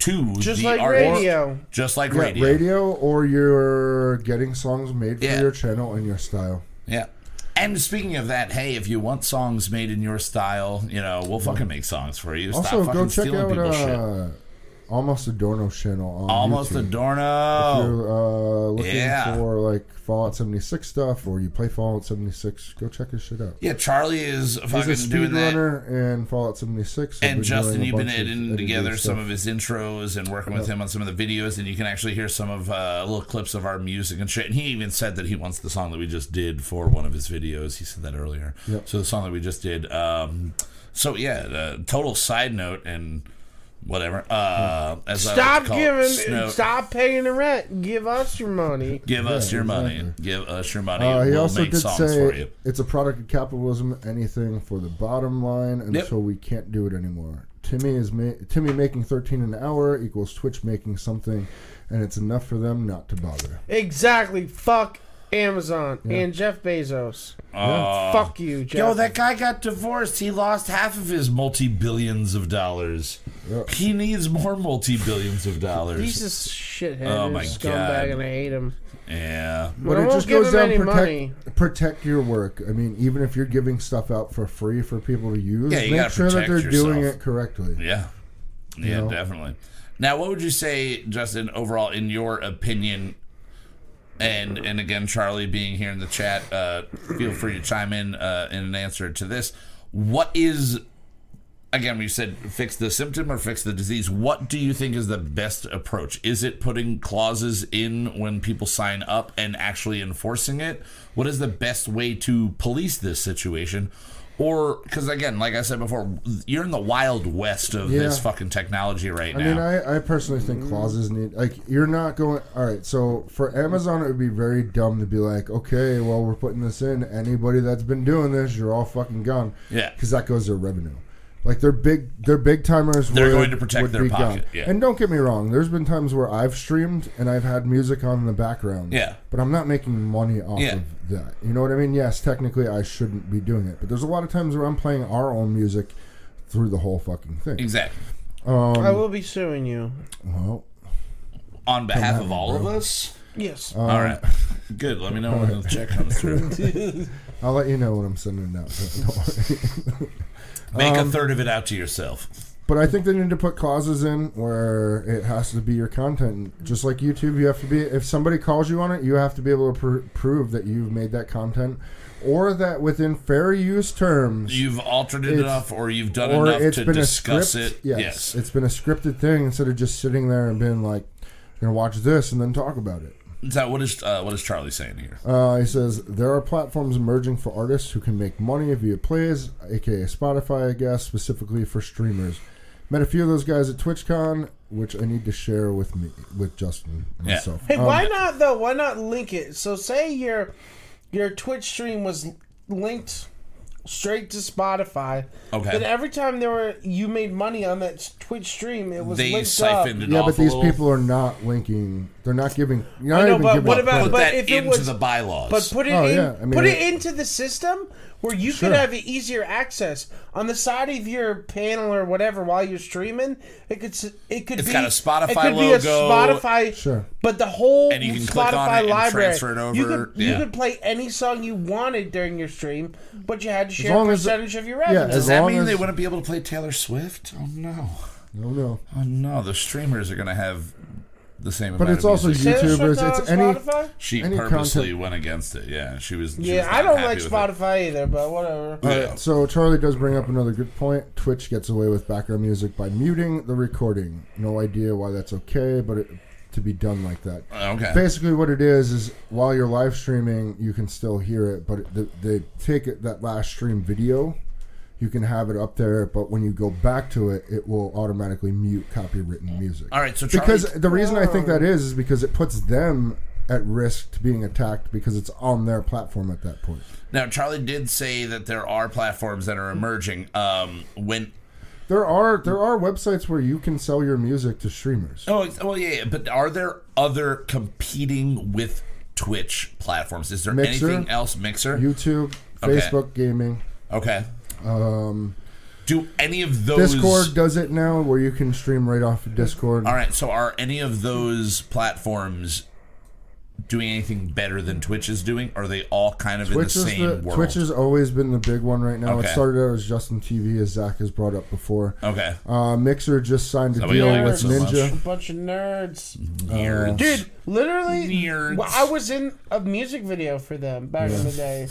Speaker 2: to
Speaker 4: Just
Speaker 2: the
Speaker 4: like
Speaker 2: artist.
Speaker 4: radio.
Speaker 2: Just like
Speaker 3: Yeah,
Speaker 2: radio.
Speaker 3: radio, or you're getting songs made for
Speaker 2: Yeah.
Speaker 3: your channel and your style.
Speaker 2: Yeah. And speaking of that, hey, if you want songs made in your style, you know, we'll fucking make songs for you. Stop
Speaker 3: also,
Speaker 2: fucking
Speaker 3: go check
Speaker 2: stealing
Speaker 3: out
Speaker 2: people's shit.
Speaker 3: uh, Almost Adorno's channel on
Speaker 2: Almost
Speaker 3: YouTube. If
Speaker 2: Adorno.
Speaker 3: you're uh, looking
Speaker 2: Yeah.
Speaker 3: for like Fallout 76 stuff or you play Fallout 76, go check his shit out.
Speaker 2: Yeah, Charlie
Speaker 3: He's
Speaker 2: is
Speaker 3: a
Speaker 2: fucking doing that.
Speaker 3: speedrunner and Fallout 76. have
Speaker 2: and
Speaker 3: been doing
Speaker 2: Justin,
Speaker 3: a
Speaker 2: you've been
Speaker 3: bunch of
Speaker 2: editing
Speaker 3: edited
Speaker 2: together some
Speaker 3: stuff.
Speaker 2: of his intros and working with him on some of the videos, and you can actually hear some of uh, little clips of our music and shit. And he even said that he wants the song that we just did for one of his videos. He said that earlier.
Speaker 3: Yep.
Speaker 2: So the song that we just did. Um, so yeah, uh, total side note and whatever. Uh, as I like to
Speaker 4: Stop
Speaker 2: call it,
Speaker 4: giving.
Speaker 2: snow-
Speaker 4: Stop paying the rent. Give us your
Speaker 2: *laughs*
Speaker 4: money.
Speaker 2: Give us your money.
Speaker 3: exactly.
Speaker 2: Give us your money.
Speaker 3: Uh, he
Speaker 2: we'll
Speaker 3: also
Speaker 2: make
Speaker 3: did
Speaker 2: songs for
Speaker 3: say
Speaker 2: you.
Speaker 3: it's a product of capitalism. Anything for the bottom line until we can't do it anymore. Timmy is ma- Timmy making thirteen an hour equals Twitch making something, and it's enough for them not to bother.
Speaker 4: Exactly. Fuck Amazon and Jeff Bezos.
Speaker 2: Uh,
Speaker 4: Fuck you, Jeff.
Speaker 2: Yo, that guy got divorced. He lost half of his multi billions of dollars. He needs more multi billions of dollars.
Speaker 4: He's a shithead.
Speaker 2: Oh
Speaker 4: and a
Speaker 2: my
Speaker 4: scumbag,
Speaker 2: God.
Speaker 4: and I hate him.
Speaker 2: yeah.
Speaker 3: But it
Speaker 4: I won't
Speaker 3: just
Speaker 4: give
Speaker 3: goes
Speaker 4: him
Speaker 3: down
Speaker 4: any
Speaker 3: protect
Speaker 4: money.
Speaker 3: protect your work. I mean, even if you're giving stuff out for free for people to use,
Speaker 2: Yeah, you
Speaker 3: make
Speaker 2: gotta
Speaker 3: sure that
Speaker 2: protect
Speaker 3: they're doing
Speaker 2: yourself.
Speaker 3: it correctly.
Speaker 2: Yeah. Yeah,
Speaker 3: know?
Speaker 2: definitely. Now, what would you say, Justin, overall, in your opinion? And and again, Charlie being here in the chat, uh, feel free to chime in uh, in an answer to this. What is again? We said fix the symptom or fix the disease. What do you think is the best approach? Is it putting clauses in when people sign up and actually enforcing it? What is the best way to police this situation? Or because again, like I said before, you're in the wild west of this
Speaker 3: Yeah.
Speaker 2: fucking technology right
Speaker 3: I
Speaker 2: now.
Speaker 3: mean, I, I personally think clauses need like you're not going. All right, so for Amazon, it would be very dumb to be like, okay, well, we're putting this in. Anybody that's been doing this, you're all fucking gone.
Speaker 2: Yeah.
Speaker 3: because that goes their revenue. Like their big, their big timers.
Speaker 2: They're
Speaker 3: would-
Speaker 2: going to protect
Speaker 3: would
Speaker 2: their
Speaker 3: be
Speaker 2: pocket,
Speaker 3: gone.
Speaker 2: yeah.
Speaker 3: And don't get me wrong. There's been times where I've streamed and I've had music on in the background.
Speaker 2: Yeah.
Speaker 3: but I'm not making money off
Speaker 2: Yeah.
Speaker 3: of that. You know what I mean? Yes, technically I shouldn't be doing it, but there's a lot of times where I'm playing our own music through the whole fucking thing.
Speaker 2: exactly.
Speaker 4: I
Speaker 2: Um,
Speaker 4: will be suing you.
Speaker 3: Well,
Speaker 2: On behalf of all of us.
Speaker 4: Yes.
Speaker 3: Uh,
Speaker 2: all right. Good. Let me know when the check
Speaker 3: *laughs*
Speaker 2: comes through.
Speaker 3: I'll let you know when I'm sending it out. *laughs* so don't worry.
Speaker 2: Make
Speaker 3: Um,
Speaker 2: a third of it out to yourself.
Speaker 3: but I think they need to put clauses in where it has to be your content. Just like YouTube, you have to be. If somebody calls you on it, you have to be able to pr- prove that you've made that content, or that within fair use terms,
Speaker 2: You've altered it
Speaker 3: It's-
Speaker 2: enough, or you've done
Speaker 3: or
Speaker 2: enough
Speaker 3: it's
Speaker 2: to
Speaker 3: been a
Speaker 2: discuss
Speaker 3: script.
Speaker 2: it.
Speaker 3: Yes,
Speaker 2: yes.
Speaker 3: it's been a scripted thing instead of just sitting there and being like, "You're gonna watch this and then talk about it."
Speaker 2: So what is uh, what is Charlie saying here?
Speaker 3: Uh, he says there are platforms emerging for artists who can make money via plays, aka Spotify, I guess, specifically for streamers. Met a few of those guys at TwitchCon, which I need to share with me with Justin
Speaker 2: Yeah.
Speaker 3: myself.
Speaker 4: Hey, why not though? Why not link it? So say your your Twitch stream was linked straight to Spotify.
Speaker 2: Okay.
Speaker 4: Then every time there were you made money on that Twitch stream, it was
Speaker 2: they
Speaker 4: linked
Speaker 2: siphoned
Speaker 4: up.
Speaker 2: it
Speaker 3: yeah,
Speaker 2: off.
Speaker 3: but these
Speaker 2: a little,
Speaker 3: people are not linking. They're not giving. You're not
Speaker 4: I know,
Speaker 3: even
Speaker 4: but
Speaker 3: giving
Speaker 4: what
Speaker 3: out
Speaker 4: about-
Speaker 3: credit.
Speaker 2: put
Speaker 4: but
Speaker 2: that
Speaker 4: if it
Speaker 2: into
Speaker 4: was-
Speaker 2: the bylaws.
Speaker 4: But put it
Speaker 3: Oh,
Speaker 4: in,
Speaker 3: yeah, I mean,
Speaker 4: put it
Speaker 3: it-
Speaker 4: into the system where you could have e-, easier access on the side of your panel or whatever while you're streaming. It could s- it could
Speaker 2: It's
Speaker 4: be
Speaker 2: got a Spotify
Speaker 4: it could Be a
Speaker 2: logo.
Speaker 4: Spotify,
Speaker 3: Sure.
Speaker 4: But the whole
Speaker 2: And you can
Speaker 4: Spotify
Speaker 2: click on it and
Speaker 4: library,
Speaker 2: transfer it
Speaker 4: you
Speaker 2: over.
Speaker 4: could you
Speaker 2: Yeah.
Speaker 4: could play any song you wanted during your stream, but you had to share a
Speaker 3: long as-
Speaker 4: percentage of your
Speaker 3: yeah,
Speaker 4: revenue.
Speaker 3: as
Speaker 2: Does that
Speaker 3: long
Speaker 2: mean
Speaker 3: as-
Speaker 2: they wouldn't be able to play Taylor Swift? Oh no!
Speaker 3: No, no.
Speaker 2: Oh no! The streamers are gonna have the same.
Speaker 3: But
Speaker 2: amount
Speaker 3: it's
Speaker 2: of
Speaker 3: also
Speaker 2: music.
Speaker 4: Taylor Swift
Speaker 3: YouTubers.
Speaker 4: on
Speaker 3: It's any.
Speaker 4: Spotify?
Speaker 2: she
Speaker 3: any
Speaker 2: purposely
Speaker 3: content-
Speaker 2: went against it. Yeah, she was. she was
Speaker 4: Yeah, I
Speaker 2: not
Speaker 4: don't
Speaker 2: happy
Speaker 4: like
Speaker 2: with it.
Speaker 4: Spotify either, but whatever.
Speaker 2: Yeah.
Speaker 3: So Charlie does bring up another good point. Twitch gets away with background music by muting the recording. No idea why that's okay, but it, to be done like that.
Speaker 2: Uh, Okay.
Speaker 3: Basically, what it is is while you're live streaming, you can still hear it, but it, they they take it, that last stream video. You can have it up there, but when you go back to it, it will automatically mute copywritten music.
Speaker 2: All right. So Charlie,
Speaker 3: Because the reason I think that is is because it puts them at risk to being attacked because it's on their platform at that point.
Speaker 2: now Charlie did say that there are platforms that are emerging. Um, when
Speaker 3: There are there are websites where you can sell your music to streamers.
Speaker 2: Oh, it's- well, yeah, yeah, but are there other competing with Twitch platforms? Is there
Speaker 3: Mixer.
Speaker 2: anything else? Mixer?
Speaker 3: YouTube,
Speaker 2: Okay.
Speaker 3: Facebook gaming,
Speaker 2: okay. Um, Do any of those.
Speaker 3: Discord does it now where you can stream right off of Discord.
Speaker 2: All right, so are any of those platforms doing anything better than Twitch is doing? Are they all kind of
Speaker 3: Twitch
Speaker 2: in
Speaker 3: is
Speaker 2: the same
Speaker 3: the,
Speaker 2: world?
Speaker 3: Twitch has always been the big one right now. It
Speaker 2: Okay.
Speaker 3: started out as Justin TV, as Zach has brought up before.
Speaker 2: okay.
Speaker 3: Uh, Mixer just signed a
Speaker 2: Somebody
Speaker 3: deal
Speaker 2: like
Speaker 3: with
Speaker 2: it so much.
Speaker 3: Ninja.
Speaker 4: A bunch of nerds.
Speaker 3: uh,
Speaker 2: Nerds.
Speaker 4: Dude, literally,
Speaker 2: Nerds.
Speaker 4: well, I was in a music video for them back in the day.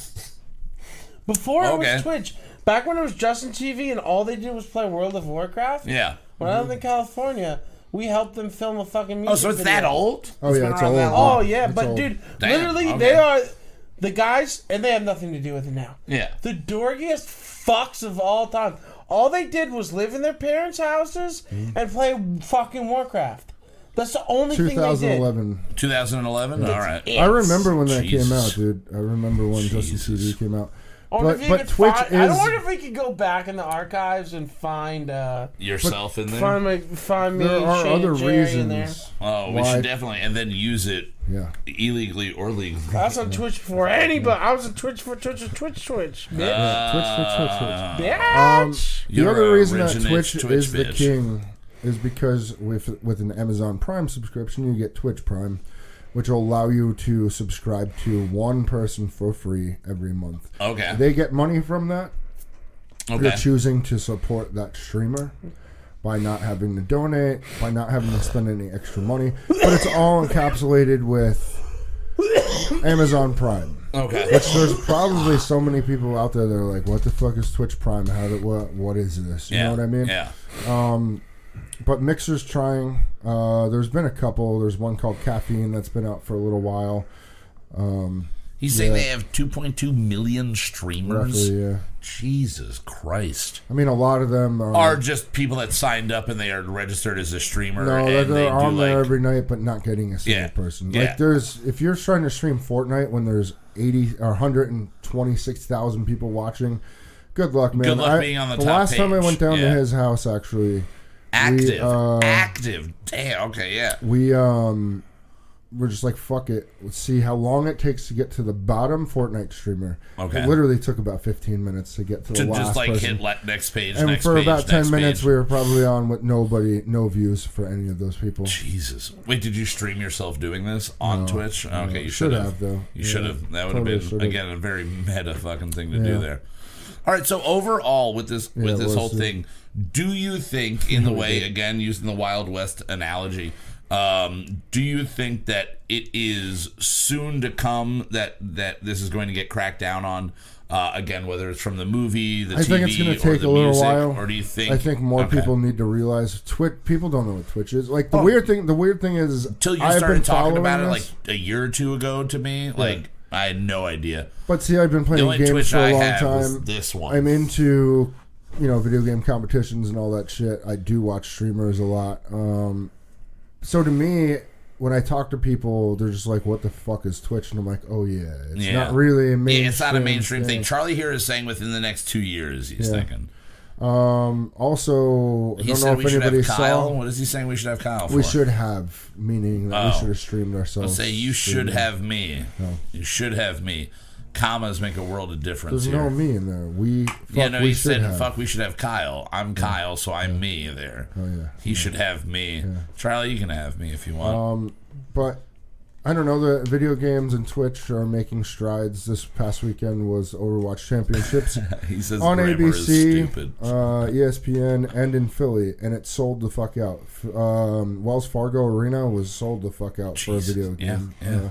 Speaker 4: Before it
Speaker 2: Okay.
Speaker 4: was Twitch, back when it was Justin TV and all they did was play World of Warcraft.
Speaker 2: Yeah.
Speaker 4: When I lived in California, we helped them film a fucking music.
Speaker 2: Oh, so it's
Speaker 4: video.
Speaker 2: that old?
Speaker 3: Oh yeah,
Speaker 2: been
Speaker 3: it's
Speaker 2: around
Speaker 3: old.
Speaker 2: that
Speaker 4: Oh yeah,
Speaker 3: It's
Speaker 4: but
Speaker 3: old.
Speaker 4: dude,
Speaker 2: Damn,
Speaker 4: literally
Speaker 2: okay.
Speaker 4: they are the guys, and they have nothing to do with it now.
Speaker 2: Yeah.
Speaker 4: the dorkiest fucks of all time. All they did was live in their parents' houses
Speaker 3: Mm.
Speaker 4: and play fucking Warcraft. That's the only thing they did.
Speaker 3: 2011.
Speaker 2: 2011? All right.
Speaker 3: I remember when that
Speaker 2: Jesus.
Speaker 3: came out, dude. I remember when Justin
Speaker 2: Jesus.
Speaker 3: TV came out.
Speaker 4: I wonder
Speaker 3: But,
Speaker 4: if you
Speaker 3: but
Speaker 4: could
Speaker 3: Twitch
Speaker 4: find- I
Speaker 3: is
Speaker 4: wonder if we could go back in the archives and find uh
Speaker 2: Yourself in there?
Speaker 4: find my find me.
Speaker 3: there are
Speaker 4: Shane
Speaker 3: other
Speaker 4: and Jerry in there.
Speaker 3: reasons.
Speaker 2: oh, we
Speaker 3: why-
Speaker 2: should definitely. And then use it
Speaker 3: Yeah.
Speaker 2: illegally or legally.
Speaker 4: I was on Twitch before anybody. I was on Twitch for Twitch, Twitch,
Speaker 3: Twitch, Twitch,
Speaker 4: Twitch. Bitch.
Speaker 3: Twitch,
Speaker 2: Uh,
Speaker 3: Um, Twitch.
Speaker 2: Um,
Speaker 4: Bitch.
Speaker 3: the
Speaker 2: You're
Speaker 3: other
Speaker 2: a
Speaker 3: reason that
Speaker 2: originates
Speaker 3: Twitch,
Speaker 2: Twitch
Speaker 3: is the
Speaker 2: bitch.
Speaker 3: king is because with with an Amazon Prime subscription, you get Twitch Prime, which will allow you to subscribe to one person for free every month.
Speaker 2: Okay.
Speaker 3: They get money from that. You're
Speaker 2: okay.
Speaker 3: choosing to support that streamer by not having to donate, by not having to spend any extra money, but it's all encapsulated with *coughs* Amazon Prime.
Speaker 2: Okay.
Speaker 3: Which there's probably so many people out there that are like, "What the fuck is Twitch Prime? How do what? What is this?" You
Speaker 2: yeah.
Speaker 3: know what I mean?
Speaker 2: Yeah.
Speaker 3: But Mixer's trying. Uh, there's been a couple. There's one called Caffeine that's been out for a little while.
Speaker 2: He's saying they have 2.2 million streamers.
Speaker 3: Roughly, yeah.
Speaker 2: Jesus Christ.
Speaker 3: I mean, a lot of them are.
Speaker 2: Are just people that signed up and they are registered as a streamer.
Speaker 3: no, they're,
Speaker 2: and they
Speaker 3: they're
Speaker 2: do
Speaker 3: on there
Speaker 2: like,
Speaker 3: every night, but not getting a single
Speaker 2: Yeah.
Speaker 3: person.
Speaker 2: Yeah.
Speaker 3: Like there's, if you're trying to stream Fortnite when there's eighty or hundred and twenty six thousand people watching, good luck, man.
Speaker 2: Good luck
Speaker 3: I-
Speaker 2: being on the
Speaker 3: The
Speaker 2: top
Speaker 3: last time I
Speaker 2: page.
Speaker 3: went down
Speaker 2: Yeah.
Speaker 3: to his house, actually,
Speaker 2: active,
Speaker 3: we, uh,
Speaker 2: active. Damn. Okay. Yeah.
Speaker 3: we um we're just like fuck it let's see how long it takes to get to the bottom fortnite streamer
Speaker 2: Okay.
Speaker 3: it literally took about 15 minutes to get to,
Speaker 2: To
Speaker 3: the last
Speaker 2: just like
Speaker 3: person
Speaker 2: hit like, next page,
Speaker 3: and
Speaker 2: next
Speaker 3: for
Speaker 2: page,
Speaker 3: about 10
Speaker 2: next
Speaker 3: minutes
Speaker 2: page.
Speaker 3: we were probably on with nobody no views for any of those people
Speaker 2: Jesus. Wait, did you stream yourself doing this on Twitch? Okay, you
Speaker 3: Should
Speaker 2: should have.
Speaker 3: have, though.
Speaker 2: You
Speaker 3: Yeah,
Speaker 2: should have. That would
Speaker 3: totally
Speaker 2: have been
Speaker 3: should have.
Speaker 2: again a very meta fucking thing to
Speaker 3: Yeah.
Speaker 2: do there. All right, so overall with this
Speaker 3: Yeah,
Speaker 2: with
Speaker 3: it
Speaker 2: this
Speaker 3: was,
Speaker 2: whole
Speaker 3: yeah.
Speaker 2: thing, do you
Speaker 3: *laughs*
Speaker 2: think in the way again using the Wild West analogy, um, do you think that it is soon to come that that this is going to get cracked down on? Uh, again, whether it's from the movie, the
Speaker 3: i
Speaker 2: TV,
Speaker 3: think it's going to
Speaker 2: or
Speaker 3: take
Speaker 2: the
Speaker 3: a little
Speaker 2: music,
Speaker 3: while
Speaker 2: or do you think?
Speaker 3: i think more
Speaker 2: Okay.
Speaker 3: people need to realize twitch people don't know what twitch is like the weird thing the weird thing is
Speaker 2: Till you
Speaker 3: I've been
Speaker 2: started talking about it
Speaker 3: following
Speaker 2: like
Speaker 3: this,
Speaker 2: a year or two ago to me, like I had no idea.
Speaker 3: but see i've been
Speaker 2: The
Speaker 3: playing
Speaker 2: only
Speaker 3: games
Speaker 2: Twitch
Speaker 3: for a
Speaker 2: I
Speaker 3: long
Speaker 2: have was
Speaker 3: time
Speaker 2: this one.
Speaker 3: I'm into you know video game competitions and all that shit. I do watch streamers a lot. Um, so to me, when I talk to people, they're just like, "What the fuck is Twitch?" And I'm like, "Oh yeah, it's
Speaker 2: Yeah.
Speaker 3: not really a mainstream.
Speaker 2: Yeah, it's not a mainstream thing.
Speaker 3: thing.
Speaker 2: Charlie here is saying within the next two years, he's thinking.
Speaker 3: Um, also, I
Speaker 2: He
Speaker 3: don't
Speaker 2: said
Speaker 3: know
Speaker 2: we
Speaker 3: if
Speaker 2: should
Speaker 3: anybody
Speaker 2: have Kyle.
Speaker 3: saw.
Speaker 2: What is he saying we should have Kyle for?
Speaker 3: We should have, meaning that we
Speaker 2: Oh.
Speaker 3: should have streamed ourselves.
Speaker 2: Say, you should
Speaker 3: streaming.
Speaker 2: have me. You should have me. commas make a world of difference
Speaker 3: There's
Speaker 2: here.
Speaker 3: no me in there. We fuck,
Speaker 2: yeah, no,
Speaker 3: we
Speaker 2: he
Speaker 3: should
Speaker 2: said,
Speaker 3: have.
Speaker 2: "Fuck, we should have Kyle. I'm Kyle, so I'm me." There, oh,
Speaker 3: yeah.
Speaker 2: he should have me. Charlie, you can have me if you want.
Speaker 3: But I don't know. The video games and Twitch are making strides. This past weekend was Overwatch
Speaker 2: *laughs*
Speaker 3: Championships
Speaker 2: he says
Speaker 3: Um, on
Speaker 2: grammar is
Speaker 3: ABC,
Speaker 2: stupid.
Speaker 3: uh, ESPN, and in Philly, and it sold the fuck out. F- Um, Wells Fargo Arena was sold the fuck out for a
Speaker 2: Jesus.
Speaker 3: video
Speaker 2: Yeah,
Speaker 3: game.
Speaker 2: yeah.
Speaker 3: Uh,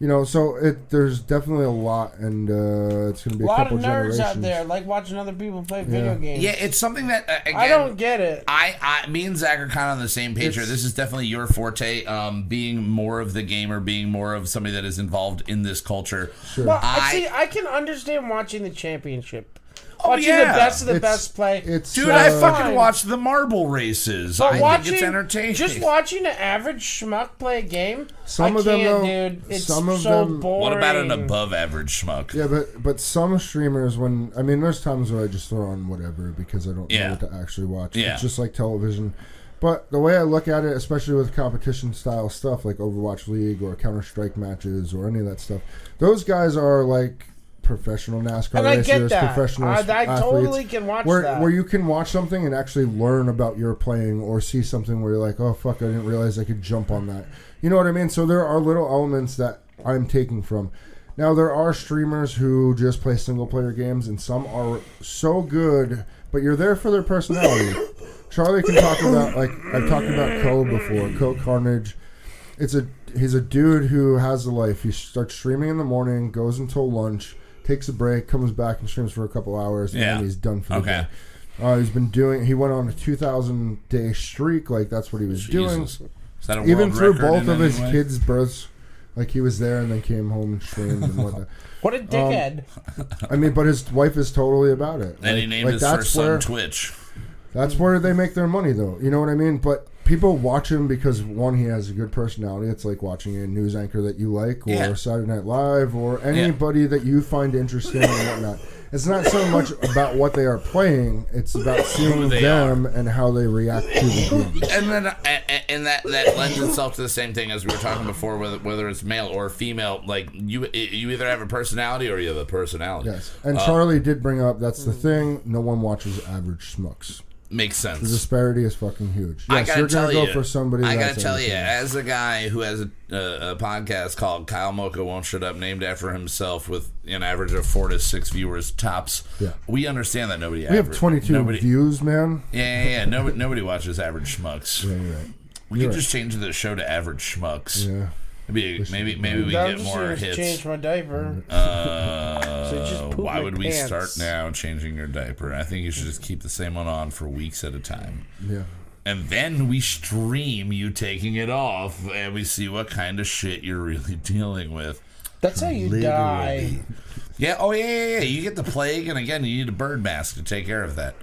Speaker 3: you know, so it there's definitely a lot, and uh, it's going to be a,
Speaker 4: A lot
Speaker 3: couple
Speaker 4: of nerds
Speaker 3: generations.
Speaker 4: out there like watching other people play
Speaker 3: Yeah.
Speaker 4: video games.
Speaker 2: yeah, it's something that uh, again,
Speaker 4: I don't get it.
Speaker 2: I, I, me and Zach are kind of on the same page here.
Speaker 3: It's-
Speaker 2: This is definitely your forte, um, being more of the gamer, being more of somebody that is involved in this culture. Sure.
Speaker 4: Well,
Speaker 2: I-
Speaker 4: I see. I can understand watching the championship,
Speaker 2: Oh,
Speaker 4: watching
Speaker 2: yeah.
Speaker 4: the best of the
Speaker 3: It's-
Speaker 4: best play.
Speaker 3: It's
Speaker 2: Dude,
Speaker 3: uh,
Speaker 2: I
Speaker 4: fine.
Speaker 2: fucking watched the marble races.
Speaker 4: But
Speaker 2: I
Speaker 4: watching,
Speaker 2: think it's entertaining.
Speaker 4: Just watching an average schmuck play a game.
Speaker 3: Some
Speaker 4: I
Speaker 3: of them,
Speaker 4: can't,
Speaker 3: though,
Speaker 4: dude. It's
Speaker 3: some of
Speaker 4: so
Speaker 3: them-
Speaker 4: boring.
Speaker 2: What about an above average schmuck?
Speaker 3: Yeah, but but some streamers when I mean there's times where I just throw on whatever because I don't
Speaker 2: Yeah.
Speaker 3: know what to actually watch.
Speaker 2: Yeah.
Speaker 3: It's just like television. But the way I look at it, especially with competition style stuff like Overwatch League or Counter Strike matches or any of that stuff, those guys are like professional NASCAR
Speaker 4: And I
Speaker 3: racers,
Speaker 4: get that.
Speaker 3: professional
Speaker 4: I- I
Speaker 3: athletes,
Speaker 4: totally can watch
Speaker 3: where,
Speaker 4: that.
Speaker 3: Where you can watch something and actually learn about your playing or see something where you're like, oh fuck, I didn't realize I could jump on that. You know what I mean? So there are little elements that I'm taking from. Now there are streamers who just play single player games, and some are so good, but you're there for their
Speaker 4: *coughs*
Speaker 3: personality. *coughs* Charlie can talk about like I've talked about Co before, Co Carnage it's a he's a dude who has a life. He starts streaming in the morning, goes until lunch, takes a break, comes back and streams for a couple hours, and
Speaker 2: Yeah.
Speaker 3: then he's done for the
Speaker 2: Okay.
Speaker 3: day. Uh, he's been doing. He went on a two thousand day streak. Like that's what he was doing.
Speaker 2: Jesus. Is that a
Speaker 3: Even
Speaker 2: world
Speaker 3: through
Speaker 2: record
Speaker 3: both
Speaker 2: in
Speaker 3: of
Speaker 2: any
Speaker 3: his
Speaker 2: way?
Speaker 3: kids' births, like he was there and then came home and streamed
Speaker 2: *laughs*
Speaker 3: and whatnot.
Speaker 4: What a dickhead!
Speaker 3: I mean, but his wife is totally about it.
Speaker 2: And he
Speaker 3: Like-
Speaker 2: named
Speaker 3: like
Speaker 2: his
Speaker 3: that's
Speaker 2: first
Speaker 3: where-
Speaker 2: son Twitch. Mm-hmm.
Speaker 3: That's where they make their money, though. You know what I mean? But people watch him because one, he has a good personality. It's like watching a news anchor that you like, or
Speaker 2: Yeah.
Speaker 3: Saturday Night Live, or anybody that you find interesting and whatnot. It's not so much about what they are playing; it's about seeing
Speaker 2: they
Speaker 3: them and how they react to the game.
Speaker 2: and then uh, and, and that *laughs* that lends itself to the same thing as we were talking before whether whether it's male or female like you you either have a personality or you have a personality Uh,
Speaker 3: Yes, and Charlie did bring up that's the
Speaker 2: mm.
Speaker 3: thing. No one watches average smucks.
Speaker 2: makes
Speaker 3: The
Speaker 2: sense
Speaker 3: disparity is fucking huge. Yes,
Speaker 2: I gotta
Speaker 3: you're
Speaker 2: tell
Speaker 3: gonna go
Speaker 2: you,
Speaker 3: for somebody.
Speaker 2: I
Speaker 3: that's
Speaker 2: gotta tell you,
Speaker 3: average.
Speaker 2: as a guy who has a, uh, a podcast called Kyle Mocha Won't Shut Up, named after himself, with an average of four to six viewers tops,
Speaker 3: Yeah.
Speaker 2: we understand that nobody.
Speaker 3: we have 22
Speaker 2: nobody,
Speaker 3: views, man.
Speaker 2: Yeah, yeah, yeah. Nobody, nobody watches average schmucks.
Speaker 3: You're right.
Speaker 2: We could
Speaker 3: right.
Speaker 2: just change the show to average schmucks.
Speaker 3: Yeah.
Speaker 2: Maybe, maybe, maybe we
Speaker 4: I'm
Speaker 2: get
Speaker 4: just
Speaker 2: more
Speaker 4: gonna change
Speaker 2: hits. Mm-hmm.
Speaker 4: my diaper.
Speaker 2: Uh,
Speaker 4: So just poop
Speaker 2: why
Speaker 4: my
Speaker 2: would
Speaker 4: pants.
Speaker 2: we start now changing your diaper? I think you should just keep the same one on for weeks at a time.
Speaker 3: Yeah.
Speaker 2: And then we stream you taking it off and we see what kind of shit you're really *laughs* dealing with.
Speaker 4: That's how you die.
Speaker 2: Yeah, oh yeah, yeah, yeah. You get the plague and again you need a bird mask to take care of that.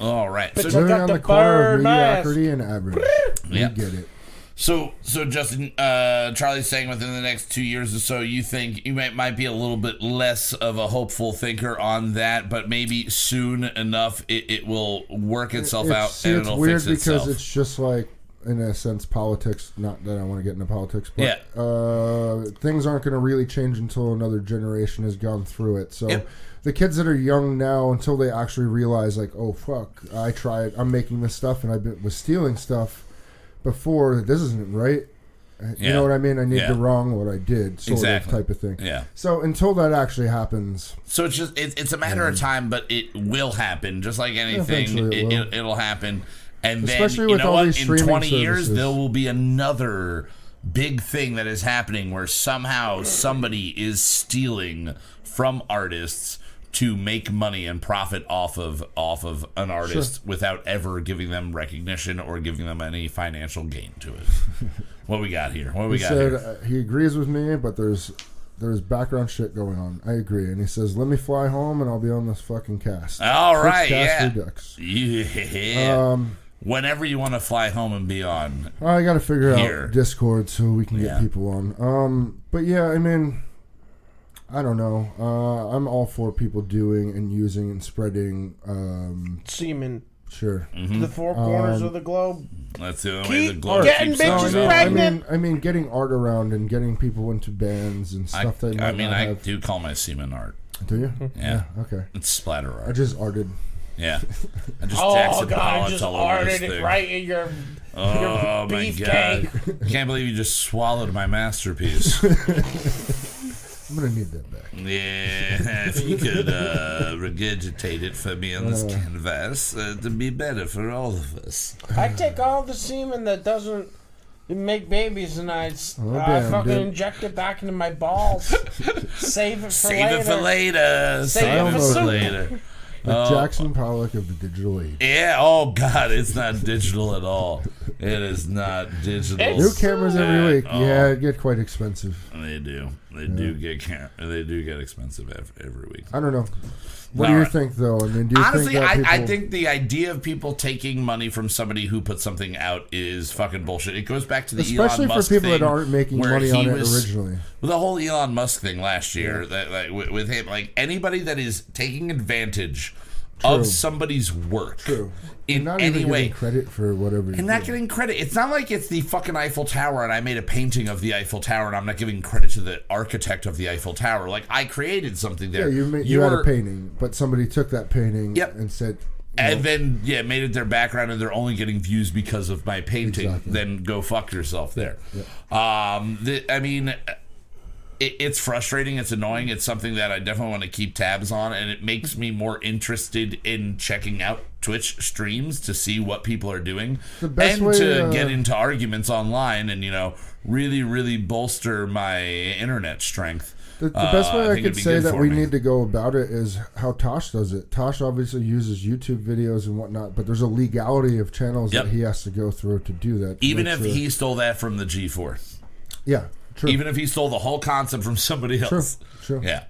Speaker 2: All right.
Speaker 4: But
Speaker 2: So,
Speaker 4: I
Speaker 3: Living
Speaker 4: got
Speaker 3: on
Speaker 4: the
Speaker 3: the, corner
Speaker 4: bird
Speaker 3: of
Speaker 4: mask.
Speaker 3: mediocrity and average.
Speaker 2: Yeah.
Speaker 3: You get it.
Speaker 2: so so Justin, uh Charlie's saying within the next two years or so you think you might might be a little bit less of a hopeful thinker on that, but maybe soon enough it, it will work itself out
Speaker 3: see,
Speaker 2: and
Speaker 3: it's
Speaker 2: it'll
Speaker 3: weird
Speaker 2: fix
Speaker 3: because
Speaker 2: itself.
Speaker 3: it's just like, in a sense, politics. Not that I want to get into politics, but
Speaker 2: Yeah.
Speaker 3: uh, things aren't going to really change until another generation has gone through it. So.
Speaker 2: Yep.
Speaker 3: The kids that are young now, until they actually realize, like, oh fuck, I tried, I'm making this stuff, and I been, was stealing stuff before. This isn't right. You
Speaker 2: Yeah.
Speaker 3: know what I mean? I need
Speaker 2: Yeah.
Speaker 3: to wrong what I did, sort
Speaker 2: Exactly.
Speaker 3: of type of thing.
Speaker 2: Yeah.
Speaker 3: So until that actually happens,
Speaker 2: So it's just it, it's a matter of time, but it will happen. Just like anything,
Speaker 3: Eventually it
Speaker 2: it,
Speaker 3: will.
Speaker 2: it, it'll happen. And then
Speaker 3: Especially
Speaker 2: you
Speaker 3: with
Speaker 2: know
Speaker 3: all
Speaker 2: what?
Speaker 3: these
Speaker 2: In
Speaker 3: streaming
Speaker 2: twenty years,
Speaker 3: services.
Speaker 2: there will be another big thing that is happening where somehow somebody is stealing from artists to make money and profit off of off of an artist without ever giving them recognition or giving them any financial gain to it.
Speaker 3: *laughs*
Speaker 2: what we got here? What we
Speaker 3: he
Speaker 2: got
Speaker 3: said
Speaker 2: here?
Speaker 3: uh, he agrees with me, but there's there's background shit going on. I agree, and he says, "Let me fly home, and I'll be on this fucking cast."
Speaker 2: All
Speaker 3: Twitch
Speaker 2: right,
Speaker 3: cast
Speaker 2: yeah.
Speaker 3: Redux.
Speaker 2: Yeah.
Speaker 3: Um,
Speaker 2: Whenever you want to fly home and be on.
Speaker 3: I got to figure
Speaker 2: Here.
Speaker 3: out Discord so we can
Speaker 2: Yeah.
Speaker 3: get people on. Um, but yeah, I mean, I don't know. Uh, I'm all for people doing and using and spreading um,
Speaker 4: Semen.
Speaker 3: Sure.
Speaker 2: Mm-hmm.
Speaker 4: the four corners of the globe.
Speaker 2: That's the only way the
Speaker 4: Keep
Speaker 2: glow
Speaker 4: getting
Speaker 2: keeps
Speaker 4: bitches
Speaker 2: going
Speaker 4: She's
Speaker 2: up.
Speaker 3: I
Speaker 4: pregnant.
Speaker 3: mean, I mean, getting art around and getting people into bands and
Speaker 2: I,
Speaker 3: stuff that might
Speaker 2: I mean,
Speaker 3: not
Speaker 2: I
Speaker 3: have.
Speaker 2: do call my semen art.
Speaker 3: Do you?
Speaker 2: Yeah,
Speaker 3: Okay.
Speaker 2: it's splatter art.
Speaker 3: I just arted. *laughs*
Speaker 2: yeah, I just
Speaker 4: Oh
Speaker 2: Jackson
Speaker 4: god, I
Speaker 2: Pollock's
Speaker 4: just
Speaker 2: all over this
Speaker 4: ordered it
Speaker 2: thing.
Speaker 4: right in your.
Speaker 2: Oh my god! Can't believe you just swallowed
Speaker 3: *laughs*
Speaker 2: my masterpiece.
Speaker 3: I'm gonna need that back.
Speaker 2: yeah, if you could uh, regurgitate it for me on this canvas, uh, it'd be better for all of us.
Speaker 4: I take all the semen that doesn't make babies, and I, s-
Speaker 3: Oh,
Speaker 4: I
Speaker 3: damn,
Speaker 4: fucking
Speaker 3: dude.
Speaker 4: inject it back into my
Speaker 2: *laughs*
Speaker 4: balls. Save it for
Speaker 2: Save
Speaker 4: later.
Speaker 2: it for later. Save
Speaker 4: it
Speaker 2: it
Speaker 4: for
Speaker 2: for
Speaker 4: soup.
Speaker 2: later.
Speaker 3: The
Speaker 2: Uh,
Speaker 3: Jackson Pollock of the digital age.
Speaker 2: Yeah. Oh God, it's not digital at all. It is not digital.
Speaker 3: New cameras
Speaker 2: at
Speaker 3: every week.
Speaker 2: all.
Speaker 3: Yeah, it get quite expensive.
Speaker 2: They do. They do get ca- they do get expensive ev- every week.
Speaker 3: I don't know. What do you
Speaker 2: Alright.
Speaker 3: think, though? I mean, do you
Speaker 2: Honestly,
Speaker 3: think that
Speaker 2: I,
Speaker 3: people,
Speaker 2: I think the idea of people taking money from somebody who put something out is fucking bullshit. It goes back to the
Speaker 3: especially
Speaker 2: Elon
Speaker 3: for
Speaker 2: Musk
Speaker 3: people that
Speaker 2: thing
Speaker 3: aren't making
Speaker 2: where
Speaker 3: money
Speaker 2: he
Speaker 3: on it
Speaker 2: was-
Speaker 3: originally?
Speaker 2: With the whole Elon Musk thing last year, that like with, with him, like anybody that is taking advantage
Speaker 3: True.
Speaker 2: of somebody's work
Speaker 3: True.
Speaker 2: in
Speaker 3: Not
Speaker 2: any
Speaker 3: even
Speaker 2: way
Speaker 3: getting credit for whatever. you
Speaker 2: And not
Speaker 3: do.
Speaker 2: getting credit. It's not like it's the fucking Eiffel Tower and I made a painting of the Eiffel Tower and I'm not giving credit to the architect of the Eiffel Tower. Like I created something
Speaker 3: yeah,
Speaker 2: there.
Speaker 3: you, ma- you, had
Speaker 2: were-
Speaker 3: a painting, but somebody took that painting
Speaker 2: Yep.
Speaker 3: and said,
Speaker 2: And then yeah, made it their background and they're only getting views because of my painting.
Speaker 3: Exactly.
Speaker 2: Then go fuck yourself there. Um the, I mean it, it's frustrating. It's annoying. It's something that I definitely want to keep tabs on, and it makes me more interested in checking out Twitch streams to see what people are doing,
Speaker 3: The best
Speaker 2: and
Speaker 3: way
Speaker 2: to
Speaker 3: to-
Speaker 2: get into arguments online, and you know, really, really bolster my internet strength.
Speaker 3: The, the best
Speaker 2: Uh,
Speaker 3: way I,
Speaker 2: think it'd
Speaker 3: could
Speaker 2: be
Speaker 3: say
Speaker 2: good
Speaker 3: that
Speaker 2: for
Speaker 3: we
Speaker 2: me.
Speaker 3: need to go about it is how Tosh does it. Tosh obviously uses YouTube videos and whatnot, but there's a legality of channels
Speaker 2: Yep.
Speaker 3: that he has to go through to do that. to
Speaker 2: even
Speaker 3: make
Speaker 2: if
Speaker 3: sure-
Speaker 2: he stole that from the G4,
Speaker 3: yeah, true,
Speaker 2: even if he stole the whole concept from somebody
Speaker 3: true,
Speaker 2: else.
Speaker 3: true.
Speaker 2: Yeah.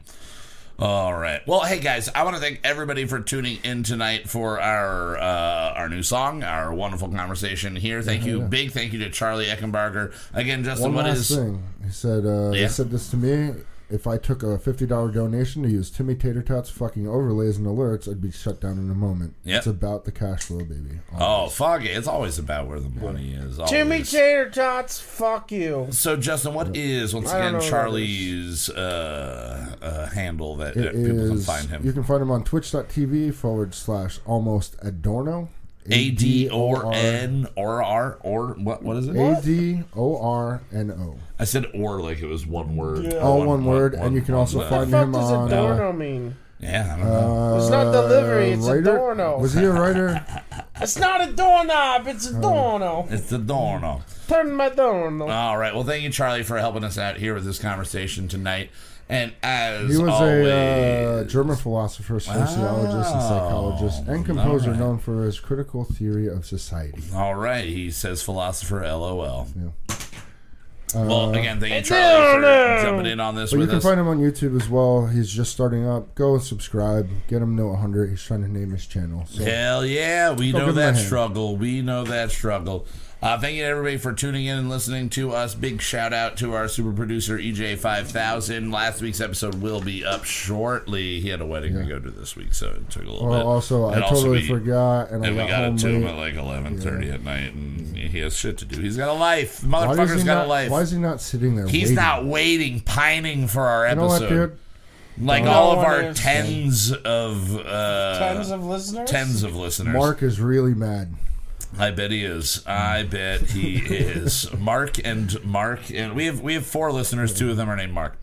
Speaker 2: All right. Well, hey guys, I want to thank everybody for tuning in tonight for our uh, our new song, our wonderful conversation here. Thank you, big thank you to Charlie Eckenbarger again,
Speaker 3: One
Speaker 2: Justin. what
Speaker 3: last
Speaker 2: is
Speaker 3: thing, he said. Uh,
Speaker 2: Yeah.
Speaker 3: He said this to me. If I took a fifty dollar donation to use Timmy Tater Tots fucking overlays and alerts, I'd be shut down in a moment.
Speaker 2: Yep.
Speaker 3: It's about the cash flow, baby.
Speaker 2: oh fuck it, it's always about where the money is. Always.
Speaker 4: Jimmy Tater Tots, fuck you.
Speaker 2: So Justin, what is once
Speaker 4: I don't know
Speaker 2: again
Speaker 4: what that
Speaker 2: Charlie's uh, uh, handle that,
Speaker 3: It
Speaker 2: that people can
Speaker 3: is-
Speaker 2: find him?
Speaker 3: You can find him on twitch.tv forward slash almost Adorno.
Speaker 2: A D or N or R or what? What is it?
Speaker 3: A D O R N O.
Speaker 2: I said or like it was one word.
Speaker 3: All one word, and you can also
Speaker 4: What
Speaker 2: word.
Speaker 3: find
Speaker 4: the fuck
Speaker 3: him
Speaker 4: does
Speaker 3: on.
Speaker 4: Adorno mean?
Speaker 2: Yeah, I don't know.
Speaker 3: uh,
Speaker 4: It's not delivery, it's
Speaker 3: writer?
Speaker 4: Adorno.
Speaker 3: Was Uh. he a writer?
Speaker 4: It's not a doorknob, it's a doorknob.
Speaker 2: It's the Dorno.
Speaker 4: Turn my doorknob.
Speaker 2: All right. Well, thank you, Charlie, for helping us out here with this conversation tonight. And as
Speaker 3: He was
Speaker 2: always,
Speaker 3: a uh, German philosopher, sociologist, and psychologist, and composer
Speaker 2: alright.
Speaker 3: known for his critical theory of society.
Speaker 2: all right. He says philosopher. LOL. well, again, thank you,
Speaker 4: no,
Speaker 2: Charlie,
Speaker 4: no.
Speaker 2: for jumping in on this
Speaker 3: Uh, But you
Speaker 2: with
Speaker 3: can
Speaker 2: us.
Speaker 3: find him on YouTube as well. He's just starting up. Go and subscribe. Get him to 100. He's trying to name his channel. So.
Speaker 2: Hell yeah, we know
Speaker 3: give him a
Speaker 2: that
Speaker 3: hand.
Speaker 2: struggle. We know that struggle. Uh, thank you to everybody for tuning in and listening to us. Big shout out to our super producer E EJ5000. Last week's episode will be up shortly. He had a wedding to go to this week, so it took a little bit.
Speaker 3: Well, oh, also, I
Speaker 2: And
Speaker 3: totally
Speaker 2: we-
Speaker 3: forgot, and,
Speaker 2: And
Speaker 3: I
Speaker 2: we
Speaker 3: got,
Speaker 2: got
Speaker 3: home
Speaker 2: it to him
Speaker 3: late.
Speaker 2: at like eleven thirty at night, and he has shit to do. He's got a life.
Speaker 3: Why does
Speaker 2: Motherfucker's
Speaker 3: he
Speaker 2: got
Speaker 3: not-
Speaker 2: a life.
Speaker 3: Why is he not sitting there?
Speaker 2: He's
Speaker 3: waiting?
Speaker 2: not waiting, pining for our
Speaker 3: You know
Speaker 2: episode.
Speaker 3: what, dude?
Speaker 2: Like
Speaker 4: No
Speaker 2: all of
Speaker 4: one
Speaker 2: our
Speaker 4: is.
Speaker 2: tens of uh,
Speaker 4: Tons of listeners?
Speaker 2: tens of listeners.
Speaker 3: Mark is really mad.
Speaker 2: I bet he is. I bet he is. Mark and Mark and we have we have four listeners. Two of them are named Mark.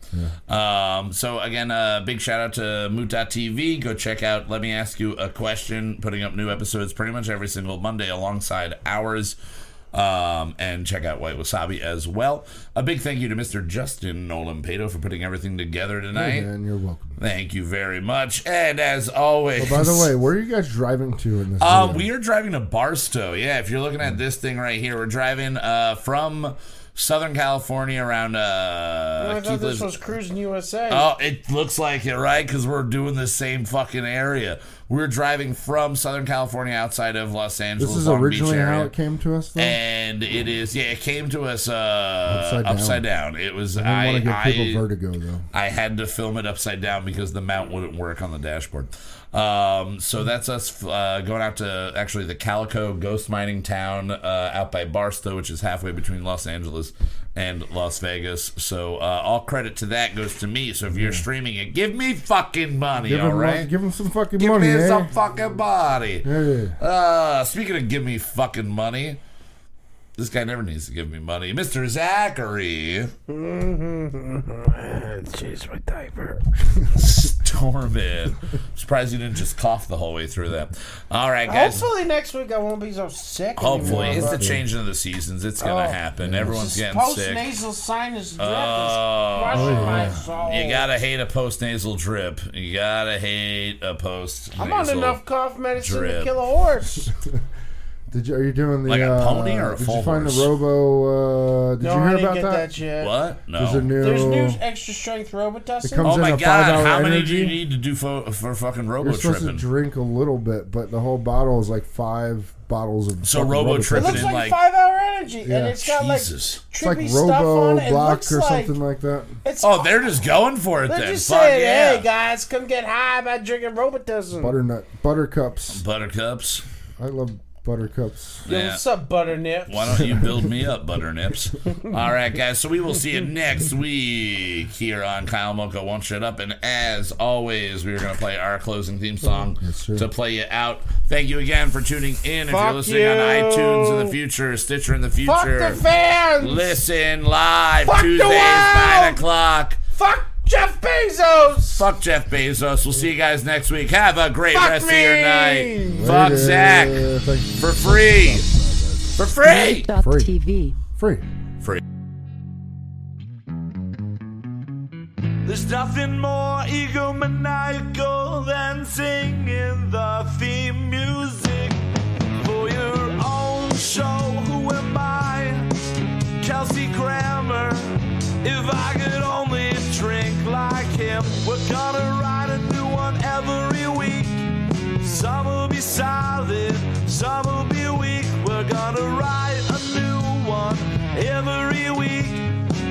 Speaker 2: Um, so again, uh, big shout out to Moot.tv. Go check out. Let me ask you a question. Putting up new episodes pretty much every single Monday alongside ours. Um, and check out White Wasabi as well. A big thank you to Mr. Justin Nolan Pato for putting everything together tonight.
Speaker 3: Hey, man, you're
Speaker 2: *laughs*
Speaker 3: welcome.
Speaker 2: Thank you very much. And as always,
Speaker 3: By the way, where are you guys driving to in this?
Speaker 2: uh,
Speaker 3: video? Mm.
Speaker 2: we are driving to Barstow. Yeah, if you're looking at this thing right here, we're driving uh, from Southern California around. Uh,
Speaker 4: I thought
Speaker 2: Keith
Speaker 4: this
Speaker 2: lives.
Speaker 4: was Cruising USA.
Speaker 2: Oh, it looks like it, right? Because we're doing the same fucking area. We're driving from Southern California outside of Los Angeles.
Speaker 3: This is
Speaker 2: Long Beach
Speaker 3: originally how
Speaker 2: area.
Speaker 3: it came to us, though.
Speaker 2: And it is, yeah, it came to us uh, upside,
Speaker 3: down.
Speaker 2: down. It was,
Speaker 3: I
Speaker 2: I,
Speaker 3: want to give
Speaker 2: I,
Speaker 3: people vertigo, though.
Speaker 2: I had to film it upside down because the mount wouldn't work on the dashboard. Um, so that's us uh, going out to actually the Calico ghost mining town uh, out by Barstow, which is halfway between Los Angeles and Las Vegas. So uh, all credit to that goes to me. So if you're streaming it, give me fucking money,
Speaker 3: Give
Speaker 2: all
Speaker 3: him,
Speaker 2: right?
Speaker 3: give him some fucking
Speaker 2: Give
Speaker 3: money,
Speaker 2: me
Speaker 3: eh?
Speaker 2: some fucking money.
Speaker 3: Hey.
Speaker 2: Uh, speaking of give me fucking money, this guy never needs to give me money. Mr. Zachary
Speaker 4: Jeez, my diaper.
Speaker 2: *laughs* Stormid. Surprised you didn't just cough the whole way through that. All right, guys.
Speaker 4: Hopefully next week I won't be so sick.
Speaker 2: Hopefully,
Speaker 4: anymore,
Speaker 2: it's the
Speaker 4: but
Speaker 2: changing of the seasons. It's gonna
Speaker 4: Oh.
Speaker 2: happen. Everyone's getting
Speaker 4: Post
Speaker 2: sick.
Speaker 4: nasal sinus drip
Speaker 2: Oh.
Speaker 4: is crushing my
Speaker 3: Yeah.
Speaker 4: soul.
Speaker 2: You gotta hate a post nasal drip. You gotta hate a post.
Speaker 4: I'm on enough cough medicine
Speaker 2: drip.
Speaker 4: to kill a
Speaker 3: *laughs*
Speaker 4: horse.
Speaker 3: Did you, are you doing the
Speaker 2: Like a
Speaker 3: uh,
Speaker 2: pony or a
Speaker 3: Did
Speaker 2: full
Speaker 3: you find
Speaker 2: horse?
Speaker 3: the Robo? Uh, did
Speaker 4: no,
Speaker 3: you
Speaker 4: I
Speaker 3: hear
Speaker 4: didn't
Speaker 3: about
Speaker 4: get that, yet.
Speaker 2: What? No.
Speaker 3: There's a new.
Speaker 4: There's new extra strength Robitussin.
Speaker 3: It comes-
Speaker 2: oh
Speaker 3: in
Speaker 2: my
Speaker 3: a
Speaker 2: god!
Speaker 3: $5
Speaker 2: How many do you
Speaker 3: energy?
Speaker 2: need to do for, for fucking Robo
Speaker 3: you're supposed
Speaker 2: tripping?
Speaker 3: to drink a little bit, but the whole bottle is like five bottles of.
Speaker 2: So
Speaker 3: fucking
Speaker 2: Robo
Speaker 3: Robitussin.
Speaker 4: it
Speaker 2: tripping
Speaker 4: looks
Speaker 2: Oh, in
Speaker 4: like,
Speaker 2: like
Speaker 4: five hour energy, and
Speaker 3: Yeah.
Speaker 4: it's got
Speaker 2: Jesus.
Speaker 4: like
Speaker 3: It's like
Speaker 4: trippy stuff on
Speaker 3: Robo
Speaker 4: it. It
Speaker 3: Block
Speaker 4: looks
Speaker 3: or
Speaker 4: like,
Speaker 3: something like that.
Speaker 4: It's
Speaker 2: Oh, they're just going for it
Speaker 4: They're
Speaker 2: then.
Speaker 4: just
Speaker 2: Fuck
Speaker 4: saying,
Speaker 2: yeah.
Speaker 4: hey guys, come get high by drinking Robitussin.
Speaker 3: Butternut buttercups.
Speaker 2: Buttercups.
Speaker 3: I love buttercups.
Speaker 4: Yo,
Speaker 2: Yeah.
Speaker 4: what's up, Butternip?
Speaker 2: Why don't you build me up, Butternips? *laughs* All right, guys. So we will see you next week here on Kyle Mocha Won't Shut Up. And as always, we are going to play our closing theme song
Speaker 3: Yes, sir.
Speaker 2: to play you out. Thank you again for tuning in. If you're
Speaker 4: Fuck
Speaker 2: listening on
Speaker 4: you.
Speaker 2: iTunes in the future, Stitcher in the
Speaker 4: Fuck
Speaker 2: future,
Speaker 4: the fans!
Speaker 2: listen live
Speaker 4: Fuck the
Speaker 2: Tuesdays,
Speaker 4: world!
Speaker 2: 9 o'clock.
Speaker 4: Fuck Jeff Bezos!
Speaker 2: Fuck Jeff Bezos. We'll see you guys next week. Have a great
Speaker 4: Fuck
Speaker 2: rest of your
Speaker 4: me.
Speaker 2: night. Fuck
Speaker 3: Later.
Speaker 2: Zach.
Speaker 3: Thank-
Speaker 2: For free. For free.
Speaker 3: Free.
Speaker 9: TV.
Speaker 3: Free.
Speaker 1: There's nothing more egomaniacal than singing the theme music for your own show. Who am I? Kelsey Grammer. If I could only drink like him, we're gonna write a new one every week. Some will be solid, some will be weak. We're gonna write a new one every week.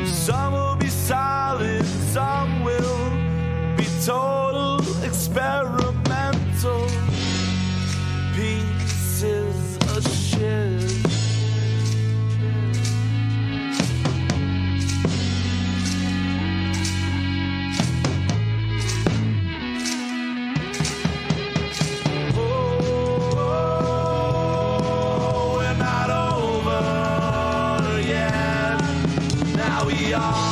Speaker 1: Some will be solid, some will be total experimental pieces of shit. Oh, we're not over yet. Now we are.